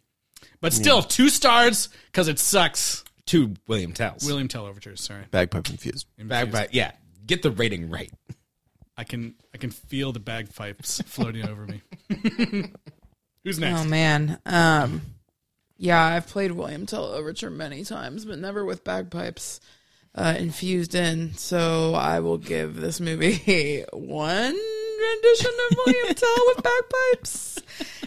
[SPEAKER 9] But still,
[SPEAKER 4] Yeah.
[SPEAKER 9] two stars because it sucks.
[SPEAKER 4] Two William Tells.
[SPEAKER 9] William Tell overtures. Sorry,
[SPEAKER 6] Bagpipe infused.
[SPEAKER 4] Bagpipe. Yeah, get the rating right.
[SPEAKER 9] I can I can feel the bagpipes floating over me. Who's next?
[SPEAKER 3] Oh man. Um yeah, I've played William Tell Overture many times, but never with bagpipes uh, infused in. So I will give this movie [laughs] one rendition of William Tell with bagpipes.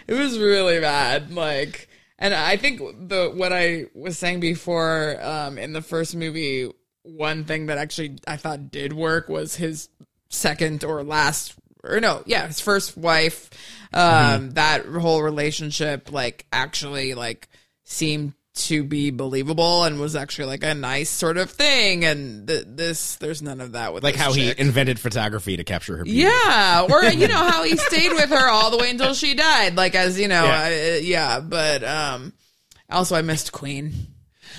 [SPEAKER 3] It was really bad. Like, and I think the what I was saying before um, in the first movie, one thing that actually I thought did work was his second or last or no, yeah, his first wife, um,
[SPEAKER 9] Mm-hmm.
[SPEAKER 3] that whole relationship, like actually like seemed to be believable and was actually like a nice sort of thing. And th- this, there's none of that with
[SPEAKER 4] Like
[SPEAKER 3] this
[SPEAKER 4] how
[SPEAKER 9] [laughs]
[SPEAKER 3] chick.
[SPEAKER 4] he invented photography to capture her beauty.
[SPEAKER 3] Yeah, or you know how
[SPEAKER 9] [laughs]
[SPEAKER 3] he stayed with her all the way until she died, like as you know,
[SPEAKER 4] Yeah.
[SPEAKER 3] yeah. yeah but um, also I missed
[SPEAKER 9] [laughs]
[SPEAKER 3] Queen.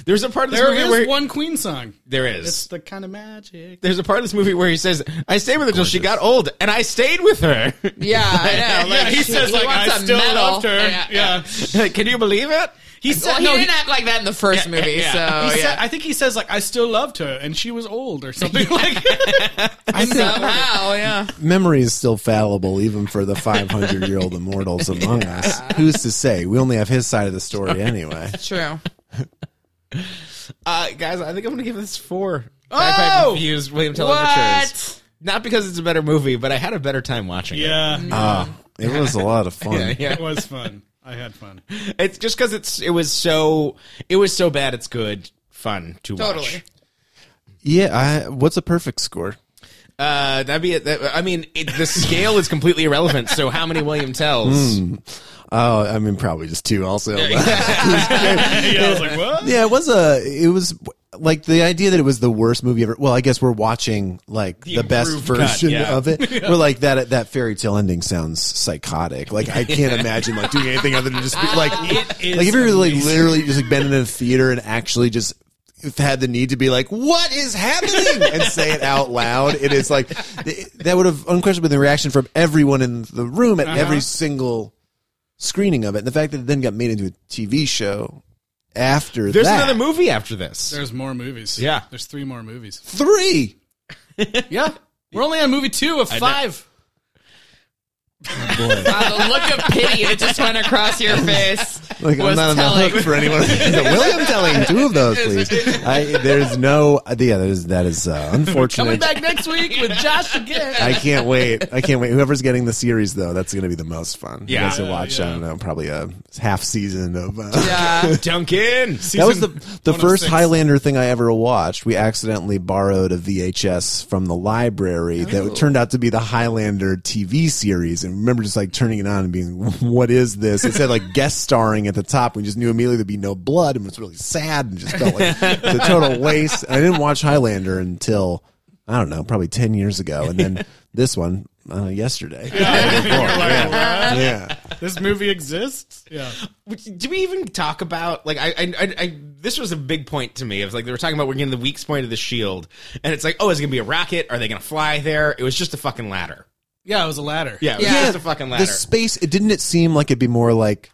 [SPEAKER 4] There's a part of this
[SPEAKER 9] There
[SPEAKER 4] movie
[SPEAKER 9] is
[SPEAKER 4] where
[SPEAKER 9] one Queen song.
[SPEAKER 4] there is.
[SPEAKER 9] It's the kind of magic.
[SPEAKER 4] there's a part of this movie where he says, "I stayed with her till she got old, and I stayed with her."
[SPEAKER 3] Yeah, I know.
[SPEAKER 9] yeah, he
[SPEAKER 3] she-
[SPEAKER 9] says like
[SPEAKER 3] wants
[SPEAKER 9] I
[SPEAKER 3] a
[SPEAKER 9] still
[SPEAKER 3] medal."
[SPEAKER 9] loved her.
[SPEAKER 3] Yeah,
[SPEAKER 4] [laughs]
[SPEAKER 9] Yeah,
[SPEAKER 4] Can you believe it?
[SPEAKER 9] he said
[SPEAKER 3] Well, he
[SPEAKER 9] no. He,
[SPEAKER 3] didn't act like that in the first movie,
[SPEAKER 4] Oh, yeah.
[SPEAKER 3] so
[SPEAKER 9] he
[SPEAKER 3] yeah.
[SPEAKER 9] said, I think he says like I still loved her and she was old or something [laughs] like.
[SPEAKER 4] [laughs]
[SPEAKER 9] I
[SPEAKER 3] Somehow, yeah.
[SPEAKER 6] Memory is still fallible, even for the 500 year old immortals among us. Who's to say? We only have his side of the story anyway.
[SPEAKER 3] True.
[SPEAKER 4] Uh, guys, I think I'm gonna give this four.
[SPEAKER 3] Oh!
[SPEAKER 4] Used William Tell overtures.
[SPEAKER 3] What?
[SPEAKER 4] Not because it's a better movie, but I had a better time watching it.
[SPEAKER 9] Yeah,
[SPEAKER 6] Ah, it was a lot of fun.
[SPEAKER 4] Yeah, yeah.
[SPEAKER 9] it was fun. I had fun.
[SPEAKER 4] It's just because it's it was so it was so bad. It's good, fun to watch.
[SPEAKER 3] Totally.
[SPEAKER 6] Yeah, I, what's a perfect score?
[SPEAKER 4] Uh, that'd be it. That, I mean, it, the scale is completely irrelevant. So how many William tells?
[SPEAKER 6] Oh, I mean, probably just two. Also, [laughs]
[SPEAKER 9] [laughs] yeah, I was like, what?
[SPEAKER 6] yeah, it was a. It was like the idea that it was the worst movie ever. Well, I guess we're watching like the, best
[SPEAKER 4] improved cut,
[SPEAKER 6] version
[SPEAKER 4] yeah.
[SPEAKER 6] of
[SPEAKER 9] [laughs]
[SPEAKER 6] it. We're like that. That fairy tale ending sounds psychotic. Like I
[SPEAKER 9] [laughs]
[SPEAKER 6] can't imagine like doing anything other than just be, like
[SPEAKER 9] is
[SPEAKER 6] like if you were like literally just like been in a theater and actually just had the need to be like what is happening and say it out loud it is like
[SPEAKER 9] Uh-huh.
[SPEAKER 6] th- that would have unquestionably been the reaction from everyone in the room at every single screening of it. And the fact that it then got made into a TV show after
[SPEAKER 4] There's
[SPEAKER 6] that.
[SPEAKER 4] another movie after this.
[SPEAKER 9] There's more movies.
[SPEAKER 4] Yeah.
[SPEAKER 9] There's three more movies.
[SPEAKER 6] Three.
[SPEAKER 9] yeah. We're only on movie two of
[SPEAKER 4] I know. [laughs]
[SPEAKER 9] five.
[SPEAKER 3] Wow, the look of pity that just went across your face
[SPEAKER 6] Like I'm
[SPEAKER 3] was
[SPEAKER 6] not on the
[SPEAKER 3] telling.
[SPEAKER 6] hook for
[SPEAKER 4] [laughs]
[SPEAKER 6] anyone. William telling two of those, please. I, there's no. Yeah, that is that is uh,
[SPEAKER 9] Coming
[SPEAKER 6] unfortunate.
[SPEAKER 9] back next week with Josh again.
[SPEAKER 6] I can't wait. I can't wait. Whoever's getting the series though, that's going to be the most fun. You
[SPEAKER 4] Yeah.
[SPEAKER 6] guys will watch. I don't know, probably a half season of. Uh,
[SPEAKER 3] Yeah.
[SPEAKER 4] Duncan.
[SPEAKER 6] that was the the first Highlander thing I ever watched. We accidentally borrowed a VHS from the library that turned out to be the Highlander TV series, and I remember just like turning it on and being, "What is this?" It said like guest starring at the top. We just knew immediately there'd be no blood, and it was really sad, and just felt like it's a total waste. I didn't watch Highlander until I don't know, probably ten years ago, and then this one uh, yesterday.
[SPEAKER 9] Yeah.
[SPEAKER 6] yeah.
[SPEAKER 9] This movie exists. Yeah.
[SPEAKER 4] Which- Do we even talk about like I, I I I this was a big point to me. It was like they were talking about we're getting the weakest point of the shield, and it's like oh is it gonna be a rocket? Are they gonna fly there? It was just a fucking ladder.
[SPEAKER 9] Yeah, it was a ladder.
[SPEAKER 4] Yeah, it was
[SPEAKER 3] Yeah.
[SPEAKER 4] just a fucking ladder.
[SPEAKER 6] the space it didn't it seem like it'd be more like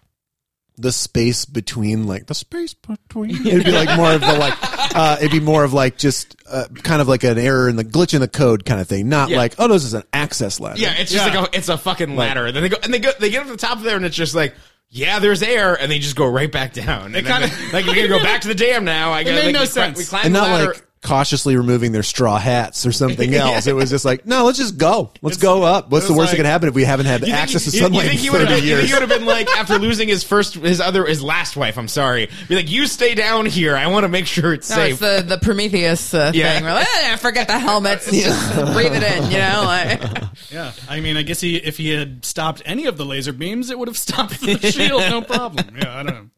[SPEAKER 6] the space between like the space
[SPEAKER 4] [laughs]
[SPEAKER 6] between it'd be like more of the like uh, it'd be more of like just uh, kind of like an error in the glitch in the code kind of thing not
[SPEAKER 4] Yeah.
[SPEAKER 6] like oh this is an access ladder
[SPEAKER 4] yeah, it's just
[SPEAKER 9] Yeah.
[SPEAKER 4] like a, it's a fucking ladder. then they go and they go they get up to the top of there, and it's just like. Yeah, there's air, and they just go right back down. And kind
[SPEAKER 9] kinda-
[SPEAKER 4] of like we're gonna go back to the dam now. I got
[SPEAKER 9] made
[SPEAKER 4] like,
[SPEAKER 9] no
[SPEAKER 4] we cli-
[SPEAKER 9] sense.
[SPEAKER 4] We climbed
[SPEAKER 6] and
[SPEAKER 4] the
[SPEAKER 6] not
[SPEAKER 4] ladder.
[SPEAKER 6] like cautiously removing their straw hats or
[SPEAKER 4] [laughs]
[SPEAKER 6] something else it was just like no let's just go let's go up what's the
[SPEAKER 9] was
[SPEAKER 6] worst that
[SPEAKER 9] like-
[SPEAKER 6] could happen if we haven't had
[SPEAKER 4] You think
[SPEAKER 6] access
[SPEAKER 4] he-
[SPEAKER 6] to
[SPEAKER 4] you- you
[SPEAKER 6] sunlight
[SPEAKER 4] think he
[SPEAKER 6] in
[SPEAKER 4] would've
[SPEAKER 6] 30
[SPEAKER 4] been- You
[SPEAKER 6] years
[SPEAKER 4] think he would have been like after losing his first, his other, his last wife. I'm sorry. Be like, you stay down here. I want to make sure it's
[SPEAKER 3] No,
[SPEAKER 4] safe.
[SPEAKER 3] it's the, the Prometheus uh,
[SPEAKER 4] Yeah.
[SPEAKER 3] thing. We're like, eh, forget the [laughs] helmets. Just breathe it in, you know? [laughs] Like,
[SPEAKER 9] Yeah. I mean, I guess he if he had stopped any of the laser beams, it would have stopped the [laughs] shield, no problem. Yeah, I don't know.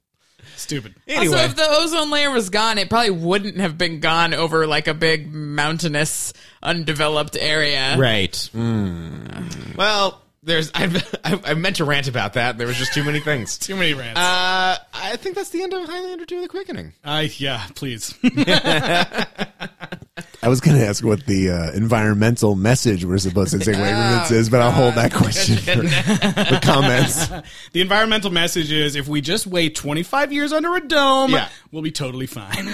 [SPEAKER 9] Stupid.
[SPEAKER 4] anyway,
[SPEAKER 3] Also, if the ozone layer was gone, it probably wouldn't have been gone over like a big mountainous, undeveloped area.
[SPEAKER 4] right.
[SPEAKER 6] Hmm.
[SPEAKER 4] Well, there's. [laughs] I've, I, I meant to rant about that. There was just too many things.
[SPEAKER 9] [laughs] Too many rants.
[SPEAKER 4] Uh, I think that's the end of Highlander 2 The Quickening.
[SPEAKER 9] I yeah, please.
[SPEAKER 6] i was going to ask what the uh, environmental message we're supposed to take away from this is but i'll hold that question for the comments
[SPEAKER 9] the environmental message is if we just wait 25 years under a dome,
[SPEAKER 4] Yeah.
[SPEAKER 9] we'll be totally fine.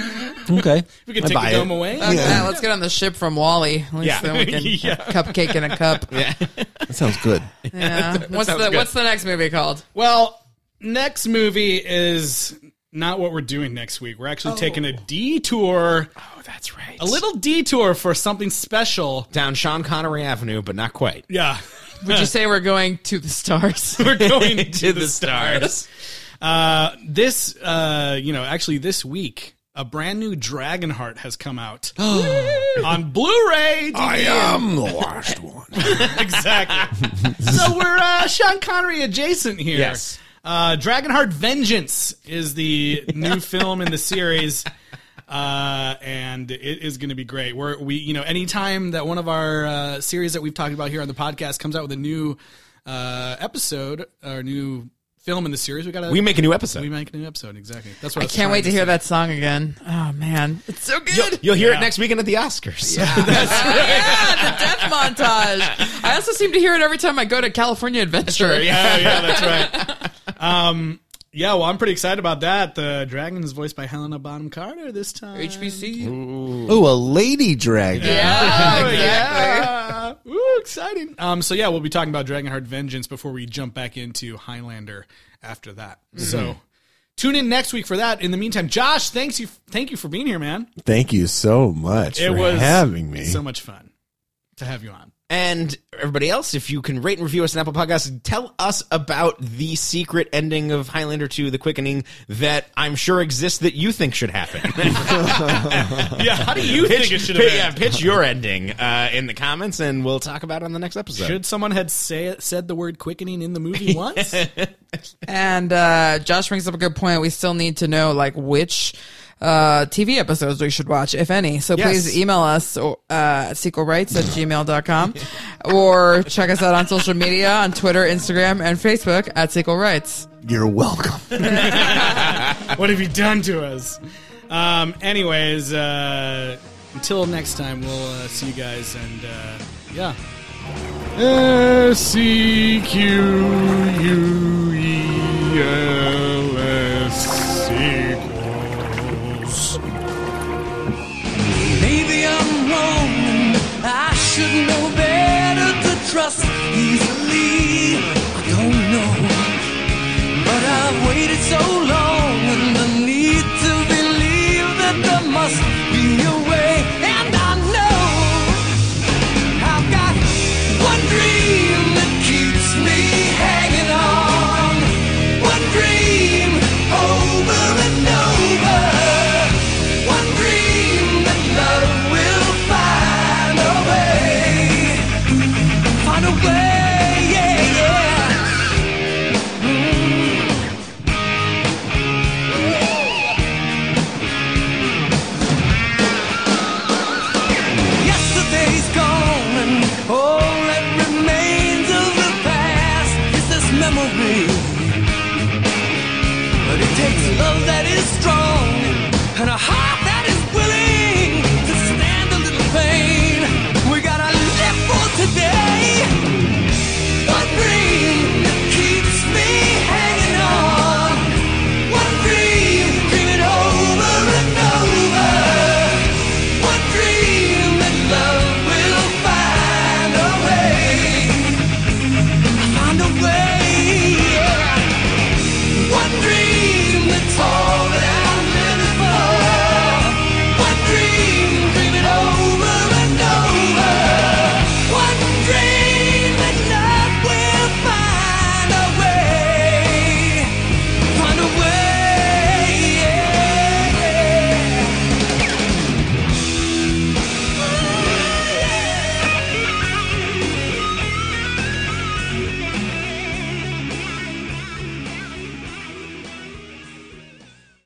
[SPEAKER 6] [laughs] Okay.
[SPEAKER 9] we can take the dome away.
[SPEAKER 3] Fuck that, uh, let's get on the ship from Wally. At least
[SPEAKER 4] Yeah.
[SPEAKER 3] then we [laughs] can
[SPEAKER 9] Yeah.
[SPEAKER 3] cupcake in a cup. Yeah.
[SPEAKER 6] That sounds good.
[SPEAKER 3] What's the
[SPEAKER 4] sounds good.
[SPEAKER 3] What's the next movie called?
[SPEAKER 9] Well, next movie is not what we're doing next week. We're actually taking a detour,
[SPEAKER 4] Oh, that's right.
[SPEAKER 9] a little detour for something special.
[SPEAKER 4] down Sean Connery Avenue, but not quite.
[SPEAKER 9] Yeah.
[SPEAKER 3] Would you say we're going to the stars?
[SPEAKER 9] We're going to,
[SPEAKER 4] To
[SPEAKER 9] the,
[SPEAKER 4] the
[SPEAKER 9] stars. Uh, this, uh, you know, actually this week, a brand new Dragonheart has come out on Blu-ray.
[SPEAKER 6] I am the last one.
[SPEAKER 9] exactly. so we're uh, Sean Connery adjacent here.
[SPEAKER 4] Yes.
[SPEAKER 9] Uh, Dragonheart Vengeance is the
[SPEAKER 4] [laughs]
[SPEAKER 9] new film in the series. Uh, and it is going to be great. We're, we, you know, anytime that one of our uh, series that we've talked about here on the podcast comes out with a new uh, episode or new film in the series, we got to
[SPEAKER 4] We make a new episode.
[SPEAKER 9] we make a new episode. Exactly. That's what
[SPEAKER 3] I
[SPEAKER 9] was
[SPEAKER 3] can't
[SPEAKER 9] trying
[SPEAKER 3] wait to hear
[SPEAKER 9] say.
[SPEAKER 3] that song again. Oh man, it's so good.
[SPEAKER 4] You'll hear
[SPEAKER 9] Yeah.
[SPEAKER 4] it next weekend at the Oscars.
[SPEAKER 3] yeah, [laughs] the death montage. I also seem to hear it every time I go to California Adventure.
[SPEAKER 9] Yeah,
[SPEAKER 3] [laughs]
[SPEAKER 9] yeah, that's right. Um, yeah, well, I'm pretty excited about that. The dragon is voiced by Helena Bonham Carter this time.
[SPEAKER 3] HBC.
[SPEAKER 6] Ooh, a lady dragon.
[SPEAKER 3] Yeah, exactly.
[SPEAKER 9] Yeah. Ooh, exciting. Um, so yeah, we'll be talking about Dragonheart Vengeance before we jump back into Highlander after that. So tune in next week for that. In the meantime, Josh, thanks you thank you for being here, man.
[SPEAKER 6] Thank you so much
[SPEAKER 9] It
[SPEAKER 6] for
[SPEAKER 9] was
[SPEAKER 6] having me.
[SPEAKER 9] So much fun to have you on.
[SPEAKER 4] And everybody else, if you can rate and review us on Apple Podcasts, tell us about the secret ending of Highlander 2 The Quickening that I'm sure exists that you think should happen. [laughs]
[SPEAKER 9] Yeah, how do you
[SPEAKER 4] pitch, pi- yeah, pitch your ending uh, in the comments and we'll talk about it on the next episode.
[SPEAKER 9] Should someone had say, said the word quickening in the movie once?
[SPEAKER 3] And uh, Josh brings up a good point. We still need to know like which uh, TV episodes we should watch, if any. So
[SPEAKER 4] Yes.
[SPEAKER 3] please email us or, uh, at sequelrights at gmail.com or check us out on social media on Twitter, Instagram, and Facebook at Sequel Rights.
[SPEAKER 6] You're welcome.
[SPEAKER 9] what have you done to us? Um, anyways, uh, until next time, we'll uh, see you guys, and uh, yeah. S E Q U E.
[SPEAKER 2] fearless sequels.
[SPEAKER 5] Maybe I'm wrong. and I should know better to trust easily. I don't know. But I've waited so long and I need to believe that there must be a way. And I know I've got one dream that keeps me hanging on. One dream over and over. One dream that love will find a way. Find a way, yeah, yeah. Mm. Yesterday's gone, and all that remains of the past is this memory. But it takes love that is strong and a heart that